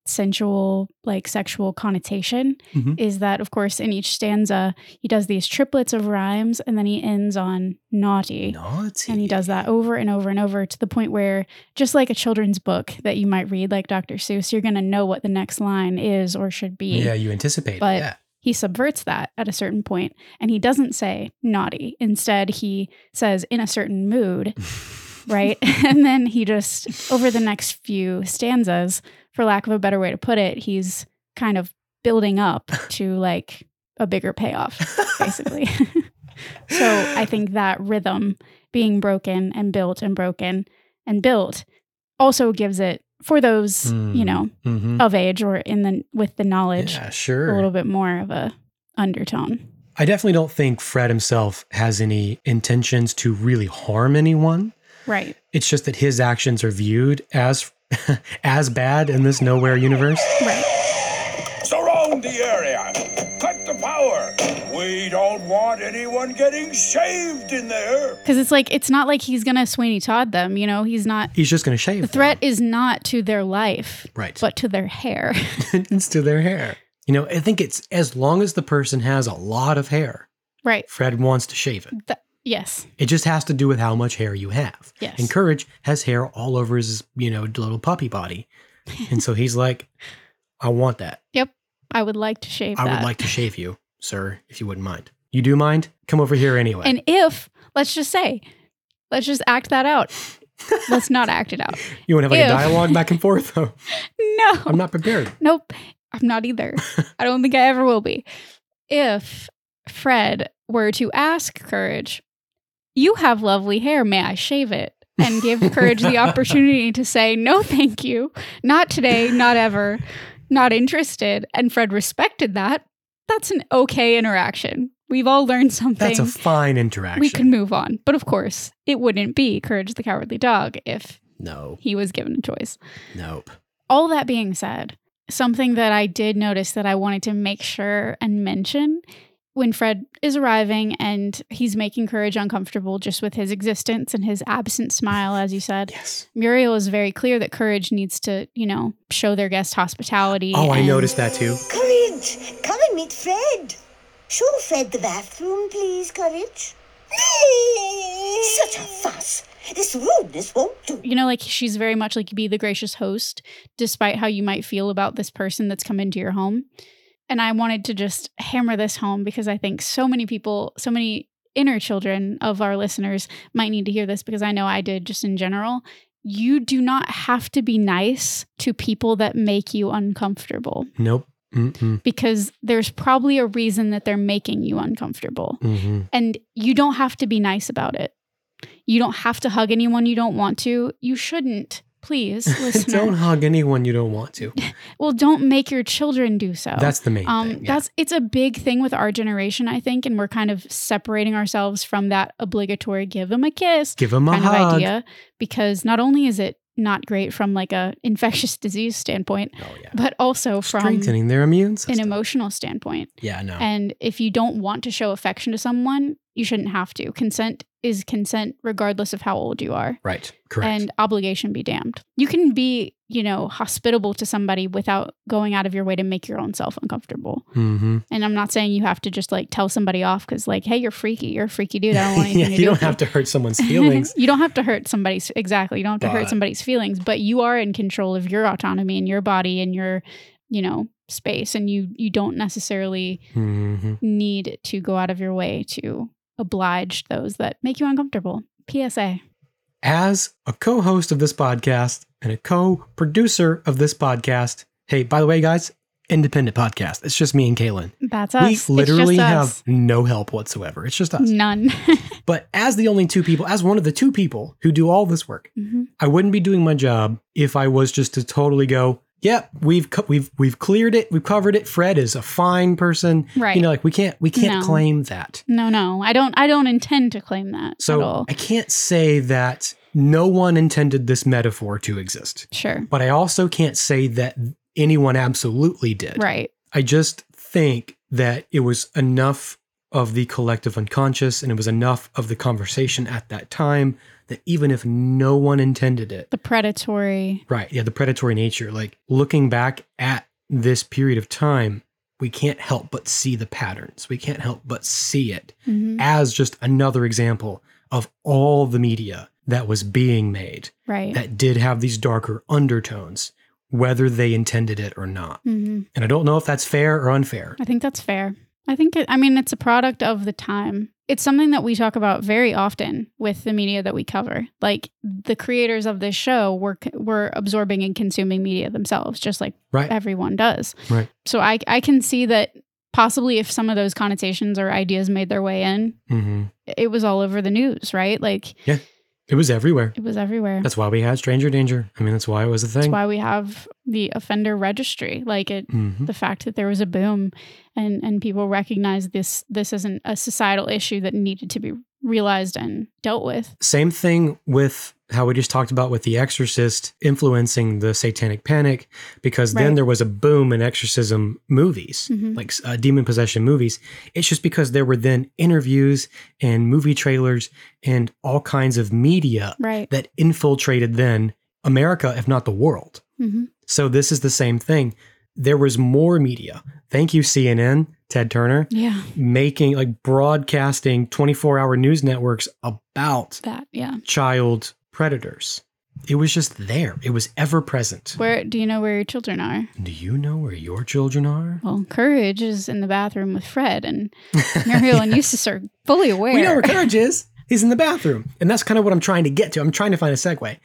Speaker 3: sensual, like sexual connotation
Speaker 4: Mhm.
Speaker 3: is that, of course, in each stanza, he does these triplets of rhymes and then he ends on naughty.
Speaker 4: Naughty.
Speaker 3: And he does that over and over and over to the point where, just like a children's book that you might read, like Dr. Seuss, you're going to know what the next line is or should be.
Speaker 4: Yeah, you anticipate.
Speaker 3: But-
Speaker 4: it. Yeah.
Speaker 3: He subverts that at a certain point and he doesn't say naughty. Instead, he says in a certain mood, right? and then he just, over the next few stanzas, for lack of a better way to put it, he's kind of building up to like a bigger payoff, basically. So I think that rhythm being broken and built and broken and built also gives it for those, you
Speaker 4: Mm,
Speaker 3: know,
Speaker 4: mhm.
Speaker 3: of age or in the with the knowledge
Speaker 4: yeah,
Speaker 3: a
Speaker 4: sure.
Speaker 3: little bit more of a undertone.
Speaker 4: I definitely don't think Fred himself has any intentions to really harm anyone.
Speaker 3: Right.
Speaker 4: It's just that his actions are viewed as as bad in this nowhere universe.
Speaker 3: Right.
Speaker 9: want anyone getting saved in there.
Speaker 3: Because it's like, it's not like he's going to Sweeney Todd them, you know? He's not.
Speaker 4: He's just going to
Speaker 3: The
Speaker 4: shave.
Speaker 3: threat is not to their life,
Speaker 4: Right.
Speaker 3: but to their hair.
Speaker 4: it's to their hair. You know, I think it's as long as the person has a lot of hair,
Speaker 3: right.
Speaker 4: Fred wants to shave it.
Speaker 3: Th- yes.
Speaker 4: It just has to do with how much hair you have.
Speaker 3: Yes.
Speaker 4: And Courage has hair all over his, you know, little puppy body. And so he's like, I want that.
Speaker 3: Yep. I would like to shave
Speaker 4: I
Speaker 3: that.
Speaker 4: would like to shave you, sir, if you wouldn't mind. You do mind? Come over here anyway.
Speaker 3: And if, let's just say, let's just act that out. let's not act it out.
Speaker 4: you want to have like
Speaker 3: Ew.
Speaker 4: a dialogue back and forth? though?
Speaker 3: No.
Speaker 4: I'm not prepared.
Speaker 3: Nope. I'm not either. I don't think I ever will be. If Fred were to ask Courage, you have lovely hair. May I shave it? And give Courage the opportunity to say, no, thank you. Not today, not ever, not interested. And Fred respected that. That's an okay interaction. We've all learned something.
Speaker 4: That's a fine interaction.
Speaker 3: we can move on. But of course, it wouldn't be Courage the Cowardly Dog if
Speaker 4: no,
Speaker 3: he was given a choice.
Speaker 4: nope.
Speaker 3: All that being said, something that I did notice that I wanted to make sure and mention when Fred is arriving and he's making Courage uncomfortable just with his existence and his absent smile, as you said,
Speaker 4: Yes.
Speaker 3: Muriel is very clear that Courage needs to, you know, show their guest hospitality.
Speaker 4: Oh, I
Speaker 3: and-
Speaker 4: noticed that too.
Speaker 5: Courage, come and meet Fred. Show Fred the bathroom, please, Courage. Such a fuss. This rudeness won't do.
Speaker 3: You know, like she's very much like be the gracious host, despite how you might feel about this person that's come into your home. And I wanted to just hammer this home because I think so many people, so many inner children of our listeners might need to hear this because I know I did just in general. You do not have to be nice to people that make you uncomfortable
Speaker 4: Nope. Mm-mm.
Speaker 3: because there's probably a reason that they're making you uncomfortable.
Speaker 4: Mm-hmm.
Speaker 3: And you don't have to be nice about it. You don't have to hug anyone you don't want to. You shouldn't. Please, listener.
Speaker 4: don't hug anyone you don't want to.
Speaker 3: Well, don't make your children do so.
Speaker 4: That's the main
Speaker 3: um
Speaker 4: thing. yeah.
Speaker 3: that's it's a big thing with our generation, I think, and we're kind of separating ourselves from that obligatory give them a kiss
Speaker 4: Give him a
Speaker 3: kind
Speaker 4: hug.
Speaker 3: of idea because not only is it not great from like a infectious disease standpoint,
Speaker 4: Oh yeah.
Speaker 3: but also from an
Speaker 4: Strengthening their immune system.
Speaker 3: emotional standpoint.
Speaker 4: yeah, no.
Speaker 3: And if you don't want to show affection to someone, you shouldn't have to. Consent is consent regardless of how old you are
Speaker 4: right. Correct.
Speaker 3: and obligation be damned. You can be, you know, hospitable to somebody without going out of your way to make your own self uncomfortable.
Speaker 4: mm-hmm.
Speaker 3: And I'm not saying you have to just like tell somebody off because, like, hey, you're freaky. You're a freaky dude. I don't want anything
Speaker 4: yeah,
Speaker 3: to
Speaker 4: you
Speaker 3: do
Speaker 4: don't
Speaker 3: with
Speaker 4: have to hurt someone's feelings.
Speaker 3: you don't have to hurt somebody's exactly. You don't have to hurt
Speaker 4: But-
Speaker 3: somebody's feelings, but you are in control of your autonomy and your body and your, you know, space. And you you don't necessarily
Speaker 4: mm-hmm.
Speaker 3: need to go out of your way to oblige those that make you uncomfortable. PSA.
Speaker 4: as a co host of this podcast and a co producer of this podcast. Hey, by the way, guys, independent podcast. It's just me and Kaylin.
Speaker 3: That's us. It's
Speaker 4: We
Speaker 3: just
Speaker 4: literally
Speaker 3: us. Mm.
Speaker 4: have no help whatsoever. It's just us.
Speaker 3: none.
Speaker 4: But as the only two people, as one of the two people who do all this work,
Speaker 3: Mhm.
Speaker 4: I wouldn't be doing my job if I was just to totally go, "Yep, we've co- we've we've cleared it, we've covered it. Fred is a fine person."
Speaker 3: Right.
Speaker 4: You know, like we can't we can't
Speaker 3: No.
Speaker 4: claim that.
Speaker 3: No, no, I don't. I don't intend to claim that at
Speaker 4: So
Speaker 3: all.
Speaker 4: I can't say that no one intended this metaphor to exist,
Speaker 3: sure,
Speaker 4: but I also can't say that anyone absolutely did.
Speaker 3: right,
Speaker 4: I just think that it was enough of the collective unconscious and it was enough of the conversation at that time that even if no one intended it,
Speaker 3: the predatory.
Speaker 4: right, yeah, the predatory nature, like looking back at this period of time, we can't help but see the patterns. We can't help but see it
Speaker 3: Mhm.
Speaker 4: as just another example of all the media that was being made
Speaker 3: Right.
Speaker 4: that did have these darker undertones, whether they intended it or not.
Speaker 3: hmm
Speaker 4: And I don't know if that's fair or unfair.
Speaker 3: I think that's fair. I think. It, I mean, it's a product of the time. It's something that we talk about very often with the media that we cover. Like the creators of this show were c- were absorbing and consuming media themselves, just like
Speaker 4: Right.
Speaker 3: everyone does.
Speaker 4: Right.
Speaker 3: So I I can see that possibly if some of those connotations or ideas made their way in,
Speaker 4: Mm-hmm.
Speaker 3: it was all over the news, right? Like
Speaker 4: It was everywhere.
Speaker 3: it was everywhere.
Speaker 4: That's why we had Stranger Danger. I mean, that's why it was a
Speaker 3: That's
Speaker 4: thing.
Speaker 3: why we have the offender registry. Like it,
Speaker 4: hmm
Speaker 3: the fact that there was a boom, and and people recognized this this isn't a societal issue that needed to be realized and dealt with.
Speaker 4: Same thing with how we just talked about with The Exorcist influencing the Satanic Panic, because
Speaker 3: Right.
Speaker 4: then there was a boom in exorcism movies, like uh, demon possession movies. It's just because there were then interviews and movie trailers and all kinds of media
Speaker 3: Right.
Speaker 4: that infiltrated then America, if not the world.
Speaker 3: hmm
Speaker 4: So this is the same thing. There was more media. Thank you, CNN, Ted Turner,
Speaker 3: Yeah.
Speaker 4: making like broadcasting 24 hour news networks about
Speaker 3: That. Yeah.
Speaker 4: child predators. It was just there, it was ever present.
Speaker 3: Where do you know where your children are?
Speaker 4: Do you know where your children are?
Speaker 3: Well, Courage is in the bathroom with Fred, and Muriel and Eustace are fully aware.
Speaker 4: We know where Courage is. He's in the bathroom. And that's kind of what I'm trying to get to. I'm trying to find a segue.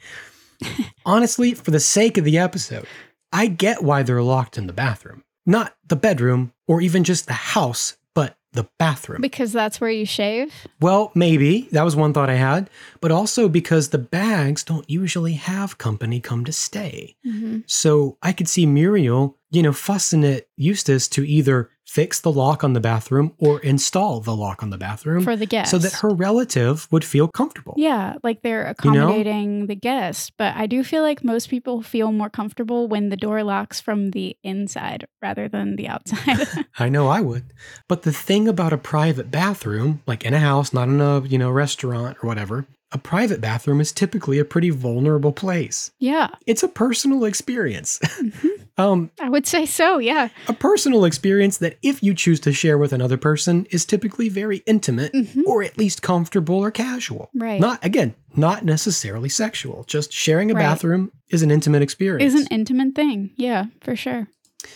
Speaker 4: Honestly, for the sake of the episode, I get why they're locked in the bathroom, not the bedroom or even just the house, but the bathroom.
Speaker 3: because that's where you shave.
Speaker 4: Well, maybe. That was one thought I had. But also because the bags don't usually have company come to stay.
Speaker 3: Mhm.
Speaker 4: So I could see Muriel, you know, fussing at Eustace to either fix the lock on the bathroom or install the lock on the bathroom
Speaker 3: For the guest.
Speaker 4: so that her relative would feel comfortable.
Speaker 3: Yeah, like they're
Speaker 4: You know?
Speaker 3: accommodating the guest, but I do feel like most people feel more comfortable when the door locks from the inside rather than the outside.
Speaker 4: I know I would. But the thing about a private bathroom, like in a house, not in a, you know, restaurant or whatever, a private bathroom is typically a pretty vulnerable place.
Speaker 3: yeah,
Speaker 4: It's a personal experience.
Speaker 3: Mm-hmm.
Speaker 4: um
Speaker 3: I would say so. Yeah.
Speaker 4: A personal experience that, if you choose to share with another person, is typically very intimate
Speaker 3: Mhm.
Speaker 4: or at least comfortable or casual.
Speaker 3: Right.
Speaker 4: Not, again, not necessarily sexual. Just sharing a
Speaker 3: Right.
Speaker 4: bathroom is an intimate experience.
Speaker 3: Is an intimate thing. Yeah, for sure.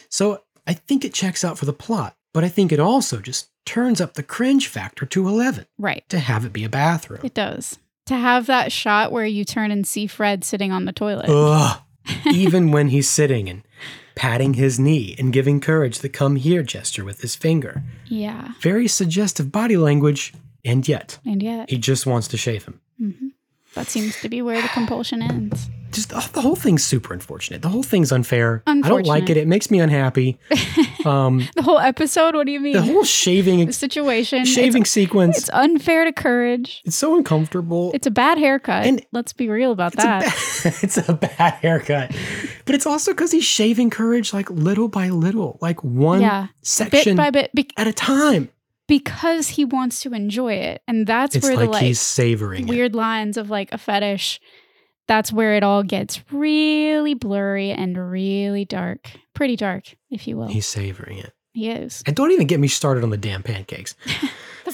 Speaker 4: So I think it checks out for the plot, but I think it also just turns up the cringe factor to 11
Speaker 3: Right.
Speaker 4: to have it be a bathroom.
Speaker 3: It does. To have that shot where you turn and see Fred sitting on the toilet.
Speaker 4: Ugh. Even when he's sitting and patting his knee and giving courage the come here gesture with his finger.
Speaker 3: Yeah.
Speaker 4: Very suggestive body language, and yet.
Speaker 3: And yet,
Speaker 4: He just wants to shave him.
Speaker 3: mhm. that seems to be where the compulsion ends.
Speaker 4: Just oh, the, the whole thing's super unfortunate. The whole thing's unfair. I don't like it.
Speaker 3: Unfortunate.
Speaker 4: It makes me unhappy. Um,
Speaker 3: The whole episode? What do you mean?
Speaker 4: the whole shaving
Speaker 3: The situation. it's-
Speaker 4: shaving sequence.
Speaker 3: It's unfair to courage.
Speaker 4: It's so uncomfortable.
Speaker 3: It's a bad haircut.
Speaker 4: And-
Speaker 3: Let's be real about
Speaker 4: It's a,
Speaker 3: that.
Speaker 4: bad, it's a bad haircut, but it's also because he's shaving courage like little by little, like one
Speaker 3: Yeah.
Speaker 4: section
Speaker 3: bit by bit be-
Speaker 4: at a time.
Speaker 3: because he wants to enjoy it. And that's
Speaker 4: It's
Speaker 3: where
Speaker 4: like,
Speaker 3: the like
Speaker 4: he's savoring it.
Speaker 3: weird lines of like a fetish, that's where it all gets really blurry and really dark. Pretty dark, if you will.
Speaker 4: He's savoring it.
Speaker 3: he is.
Speaker 4: And don't even get me started on the damn pancakes.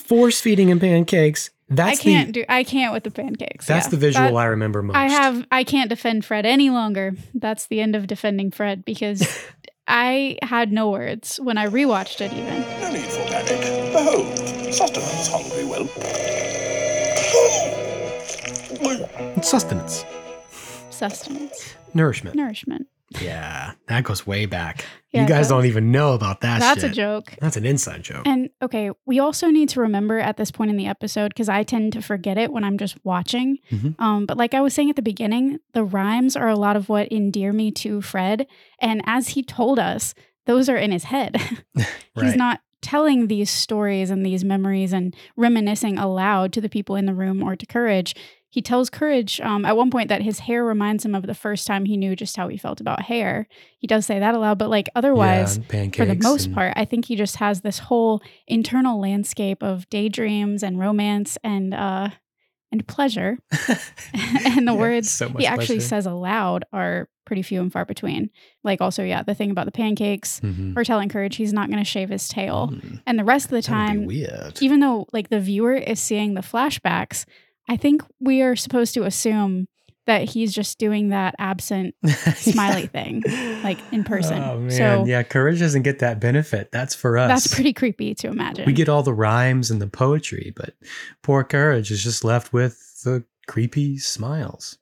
Speaker 4: Force feeding him pancakes. That's
Speaker 3: I can't
Speaker 4: the
Speaker 3: do I can't with the pancakes.
Speaker 4: that's
Speaker 3: yeah.
Speaker 4: the visual
Speaker 3: That-
Speaker 4: I remember most.
Speaker 3: I have I can't defend Fred any longer. That's the end of defending Fred because I had no words when I rewatched it even.
Speaker 8: No need for panic. Behold, sustenance, hungry whelp.
Speaker 4: sustenance,
Speaker 3: Sustenance.
Speaker 4: nourishment.
Speaker 3: Nourishment.
Speaker 4: Yeah, that goes way back.
Speaker 3: Yeah,
Speaker 4: you
Speaker 3: it
Speaker 4: guys don't
Speaker 3: does.
Speaker 4: even know about that.
Speaker 3: That's a
Speaker 4: shit.
Speaker 3: joke.
Speaker 4: That's an inside joke.
Speaker 3: And okay, we also need to remember at this point in the episode because I tend to forget it when I'm just watching.
Speaker 4: Mhm.
Speaker 3: Um, but like I was saying at the beginning, the rhymes are a lot of what endear me to Fred. And as he told us, those are in his head. He's
Speaker 4: Right.
Speaker 3: not telling these stories and these memories and reminiscing aloud to the people in the room or to Courage. He tells Courage um, at one point that his hair reminds him of the first time he knew just how he felt about hair. He does say that aloud, but like otherwise,
Speaker 4: yeah, pancakes
Speaker 3: for the most
Speaker 4: and-
Speaker 3: part. I think he just has this whole internal landscape of daydreams and romance and uh and pleasure. and the
Speaker 4: Yeah,
Speaker 3: words
Speaker 4: so much
Speaker 3: he actually
Speaker 4: pleasure.
Speaker 3: says aloud are pretty few and far between. Like also, yeah, the thing about the pancakes
Speaker 4: Mhm.
Speaker 3: or telling Courage he's not gonna shave his tail.
Speaker 4: Mm,
Speaker 3: And the rest of the
Speaker 4: that would be
Speaker 3: time,
Speaker 4: weird.
Speaker 3: even though like the viewer is seeing the flashbacks, I think we are supposed to assume that he's just doing that absent smiley thing, like in person.
Speaker 4: Oh man,
Speaker 3: so
Speaker 4: yeah, courage doesn't get that benefit. That's for us.
Speaker 3: that's pretty creepy to imagine.
Speaker 4: We get all the rhymes and the poetry, but poor courage is just left with the creepy smiles.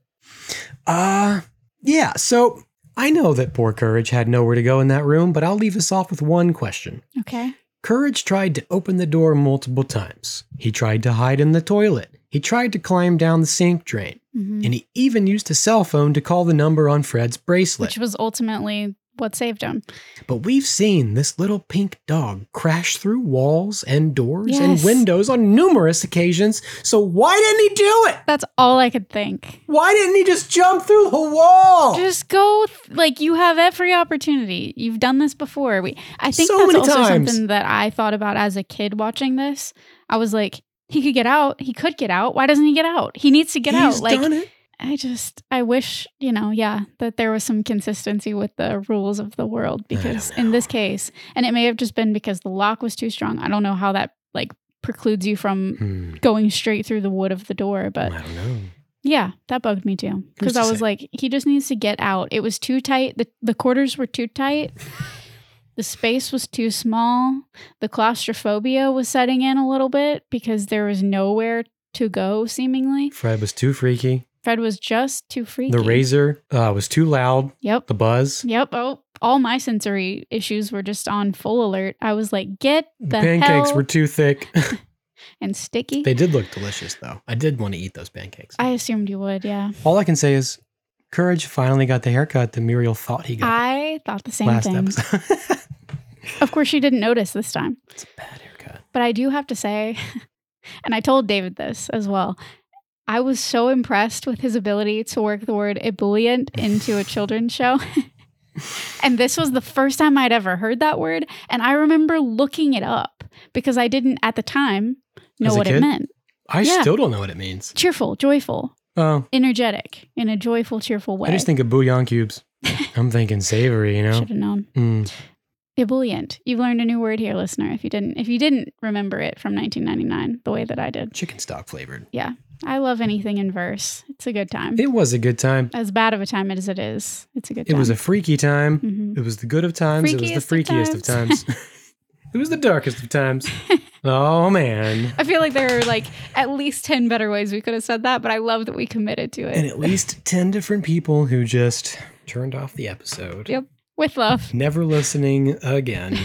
Speaker 4: Uh yeah, so I know that poor courage had nowhere to go in that room, but I'll leave us off with one question.
Speaker 3: okay.
Speaker 4: Courage tried to open the door multiple times. He tried to hide in the toilet. He tried to climb down the sink drain.
Speaker 3: Mhm.
Speaker 4: And he even used a cell phone to call the number on Fred's bracelet.
Speaker 3: Which was ultimately what saved him.
Speaker 4: But we've seen this little pink dog crash through walls and doors and
Speaker 3: Yes.
Speaker 4: windows on numerous occasions. So why didn't he do it?
Speaker 3: That's all I could think.
Speaker 4: Why didn't he just jump through the wall?
Speaker 3: Just go th- like you have every opportunity. You've done this before. We I think
Speaker 4: So
Speaker 3: that's
Speaker 4: many
Speaker 3: also
Speaker 4: times.
Speaker 3: something that I thought about as a kid watching this. I was like, he could get out. He could get out. Why doesn't he get out? He needs to get
Speaker 4: He's
Speaker 3: out. Like
Speaker 4: done it.
Speaker 3: I just I wish, you know, yeah, that there was some consistency with the rules of the world because in this case, and it may have just been because the lock was too strong. I don't know how that like precludes you from
Speaker 4: Hmm,
Speaker 3: going straight through the wood of the door, but
Speaker 4: I don't know.
Speaker 3: yeah, that bugged me too
Speaker 4: Who's
Speaker 3: because
Speaker 4: to
Speaker 3: I was
Speaker 4: say?
Speaker 3: like he just needs to get out. It was too tight. The the quarters were too tight. The space was too small. The claustrophobia was setting in a little bit because there was nowhere to go seemingly.
Speaker 4: Fred was too freaky.
Speaker 3: Fred was just too freaky.
Speaker 4: The razor uh, was too loud.
Speaker 3: Yep.
Speaker 4: The buzz.
Speaker 3: Yep. Oh, all my sensory issues were just on full alert. I was like, get the
Speaker 4: pancakes
Speaker 3: hell
Speaker 4: were too thick.
Speaker 3: and sticky.
Speaker 4: they did look delicious, though. I did want to eat those pancakes.
Speaker 3: I assumed you would. Yeah.
Speaker 4: All I can say is Courage finally got the haircut that Muriel thought he got
Speaker 3: I thought the Ah, same
Speaker 4: last
Speaker 3: thing.
Speaker 4: episode.
Speaker 3: Of course, she didn't notice this time.
Speaker 4: it's a bad haircut.
Speaker 3: But I do have to say, and I told David this as well. I was so impressed with his ability to work the word ebullient into a children's show. and this was the first time I'd ever heard that word. And I remember looking it up because I didn't at the time know
Speaker 4: As a
Speaker 3: what
Speaker 4: kid?
Speaker 3: it meant.
Speaker 4: I
Speaker 3: Yeah.
Speaker 4: still don't know what it means.
Speaker 3: Cheerful, joyful,
Speaker 4: Oh,
Speaker 3: energetic, in a joyful, cheerful way.
Speaker 4: I just think of bouillon cubes. I'm thinking savory, you know?
Speaker 3: should have known.
Speaker 4: Mm.
Speaker 3: Ebullient. You've learned a new word here, listener. If you didn't, if you didn't remember it from 1999, the way that I did,
Speaker 4: Chicken stock flavored.
Speaker 3: I love anything in verse. It's a good time.
Speaker 4: It was a good time.
Speaker 3: as bad of a time as it is, it's a good.
Speaker 4: It was a
Speaker 3: time.
Speaker 4: freaky time.
Speaker 3: Mhm.
Speaker 4: It was the good of times. it was the
Speaker 3: Freakiest
Speaker 4: freakiest
Speaker 3: of
Speaker 4: of times. it was the darkest of times. oh, man.
Speaker 3: I feel like there are like at least ten better ways we could have said that, but I love that we committed to it.
Speaker 4: And at least 10 different people who just turned off the episode.
Speaker 3: Yep. With love.
Speaker 4: Never listening again.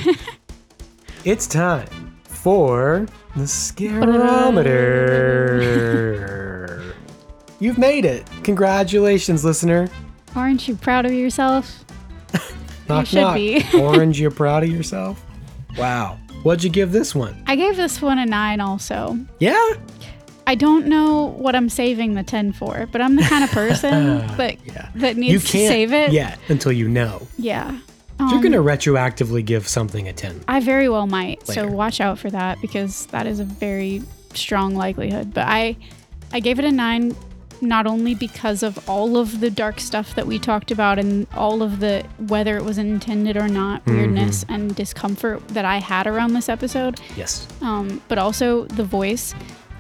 Speaker 4: it's time for the scarometer. You've made it. Congratulations, listener.
Speaker 3: Aren't you proud of yourself?
Speaker 4: Knock,
Speaker 3: should
Speaker 4: knock.
Speaker 3: be.
Speaker 4: Orange, you're proud of yourself? Wow. What'd you give this one?
Speaker 3: I gave this one a nine. Also,
Speaker 4: Yeah?
Speaker 3: I don't know what I'm saving the ten for, but I'm the kind of person that
Speaker 4: Yeah.
Speaker 3: that needs to save it.
Speaker 4: yet until you know.
Speaker 3: Yeah.
Speaker 4: You're
Speaker 3: Um,
Speaker 4: going to retroactively give something a 10.
Speaker 3: I very well might. So
Speaker 4: Later.
Speaker 3: watch out for that because that is a very strong likelihood. But I I gave it a 9 not only because of all of the dark stuff that we talked about and all of the whether it was intended or not
Speaker 4: Mm-hmm.
Speaker 3: weirdness and discomfort that I had around this episode,
Speaker 4: Yes.
Speaker 3: um, but also the voice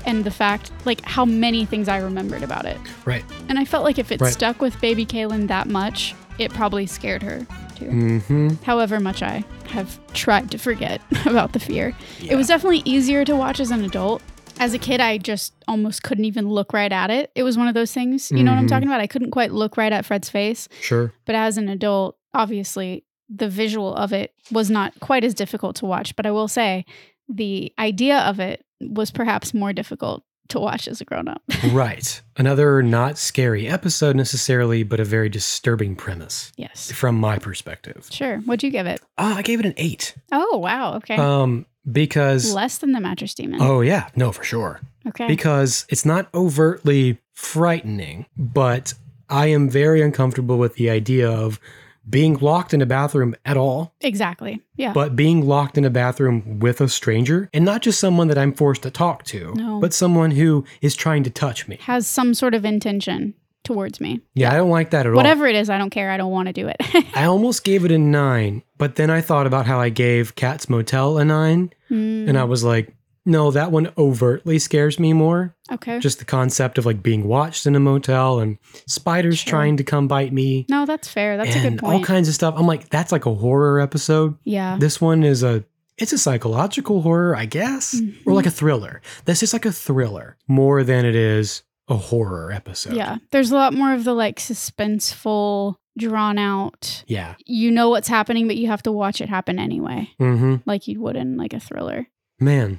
Speaker 3: and the fact like how many things I remembered about it.
Speaker 4: Right.
Speaker 3: And I felt like if it
Speaker 4: Right.
Speaker 3: stuck with baby Kaylin that much, it probably scared her too
Speaker 4: Mm-hmm.
Speaker 3: however much I have tried to forget about the fear. It was definitely easier to watch as an adult. As a kid, I just almost couldn't even look right at it. It was one of those things, you know what I'm
Speaker 4: Mhm.
Speaker 3: talking about? I couldn't quite look right at Fred's face.
Speaker 4: Sure.
Speaker 3: But as an adult, obviously, the visual of it was not quite as difficult to watch. But I will say, the idea of it was perhaps more difficult to watch as a grown up.
Speaker 4: right. Another not scary episode necessarily, but a very disturbing premise
Speaker 3: yes.
Speaker 4: from my perspective.
Speaker 3: Sure. What'd you give it?
Speaker 4: Oh, I gave it an eight.
Speaker 3: Oh, wow. Okay.
Speaker 4: Um, because
Speaker 3: Less than the mattress demon.
Speaker 4: oh yeah, no for sure.
Speaker 3: okay.
Speaker 4: Because it's not overtly frightening, but I am very uncomfortable with the idea of being locked in a bathroom at all,
Speaker 3: exactly. Yeah.
Speaker 4: but being locked in a bathroom with a stranger and not just someone that I'm forced to talk to,
Speaker 3: No.
Speaker 4: but someone who is trying to touch me.
Speaker 3: has some sort of intention towards me.
Speaker 4: Yeah, I don't like that at all.
Speaker 3: Whatever it is, I don't care. I don't want to do it.
Speaker 4: I almost gave it a nine, but then I thought about how I gave Cat's Motel a nine,
Speaker 3: Mm,
Speaker 4: and I was like, no, that one overtly scares me more.
Speaker 3: okay.
Speaker 4: Just the concept of like being watched in a motel and spiders
Speaker 3: Sure.
Speaker 4: trying to come bite me
Speaker 3: no, that's fair. That's a
Speaker 4: and
Speaker 3: good
Speaker 4: all
Speaker 3: point.
Speaker 4: kinds of stuff. I'm like, that's like a horror episode.
Speaker 3: yeah.
Speaker 4: This one is a it's a psychological horror, I guess,
Speaker 3: Mm-hmm.
Speaker 4: or like a thriller. This is like a thriller more than it is a horror episode.
Speaker 3: Yeah. There's a lot more of the like suspenseful, drawn out.
Speaker 4: Yeah.
Speaker 3: You know what's happening, but you have to watch it happen anyway,
Speaker 4: Mm-hmm.
Speaker 3: like you would in like a thriller.
Speaker 4: Man,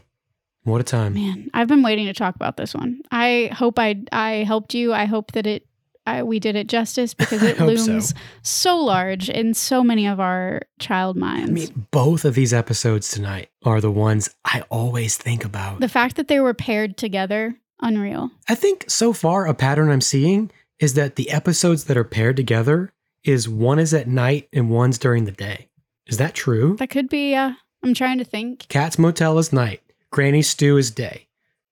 Speaker 4: what a time.
Speaker 3: Man, I've been waiting to talk about this one. I hope I I helped you. I hope that it I, we did it justice because it
Speaker 4: hope so.
Speaker 3: looms so. large in so many of our child minds.
Speaker 4: I mean, both of these episodes tonight are the ones I always think about.
Speaker 3: the fact that they were paired together, unreal.
Speaker 4: I think so far a pattern I'm seeing is that the episodes that are paired together is one is at night and one's during the day. Is that true?
Speaker 3: That could be. Uh, I'm trying to think.
Speaker 4: Cat's Motel is night. Granny Stew is day.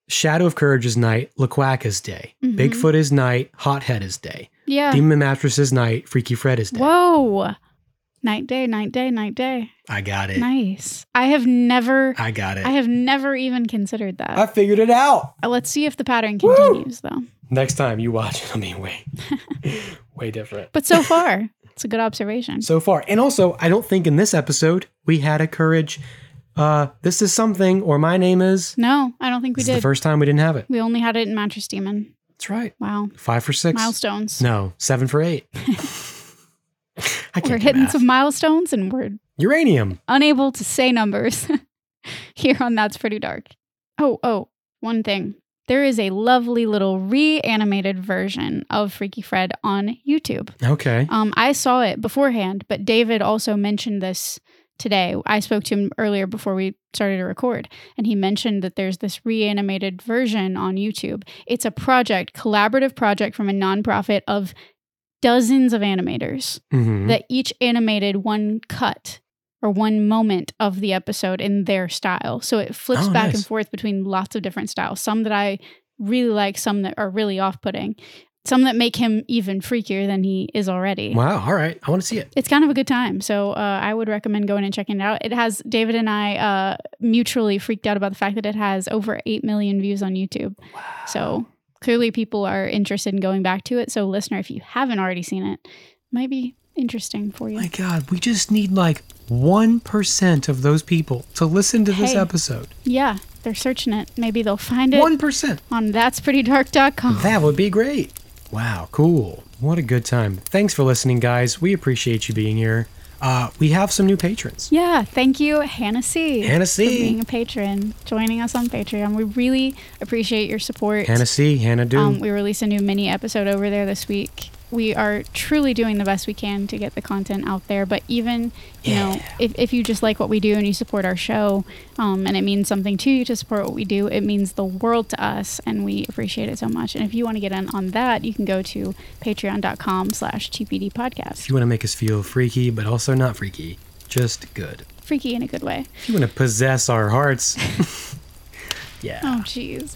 Speaker 4: Shadow of Courage is night. LaQuack is day.
Speaker 3: Mhm.
Speaker 4: Bigfoot is night. Hothead is day.
Speaker 3: Yeah.
Speaker 4: Demon Mattress is night. Freaky Fred is day.
Speaker 3: Whoa. Night day, night day, night day.
Speaker 4: I got it.
Speaker 3: Nice. I have never.
Speaker 4: I got it.
Speaker 3: I have never even considered that.
Speaker 4: I figured it out.
Speaker 3: Uh, Let's see if the pattern continues, though.
Speaker 4: Next time you watch it, I mean, way, way different.
Speaker 3: But so far, it's a good observation.
Speaker 4: so far. And also, I don't think in this episode we had a courage. Uh, this is something, or my name is.
Speaker 3: no, I don't think we
Speaker 4: This is the
Speaker 3: did.
Speaker 4: first time we didn't have it.
Speaker 3: we only had it in Mattress Demon.
Speaker 4: That's right.
Speaker 3: Wow.
Speaker 4: Five for six.
Speaker 3: Milestones.
Speaker 4: No, seven for eight. I
Speaker 3: we're
Speaker 4: can't. do
Speaker 3: hitting
Speaker 4: math.
Speaker 3: some milestones and we're
Speaker 4: uranium.
Speaker 3: unable to say numbers here on That's Pretty Dark. Oh, oh, one thing. There is a lovely little reanimated version of Freaky Fred on YouTube.
Speaker 4: Okay.
Speaker 3: Um, I saw it beforehand, but David also mentioned this today. I spoke to him earlier before we started to record, and he mentioned that there's this reanimated version on YouTube. It's a project, collaborative project from a nonprofit of dozens of animators
Speaker 4: Mhm.
Speaker 3: that each animated one cut or one moment of the episode in their style. So it flips
Speaker 4: Oh,
Speaker 3: back
Speaker 4: nice.
Speaker 3: and forth between lots of different styles. Some that I really like, some that are really off-putting, some that make him even freakier than he is already.
Speaker 4: wow. All right. I want to see it.
Speaker 3: It's kind of a good time. So uh, I would recommend going and checking it out. It has David and I uh, mutually freaked out about the fact that it has over 8 million views on YouTube. So clearly people are interested in going back to it. So listener, if you haven't already seen it, might be interesting for you.
Speaker 4: Oh My God, we just need like one percent of those people to listen to this
Speaker 3: Hey.
Speaker 4: episode.
Speaker 3: Yeah, they're searching it. Maybe they'll find it
Speaker 4: One percent.
Speaker 3: on that'sprettydark.com.
Speaker 4: That would be great. Wow, cool. What a good time. Thanks for listening, guys. We appreciate you being here. Uh, we have some new patrons.
Speaker 3: yeah, thank you, Hannah C.
Speaker 4: Hannah C.
Speaker 3: For being a patron, joining us on Patreon. We really appreciate your support.
Speaker 4: Hannah C, Hannah Do.
Speaker 3: Um, we released a new mini episode over there this week. We are truly doing the best we can to get the content out there. But even, you know, if, if you just like what we do and you support our show um, and it means something to you to support what we do, it means the world to us and we appreciate it so much. And if you want to get in on that, you can go to patreon.com slash TPD
Speaker 4: if
Speaker 3: podcast.
Speaker 4: you want to make us feel freaky, but also not freaky, just good.
Speaker 3: Freaky in a good way.
Speaker 4: If you want to possess our hearts,
Speaker 3: Oh, jeez.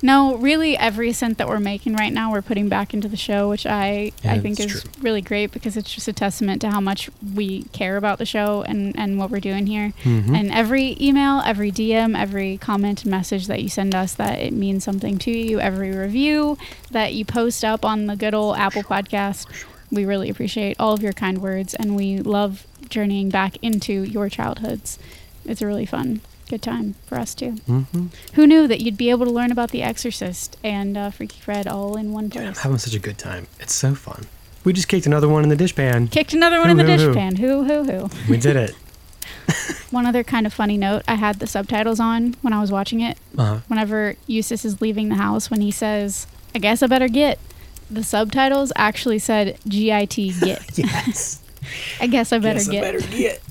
Speaker 3: No, really, every cent that we're making right now, we're putting back into the show, which I,
Speaker 4: Yeah,
Speaker 3: I think is
Speaker 4: that's true.
Speaker 3: really great because it's just a testament to how much we care about the show and, and what we're doing here. And every email, every DM, every comment, and message that you send us, that it means something to you. Every review that you post up on the good old Apple podcast, we really appreciate all of your kind words, and we love journeying back into your childhoods. It's a really fun, good time for us too. Who knew that you'd be able to learn about The Exorcist and uh, Freaky Fred all in one
Speaker 4: I'm
Speaker 3: place?
Speaker 4: having such a good time. It's so fun. We just kicked another one in the dish pan.
Speaker 3: Kicked another one in
Speaker 4: Who,
Speaker 3: the
Speaker 4: who,
Speaker 3: dish
Speaker 4: who?
Speaker 3: pan. Who, who, who?
Speaker 4: We did it.
Speaker 3: One other kind of funny note I had the subtitles on when I was watching it.
Speaker 4: Uh-huh.
Speaker 3: Whenever Eustace is leaving the house, when he says, I guess I better get, the subtitles actually said GIT get.
Speaker 4: Yes.
Speaker 3: I guess I better
Speaker 4: Yes, I
Speaker 3: get.
Speaker 4: better get.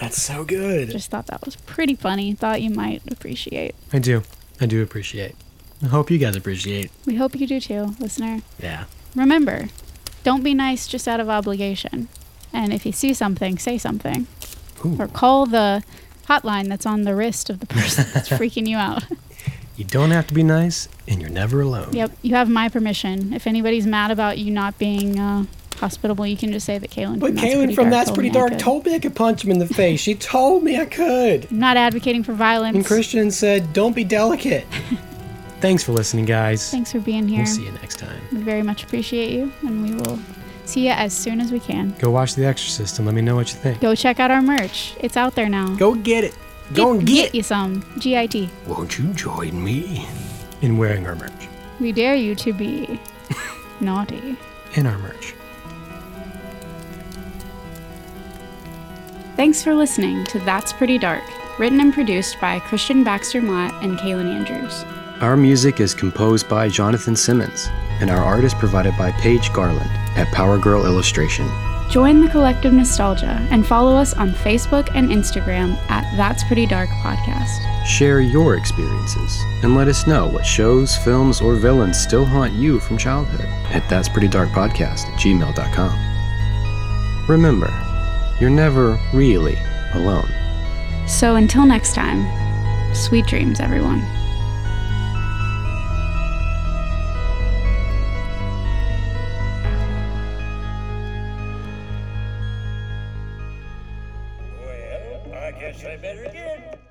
Speaker 4: That's so good.
Speaker 3: Just thought that was pretty funny. Thought you might appreciate.
Speaker 4: I do. I do appreciate. I hope you guys appreciate.
Speaker 3: We hope you do too, listener.
Speaker 4: Yeah.
Speaker 3: Remember, don't be nice just out of obligation. And if you see something, say something.
Speaker 4: Ooh.
Speaker 3: Or call the hotline that's on the wrist of the person that's freaking you out.
Speaker 4: You don't have to be nice, and you're never alone.
Speaker 3: Yep, you have my permission. If anybody's mad about you not being uh, hospitable, you can just say that Kaylin
Speaker 4: But
Speaker 3: from That's Pretty
Speaker 4: Kaylin from That's Pretty
Speaker 3: Dark told me I
Speaker 4: Dark
Speaker 3: could.
Speaker 4: told me I could punch him in the face. She told me I could.
Speaker 3: I'm not advocating for violence.
Speaker 4: And Christian said, don't be delicate. Thanks for listening, guys.
Speaker 3: Thanks for being here.
Speaker 4: We'll see you next time.
Speaker 3: We very much appreciate you, and we will see you as soon as we can.
Speaker 4: Go watch The Exorcist and let me know what you think.
Speaker 3: Go check out our merch. It's out there now.
Speaker 4: Go get it. Go and
Speaker 3: get
Speaker 4: get,
Speaker 3: you some. GIT.
Speaker 4: it. Won't you join me in wearing our merch?
Speaker 3: We dare you to be naughty.
Speaker 4: In our merch.
Speaker 3: Thanks for listening to That's Pretty Dark, written and produced by Christian Baxter Mott and Kaylin Andrews.
Speaker 4: Our music is composed by Jonathan Simmons, and our art is provided by Paige Garland at Power Girl Illustration.
Speaker 3: Join the collective nostalgia and follow us on Facebook and Instagram at That's Pretty Dark Podcast.
Speaker 4: Share your experiences and let us know what shows, films, or villains still haunt you from childhood at That's Pretty Dark Podcast at gmail.com. Remember, you're never really alone.
Speaker 3: So until next time, sweet dreams, everyone.
Speaker 8: Well, I guess I better get